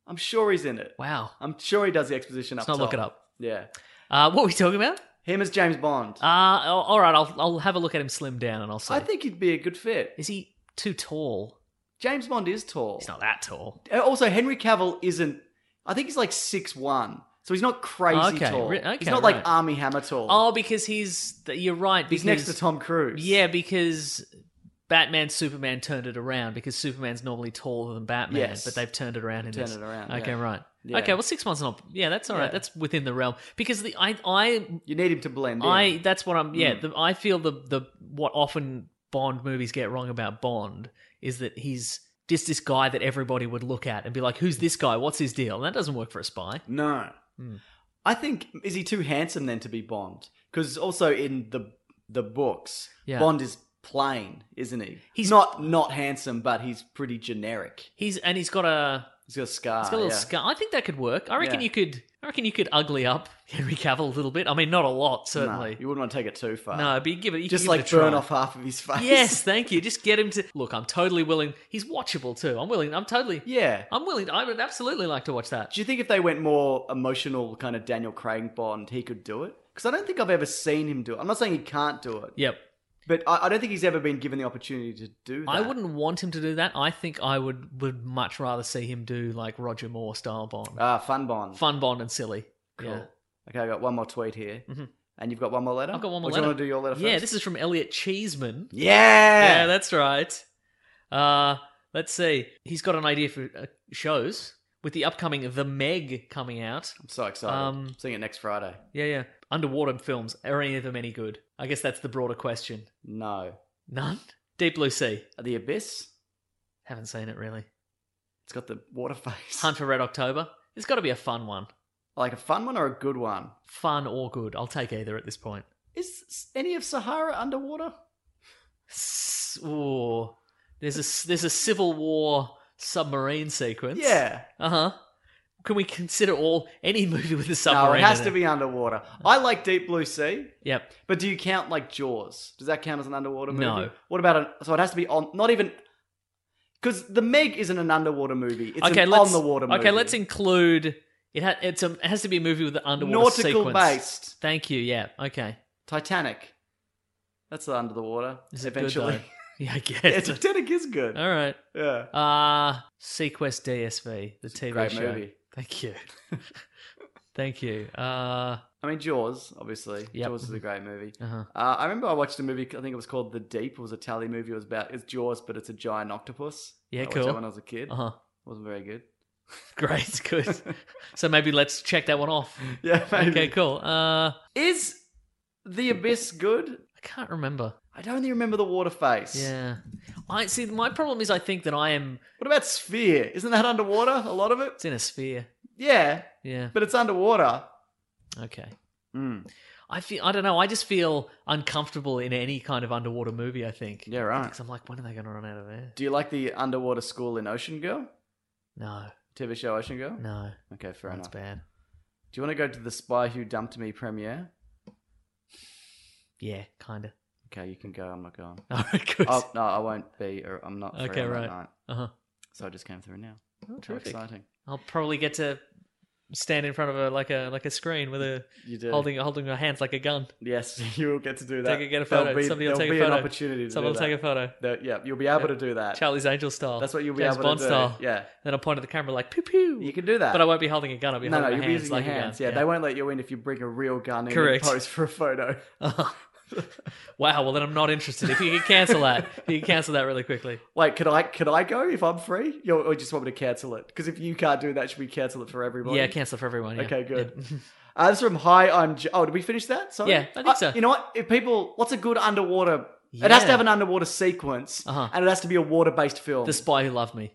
S6: I'm sure he's in it.
S2: Wow.
S6: I'm sure he does the exposition
S2: Let's
S6: up.
S2: not look
S6: top.
S2: it up.
S6: Yeah,
S2: Uh, what were we talking about?
S6: him as James Bond.
S2: Uh, al- all right, I'll, I'll have a look at him slim down and I'll say.
S6: I think he'd be a good fit.
S2: Is he too tall?
S6: James Bond is tall.
S2: He's not that tall.
S6: Uh, Also, Henry Cavill isn't. I think he's like six one, so he's not crazy
S2: Okay,
S6: tall.
S2: re- okay,
S6: he's not
S2: right.
S6: like Army Hammer tall.
S2: Oh, because he's. th- You're right. Because,
S6: he's next to Tom Cruise.
S2: Yeah, because Batman Superman turned it around because Superman's normally taller than Batman,
S6: Yes.
S2: but they've turned it around in
S6: Turned
S2: this.
S6: it around,
S2: Okay,
S6: yeah.
S2: right.
S6: Yeah.
S2: Okay, well, six months not. Yeah, that's all right.
S6: Yeah.
S2: That's within the realm because the I I
S6: you need him to blend in.
S2: I that's what I'm.
S6: Hmm.
S2: Yeah, the, I feel the the what often Bond movies get wrong about Bond is that he's just this guy that everybody would look at and be like, "Who's this guy? What's his deal?" And that doesn't work for a spy.
S6: No.
S2: Hmm.
S6: I think is he too handsome then to be Bond? Because also in the the books,
S2: Yeah.
S6: Bond is plain, isn't he?
S2: He's-
S6: He's not not handsome, but he's pretty generic.
S2: He's and he's got a
S6: He's got a scar.
S2: he's got a little
S6: Ah, yeah.
S2: scar. I think that could work. I reckon
S6: Yeah.
S2: you could. I reckon you could ugly up Henry Cavill a little bit. I mean, not a lot
S6: No,
S2: certainly.
S6: you wouldn't want to take it too far.
S2: No, but you give it. You
S6: just
S2: could give
S6: like
S2: it a
S6: burn
S2: try.
S6: off half of his face.
S2: Yes, thank you. Just get him to look. I'm totally willing. He's watchable too. I'm willing. I'm totally.
S6: yeah.
S2: I'm willing. I would absolutely like to watch that.
S6: Do you think if they went more emotional, kind of Daniel Craig Bond, he could do it? Because I don't think I've ever seen him do it. I'm not saying he can't do it,
S2: Yep.
S6: but I, I don't think he's ever been given the opportunity to do that.
S2: I wouldn't want him to do that. I think I would would much rather see him do like Roger Moore style Bond,
S6: Ah, fun Bond.
S2: fun Bond and silly.
S6: Cool.
S2: Yeah. Mm-hmm.
S6: Okay, I got one more tweet here, and you've got one more letter.
S2: I've got one more
S6: Or
S2: letter.
S6: Do you want to do your letter first?
S2: Yeah, this is from Elliot Cheeseman.
S6: Yeah.
S2: Yeah, that's right. Uh, let's see. He's got an idea for uh, shows with the upcoming The Meg coming out.
S6: I'm so excited.
S2: Um,
S6: Seeing it next Friday.
S2: Yeah, yeah. Underwater films are any of them any good? I guess that's the broader question.
S6: No,
S2: None. Deep Blue Sea.
S6: the Abyss.
S2: Haven't seen it really.
S6: It's got the water face.
S2: Hunt for Red October. It's got to be a fun one.
S6: Like a fun one or a good one?
S2: Fun or good. I'll take either at this point.
S6: Is s- any of Sahara underwater?
S2: S- Ooh. There's a s- there's a civil war submarine sequence.
S6: Yeah.
S2: Uh huh. Can we consider all any movie with a
S6: No,
S2: submarine?
S6: it has
S2: in
S6: to be underwater. I like Deep Blue Sea,
S2: Yep.
S6: but do you count like Jaws? Does that count as an underwater movie?
S2: No.
S6: What about an? So it has to be on. Not even because the Meg isn't an underwater movie. It's
S2: okay.
S6: an
S2: Let's,
S6: on the water. Movie.
S2: Okay. Let's include it. Ha- it's a, it has to be a movie with an underwater
S6: nautical
S2: sequence.
S6: based
S2: Thank you. Yeah. Okay.
S6: Titanic. That's under the water.
S2: Is it good,
S6: eventually,
S2: though? Yeah, I get
S6: yeah,
S2: it.
S6: Titanic is good.
S2: all right.
S6: Yeah.
S2: Uh Sequest DSV, the TV
S6: great
S2: show.
S6: movie.
S2: Thank you. Thank you. Uh
S6: I mean Jaws, obviously.
S2: Yep.
S6: Jaws is a great movie.
S2: Uh-huh.
S6: Uh, I remember I watched a movie. I think it was called The Deep. It was a tally movie. It was about it's Jaws, but it's a giant octopus.
S2: Yeah,
S6: I watched
S2: cool.
S6: That when I was a kid,
S2: uh-huh.
S6: wasn't very good.
S2: Great, good. so maybe let's check that one off.
S6: Yeah, maybe.
S2: Okay, cool. Uh I
S6: Is The Abyss good?
S2: can't remember.
S6: I don't really remember the water face.
S2: Yeah. I see my problem is I think that I am
S6: What about Sphere? Isn't that underwater? A lot of it.
S2: it's in a sphere.
S6: Yeah,
S2: Yeah.
S6: but it's underwater.
S2: Okay.
S6: Hmm,
S2: I feel I don't know, I just feel uncomfortable in any kind of underwater movie, I think.
S6: Yeah, right.
S2: Because I'm like, when are they gonna run out of air?
S6: Do you like the underwater school in Ocean Girl?
S2: No,
S6: TV show Ocean Girl.
S2: no.
S6: Okay, fair
S2: That's
S6: enough.
S2: bad.
S6: Do you want to go to the Spy Who Dumped Me premiere?
S2: Yeah, kinda.
S6: Okay, you can go. I'm not going.
S2: Alright, good.
S6: Oh no, I won't be. Or I'm not. Free
S2: Okay,
S6: on that
S2: right.
S6: night.
S2: uh-huh.
S6: So I just came through now.
S2: Oh,
S6: How
S2: terrific.
S6: exciting!
S2: I'll probably get to stand in front of a like a like a screen with a
S6: You do.
S2: holding holding my hands like a gun.
S6: Yes, you will get to do that.
S2: Take a, get a
S6: There'll
S2: photo.
S6: Be,
S2: Somebody will
S6: there'll
S2: take
S6: be
S2: a photo.
S6: an opportunity to
S2: Someone
S6: do
S2: will
S6: that.
S2: take a photo.
S6: There- yeah, you'll be able to do that.
S2: Charlie's Angel style.
S6: That's what you'll be
S2: James
S6: able
S2: Bond
S6: to do.
S2: style.
S6: Yeah,
S2: Then I'll point at the camera like pew pew.
S6: you can do that.
S2: But I won't be holding a gun. I'll be
S6: no, no,
S2: holding
S6: you'll
S2: my
S6: be
S2: hands
S6: using
S2: like
S6: your hands.
S2: a
S6: Yeah,
S2: gun.
S6: they won't let you in if you bring a real gun in and
S2: Correct.
S6: pose for a photo.
S2: wow. Well, then I'm not interested. If you can cancel that, if you can cancel that really quickly.
S6: Wait, could I could I go if I'm free? You're, or you just want me to cancel it? Because if you can't do that, should we cancel it for everybody?
S2: Yeah, cancel for everyone. yeah.
S6: Okay, good.
S2: Yeah.
S6: Uh, this is from Hi, I'm. J- oh, did we finish that? Sorry.
S2: Yeah, I think
S6: Uh,
S2: so.
S6: You know what? If people, what's a good underwater? It has to
S2: Yeah.
S6: have an underwater sequence,
S2: Uh-huh.
S6: and it has to be a water-based film.
S2: The Spy Who Loved Me.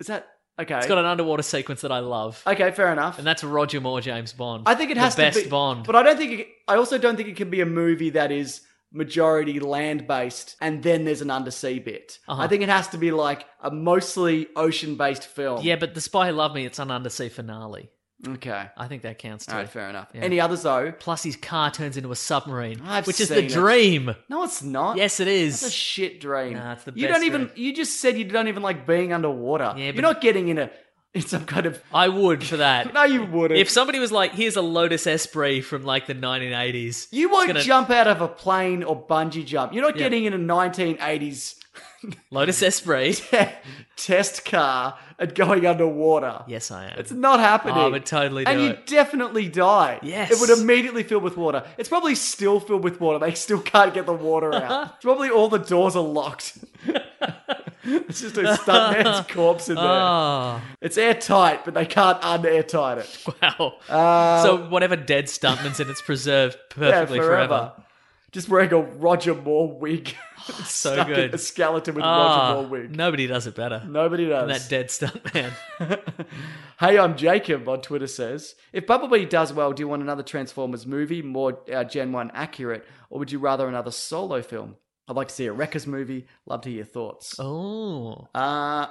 S6: is that okay?
S2: It's got an underwater sequence that I love,
S6: okay, fair enough.
S2: and that's Roger Moore James Bond.
S6: I think it has
S2: the best
S6: to be
S2: Bond.
S6: but I don't think. It, I also don't think it can be a movie that is majority land-based, and then there's an undersea bit.
S2: Uh-huh.
S6: I think it has to be like a mostly ocean-based film.
S2: yeah, but The Spy Who Loved Me, it's an undersea finale.
S6: Okay.
S2: I think that counts too.
S6: All right, fair enough.
S2: Uh, Yeah.
S6: Any others though?
S2: Plus, his car turns into a submarine,
S6: I've
S2: which is
S6: seen
S2: the
S6: it.
S2: dream.
S6: No, it's not.
S2: Yes, it
S6: It's a
S2: is.
S6: shit dream.
S2: Nah, it's the
S6: you
S2: best
S6: don't even.
S2: dream.
S6: You just said you don't even like being underwater.
S2: Yeah, but-
S6: You're not getting in a in some kind of.
S2: I would for that.
S6: No, you wouldn't.
S2: if somebody was like, "Here's a Lotus Esprit from like the 1980s,"
S6: you won't
S2: gonna-
S6: jump out of a plane or bungee jump. You're not
S2: Yeah.
S6: getting in a 1980s
S2: Lotus Esprit.
S6: test car and going underwater.
S2: yes, I am.
S6: It's not happening.
S2: Oh, I would totally
S6: And
S2: do
S6: you
S2: it.
S6: definitely die.
S2: Yes.
S6: It would immediately fill with water. It's probably still filled with water. They still can't get the water out. probably all the doors are locked. it's just a stuntman's corpse in there.
S2: oh
S6: It's airtight, but they can't unairtight it.
S2: wow!
S6: Uh,
S2: so whatever dead stuntman's in, it's preserved
S6: yeah,
S2: perfectly
S6: forever.
S2: forever.
S6: Just wearing a Roger Moore wig.
S2: So
S6: Stuck in
S2: good.
S6: A skeleton with a
S2: Ah,
S6: Roger Moore wig.
S2: nobody does it better
S6: Nobody
S2: than
S6: does.
S2: that dead stuntman.
S6: hey, I'm Jacob on Twitter says, if Bumblebee does well, do you want another Transformers movie, more uh, Gen 1 accurate, or would you rather another solo film? I'd like to see a Wreckers movie. Love to hear your thoughts.
S2: oh,
S6: Uh,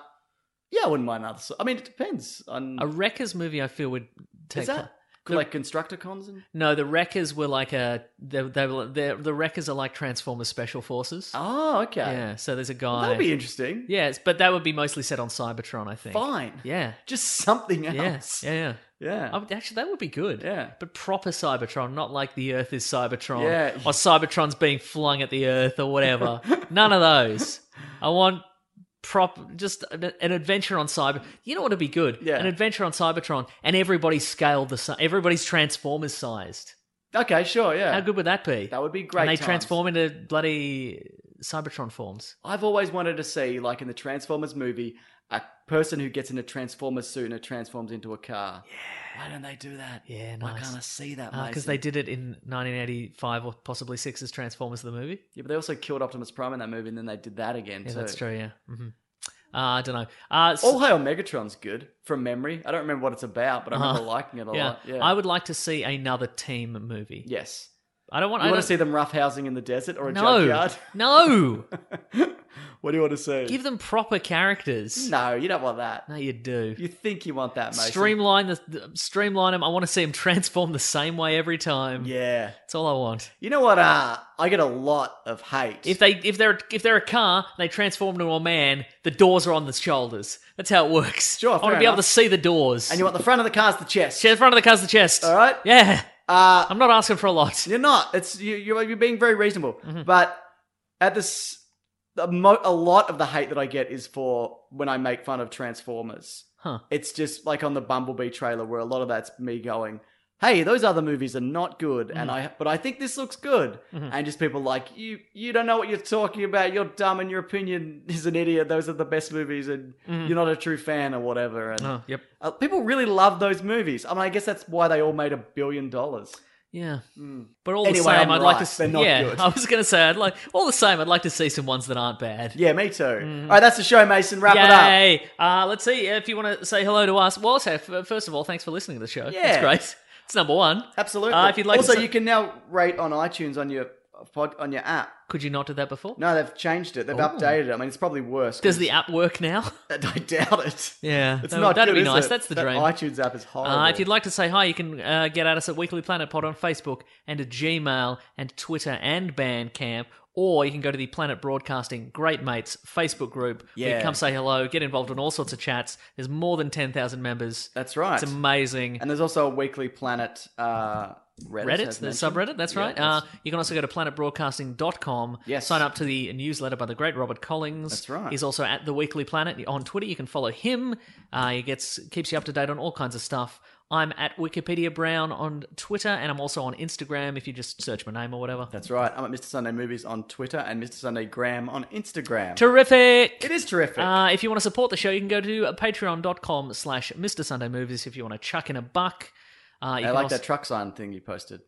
S6: yeah, I wouldn't mind another. So- I mean, it depends on.
S2: a Wreckers movie, I feel would take.
S6: Mm. is that like Constructicons? And-
S2: No, the Wreckers were like a they they were the the Wreckers are like Transformers Special Forces.
S6: oh, okay.
S2: Yeah, so there's a guy.
S6: That'd be interesting.
S2: yes, but that would be mostly set on Cybertron, I think.
S6: Fine.
S2: Yeah.
S6: Just something
S2: Yes.
S6: else.
S2: Yeah. Yeah.
S6: Yeah.
S2: I would, actually, that would be good.
S6: Yeah.
S2: But proper Cybertron, not like the Earth is Cybertron,
S6: Yeah.
S2: or Cybertron's being flung at the Earth or whatever. None of those. I want prop just an, an adventure on cyber you know what would be good
S6: Yeah.
S2: an adventure on cybertron and everybody's scaled the si- everybody's transformers sized
S6: Okay, sure, yeah.
S2: how good would that be
S6: That would be great.
S2: and they
S6: times.
S2: transform into bloody cybertron forms
S6: I've always wanted to see, like in the Transformers movie, a person who gets in a Transformers suit and it transforms into a car. Yeah. Why don't they do that?
S2: Yeah,
S6: Why
S2: nice.
S6: can't I see that?
S2: because
S6: Mason?
S2: they did it in 1985 or possibly six as Transformers the movie.
S6: Yeah, but they also killed Optimus Prime in that movie, and then they did that again
S2: Yeah,
S6: too.
S2: that's true. Yeah. hmm Uh, I don't know. Uh, s-
S6: All Hail Megatron's good from memory. I don't remember what it's about, but I remember liking it a
S2: yeah.
S6: lot. Yeah.
S2: I would like to see another team movie.
S6: Yes.
S2: I don't want.
S6: You
S2: I
S6: want
S2: don't-
S6: to see them roughhousing in the desert or a
S2: no,
S6: junkyard?
S2: no.
S6: What do you want to see?
S2: Give them proper characters.
S6: no, you don't want that.
S2: No, you do.
S6: You think you want that, Mason?
S2: streamline the, the streamline them. I want to see them transform the same way every time.
S6: Yeah.
S2: That's all I want.
S6: You know what? Uh, I get a lot of hate.
S2: If they if they're if they're a car and they transform into a man, the doors are on the shoulders. That's how it works.
S6: Sure,
S2: I want
S6: fair
S2: to be able
S6: enough.
S2: to see the doors.
S6: and you want the front of the car's the chest.
S2: Chest- front of the car's the chest.
S6: All right.
S2: Yeah.
S6: Uh,
S2: I'm not asking for a lot.
S6: You're not. It's you. You're, you're being very reasonable.
S2: Mm-hmm.
S6: But at this, the mo- a lot of the hate that I get is for when I make fun of Transformers.
S2: Huh.
S6: It's just like on the Bumblebee trailer where a lot of that's me going, "Hey, those other movies are not good," and
S2: Mm-hmm.
S6: I, but I think this looks good. And just people like you. You don't know what you're talking about. You're dumb, and your opinion is an idiot. Those are the best movies, and
S2: Mm-hmm.
S6: you're not a true fan or whatever. And
S2: Oh, yep.
S6: uh, people really love those movies. I mean, I guess that's why they all made a billion dollars.
S2: Yeah. But all the
S6: Hmm. Anyway,
S2: same,
S6: I'm
S2: would like
S6: right.
S2: to.
S6: They're not
S2: yeah,
S6: good.
S2: I was gonna say, I'd like all the same. I'd like to see some ones that aren't bad.
S6: Yeah, me too. All right, that's the show, Mason. Wrap it up.
S2: Mm. Yay! Uh, let's see if you want to say hello to us. Well, also, f- first of all, thanks for listening to the show.
S6: Yeah.
S2: it's great. It's number one.
S6: Absolutely.
S2: Uh, if you'd like
S6: also,
S2: to-
S6: you can now rate on iTunes on your pod, on your app.
S2: Could you not do that before?
S6: No, they've changed it. They've updated it. I mean, it's probably worse.
S2: Does
S6: 'cause-
S2: the app work now?
S6: I doubt it.
S2: Yeah,
S6: it's
S2: that-
S6: not.
S2: that'd
S6: good,
S2: be
S6: is
S2: nice.
S6: it?
S2: That's the
S6: That
S2: dream.
S6: iTunes app is horrible.
S2: Uh, if you'd like to say hi, you can uh, get at us at Weekly Planet Pod on Facebook and at Gmail and Twitter and Bandcamp, or you can go to the Planet Broadcasting Great Mates Facebook group. where you
S6: Yeah.
S2: can come say hello, get involved in all sorts of chats. There's more than ten thousand members.
S6: that's right.
S2: It's amazing.
S6: and there's also a Weekly Planet uh, Reddit.
S2: Reddit,
S6: as
S2: the
S6: mentioned.
S2: subreddit, that's
S6: Yeah,
S2: right. Uh, you can also go to planetbroadcasting.com,
S6: Yes.
S2: sign up to the newsletter by the great Robert Collins.
S6: That's right.
S2: He's also at The Weekly Planet on Twitter. You can follow him. Uh, he gets keeps you up to date on all kinds of stuff. I'm at Wikipedia Brown on Twitter, and I'm also on Instagram if you just search my name or whatever.
S6: that's right. I'm at Mr. Sunday Movies on Twitter and Mr. Sunday Graham on Instagram.
S2: Terrific!
S6: it is terrific.
S2: Uh, if you want to support the show, you can go to uh, patreon.com slash Mr. Sunday Movies if you want to chuck in a buck. Uh, you
S6: I
S2: can
S6: like
S2: also-
S6: that truck sign thing you posted.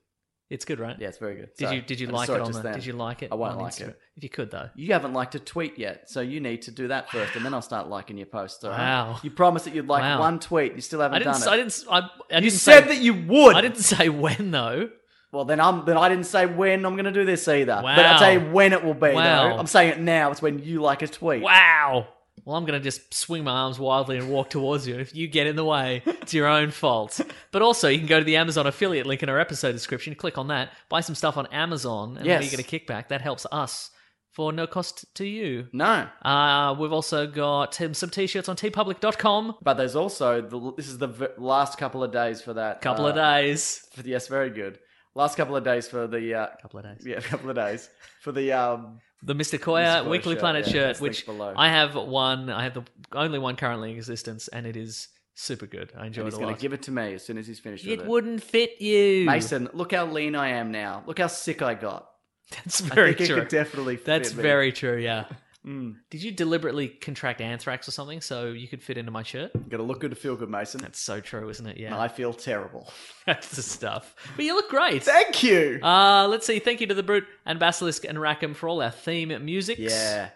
S2: It's good, right?
S6: Yeah, it's very good.
S2: Did
S6: Sorry.
S2: you did you
S6: I just
S2: like
S6: saw
S2: it on
S6: just
S2: the,
S6: then.
S2: Did you like it?
S6: I won't
S2: on
S6: like
S2: Instagram?
S6: it.
S2: If you could though.
S6: You haven't liked a tweet yet, so you need to do that first, and then I'll start liking your posts. all right?
S2: Wow.
S6: You promised that you'd like
S2: Wow.
S6: one tweet. You still haven't
S2: I didn't.
S6: done
S2: s-
S6: it.
S2: I didn't. s- I, I
S6: you
S2: didn't
S6: said
S2: say,
S6: that you would.
S2: I didn't say when though.
S6: Well, then I'm. Then I didn't say when I'm going to do this either.
S2: Wow.
S6: But I'll tell you when it will be.
S2: Wow.
S6: Though. I'm saying it now. It's when you like a tweet.
S2: Wow. Well, I'm going to just swing my arms wildly and walk towards you. And if you get in the way, it's your own fault. But also, you can go to the Amazon affiliate link in our episode description. Click on that, buy some stuff on Amazon, and
S6: Yes.
S2: then you get a kickback. That helps us for no cost to you.
S6: No,
S2: Uh, we've also got um, some t-shirts on tpublic.com.
S6: but there's also the, this is the v- last couple of days for that.
S2: Couple of
S6: uh,
S2: days.
S6: for- yes, very good. Last couple of days for the uh,
S2: Couple of days.
S6: yeah, couple of days for the um,
S2: The Mr.
S6: Mr.
S2: Koya
S6: Koya
S2: Weekly
S6: shirt,
S2: Planet
S6: yeah,
S2: shirt,
S6: that's
S2: which
S6: linked below.
S2: I have one. I have the only one currently in existence, and it is super good. I enjoy
S6: and
S2: it
S6: he's
S2: a
S6: going
S2: lot.
S6: to give it to me as soon as he's finished.
S2: it
S6: with
S2: wouldn't fit you.
S6: Mason, look how lean I am now. Look how sick I got.
S2: That's
S6: I
S2: very
S6: think it
S2: true.
S6: could definitely fit
S2: That's
S6: me.
S2: very true. Yeah.
S6: Mm.
S2: Did you deliberately contract anthrax or something so you could fit into my shirt?
S6: Got to look good to feel good, Mason.
S2: That's so true, isn't it?
S6: And
S2: Yeah.
S6: I feel terrible.
S2: That's the stuff. But you look great.
S6: Thank you.
S2: Uh, let's see. Thank you to the Brute and Basilisk and Rackham for all our theme music.
S6: yeah.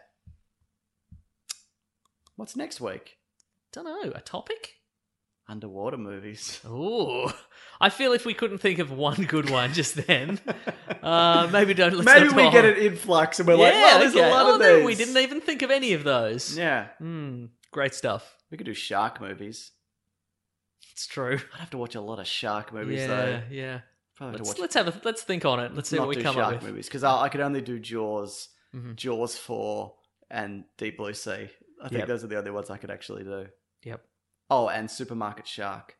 S6: What's next week?
S2: Don't know. A topic?
S6: Underwater movies.
S2: Ooh, I feel if we couldn't think of one good one just then, uh, maybe don't. Let's
S6: Maybe
S2: not
S6: we
S2: dwell
S6: get
S2: on-
S6: an influx and we're
S2: yeah,
S6: like, wow, there's
S2: okay.
S6: a lot
S2: oh,
S6: of
S2: no,
S6: these.
S2: we didn't even think of any of those.
S6: Yeah.
S2: Mm, great stuff.
S6: We could do shark movies.
S2: It's true.
S6: I'd have to watch a lot of shark movies,
S2: yeah,
S6: though.
S2: yeah.
S6: Probably
S2: Let's,
S6: have to watch
S2: let's have a let's think on it. Let's see
S6: not
S2: what we
S6: do
S2: come
S6: shark
S2: up with.
S6: movies because I, I could only do Jaws,
S2: Mhm.
S6: Jaws 4, and Deep Blue Sea. I think
S2: Yep.
S6: those are the only ones I could actually do.
S2: Yep.
S6: Oh, and Supermarket Shark.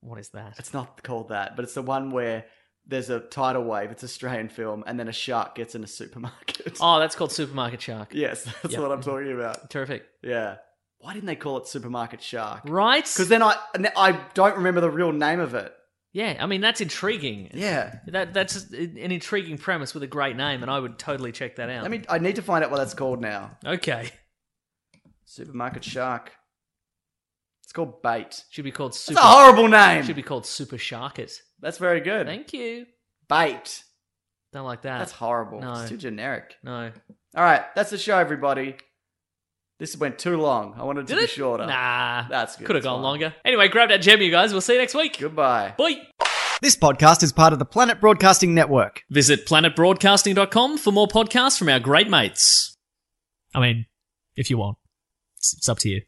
S2: What is that?
S6: It's not called that, but it's the one where there's a tidal wave. It's an Australian film, and then a shark gets in a supermarket.
S2: Oh, that's called Supermarket Shark.
S6: Yes, that's
S2: Yep.
S6: what I'm talking about.
S2: Terrific.
S6: Yeah. Why didn't they call it Supermarket Shark?
S2: Right?
S6: Because then I I don't remember the real name of it.
S2: yeah, I mean that's intriguing.
S6: Yeah.
S2: That that's an intriguing premise with a great name, and I would totally check that out.
S6: I mean, I need to find out what that's called now.
S2: okay,
S6: Supermarket Shark. It's called Bait.
S2: should be called
S6: It's
S2: Super.
S6: a horrible name.
S2: should be called Super Shark It.
S6: That's very good.
S2: Thank you.
S6: Bait.
S2: Don't like that.
S6: That's horrible.
S2: No.
S6: It's too generic.
S2: no.
S6: All right, that's the show, everybody.
S1: This went too long. I wanted it to
S2: Did
S1: be
S2: it?
S1: shorter.
S2: Nah.
S1: That's good.
S2: Could have
S1: It's
S2: gone
S1: fine.
S2: longer. Anyway, grab that gem, you guys. We'll see you next week.
S1: Goodbye.
S2: Bye.
S6: This podcast is part of the Planet Broadcasting Network.
S2: Visit planetbroadcasting.com for more podcasts from our great mates. I mean, if you want, it's, it's up to you.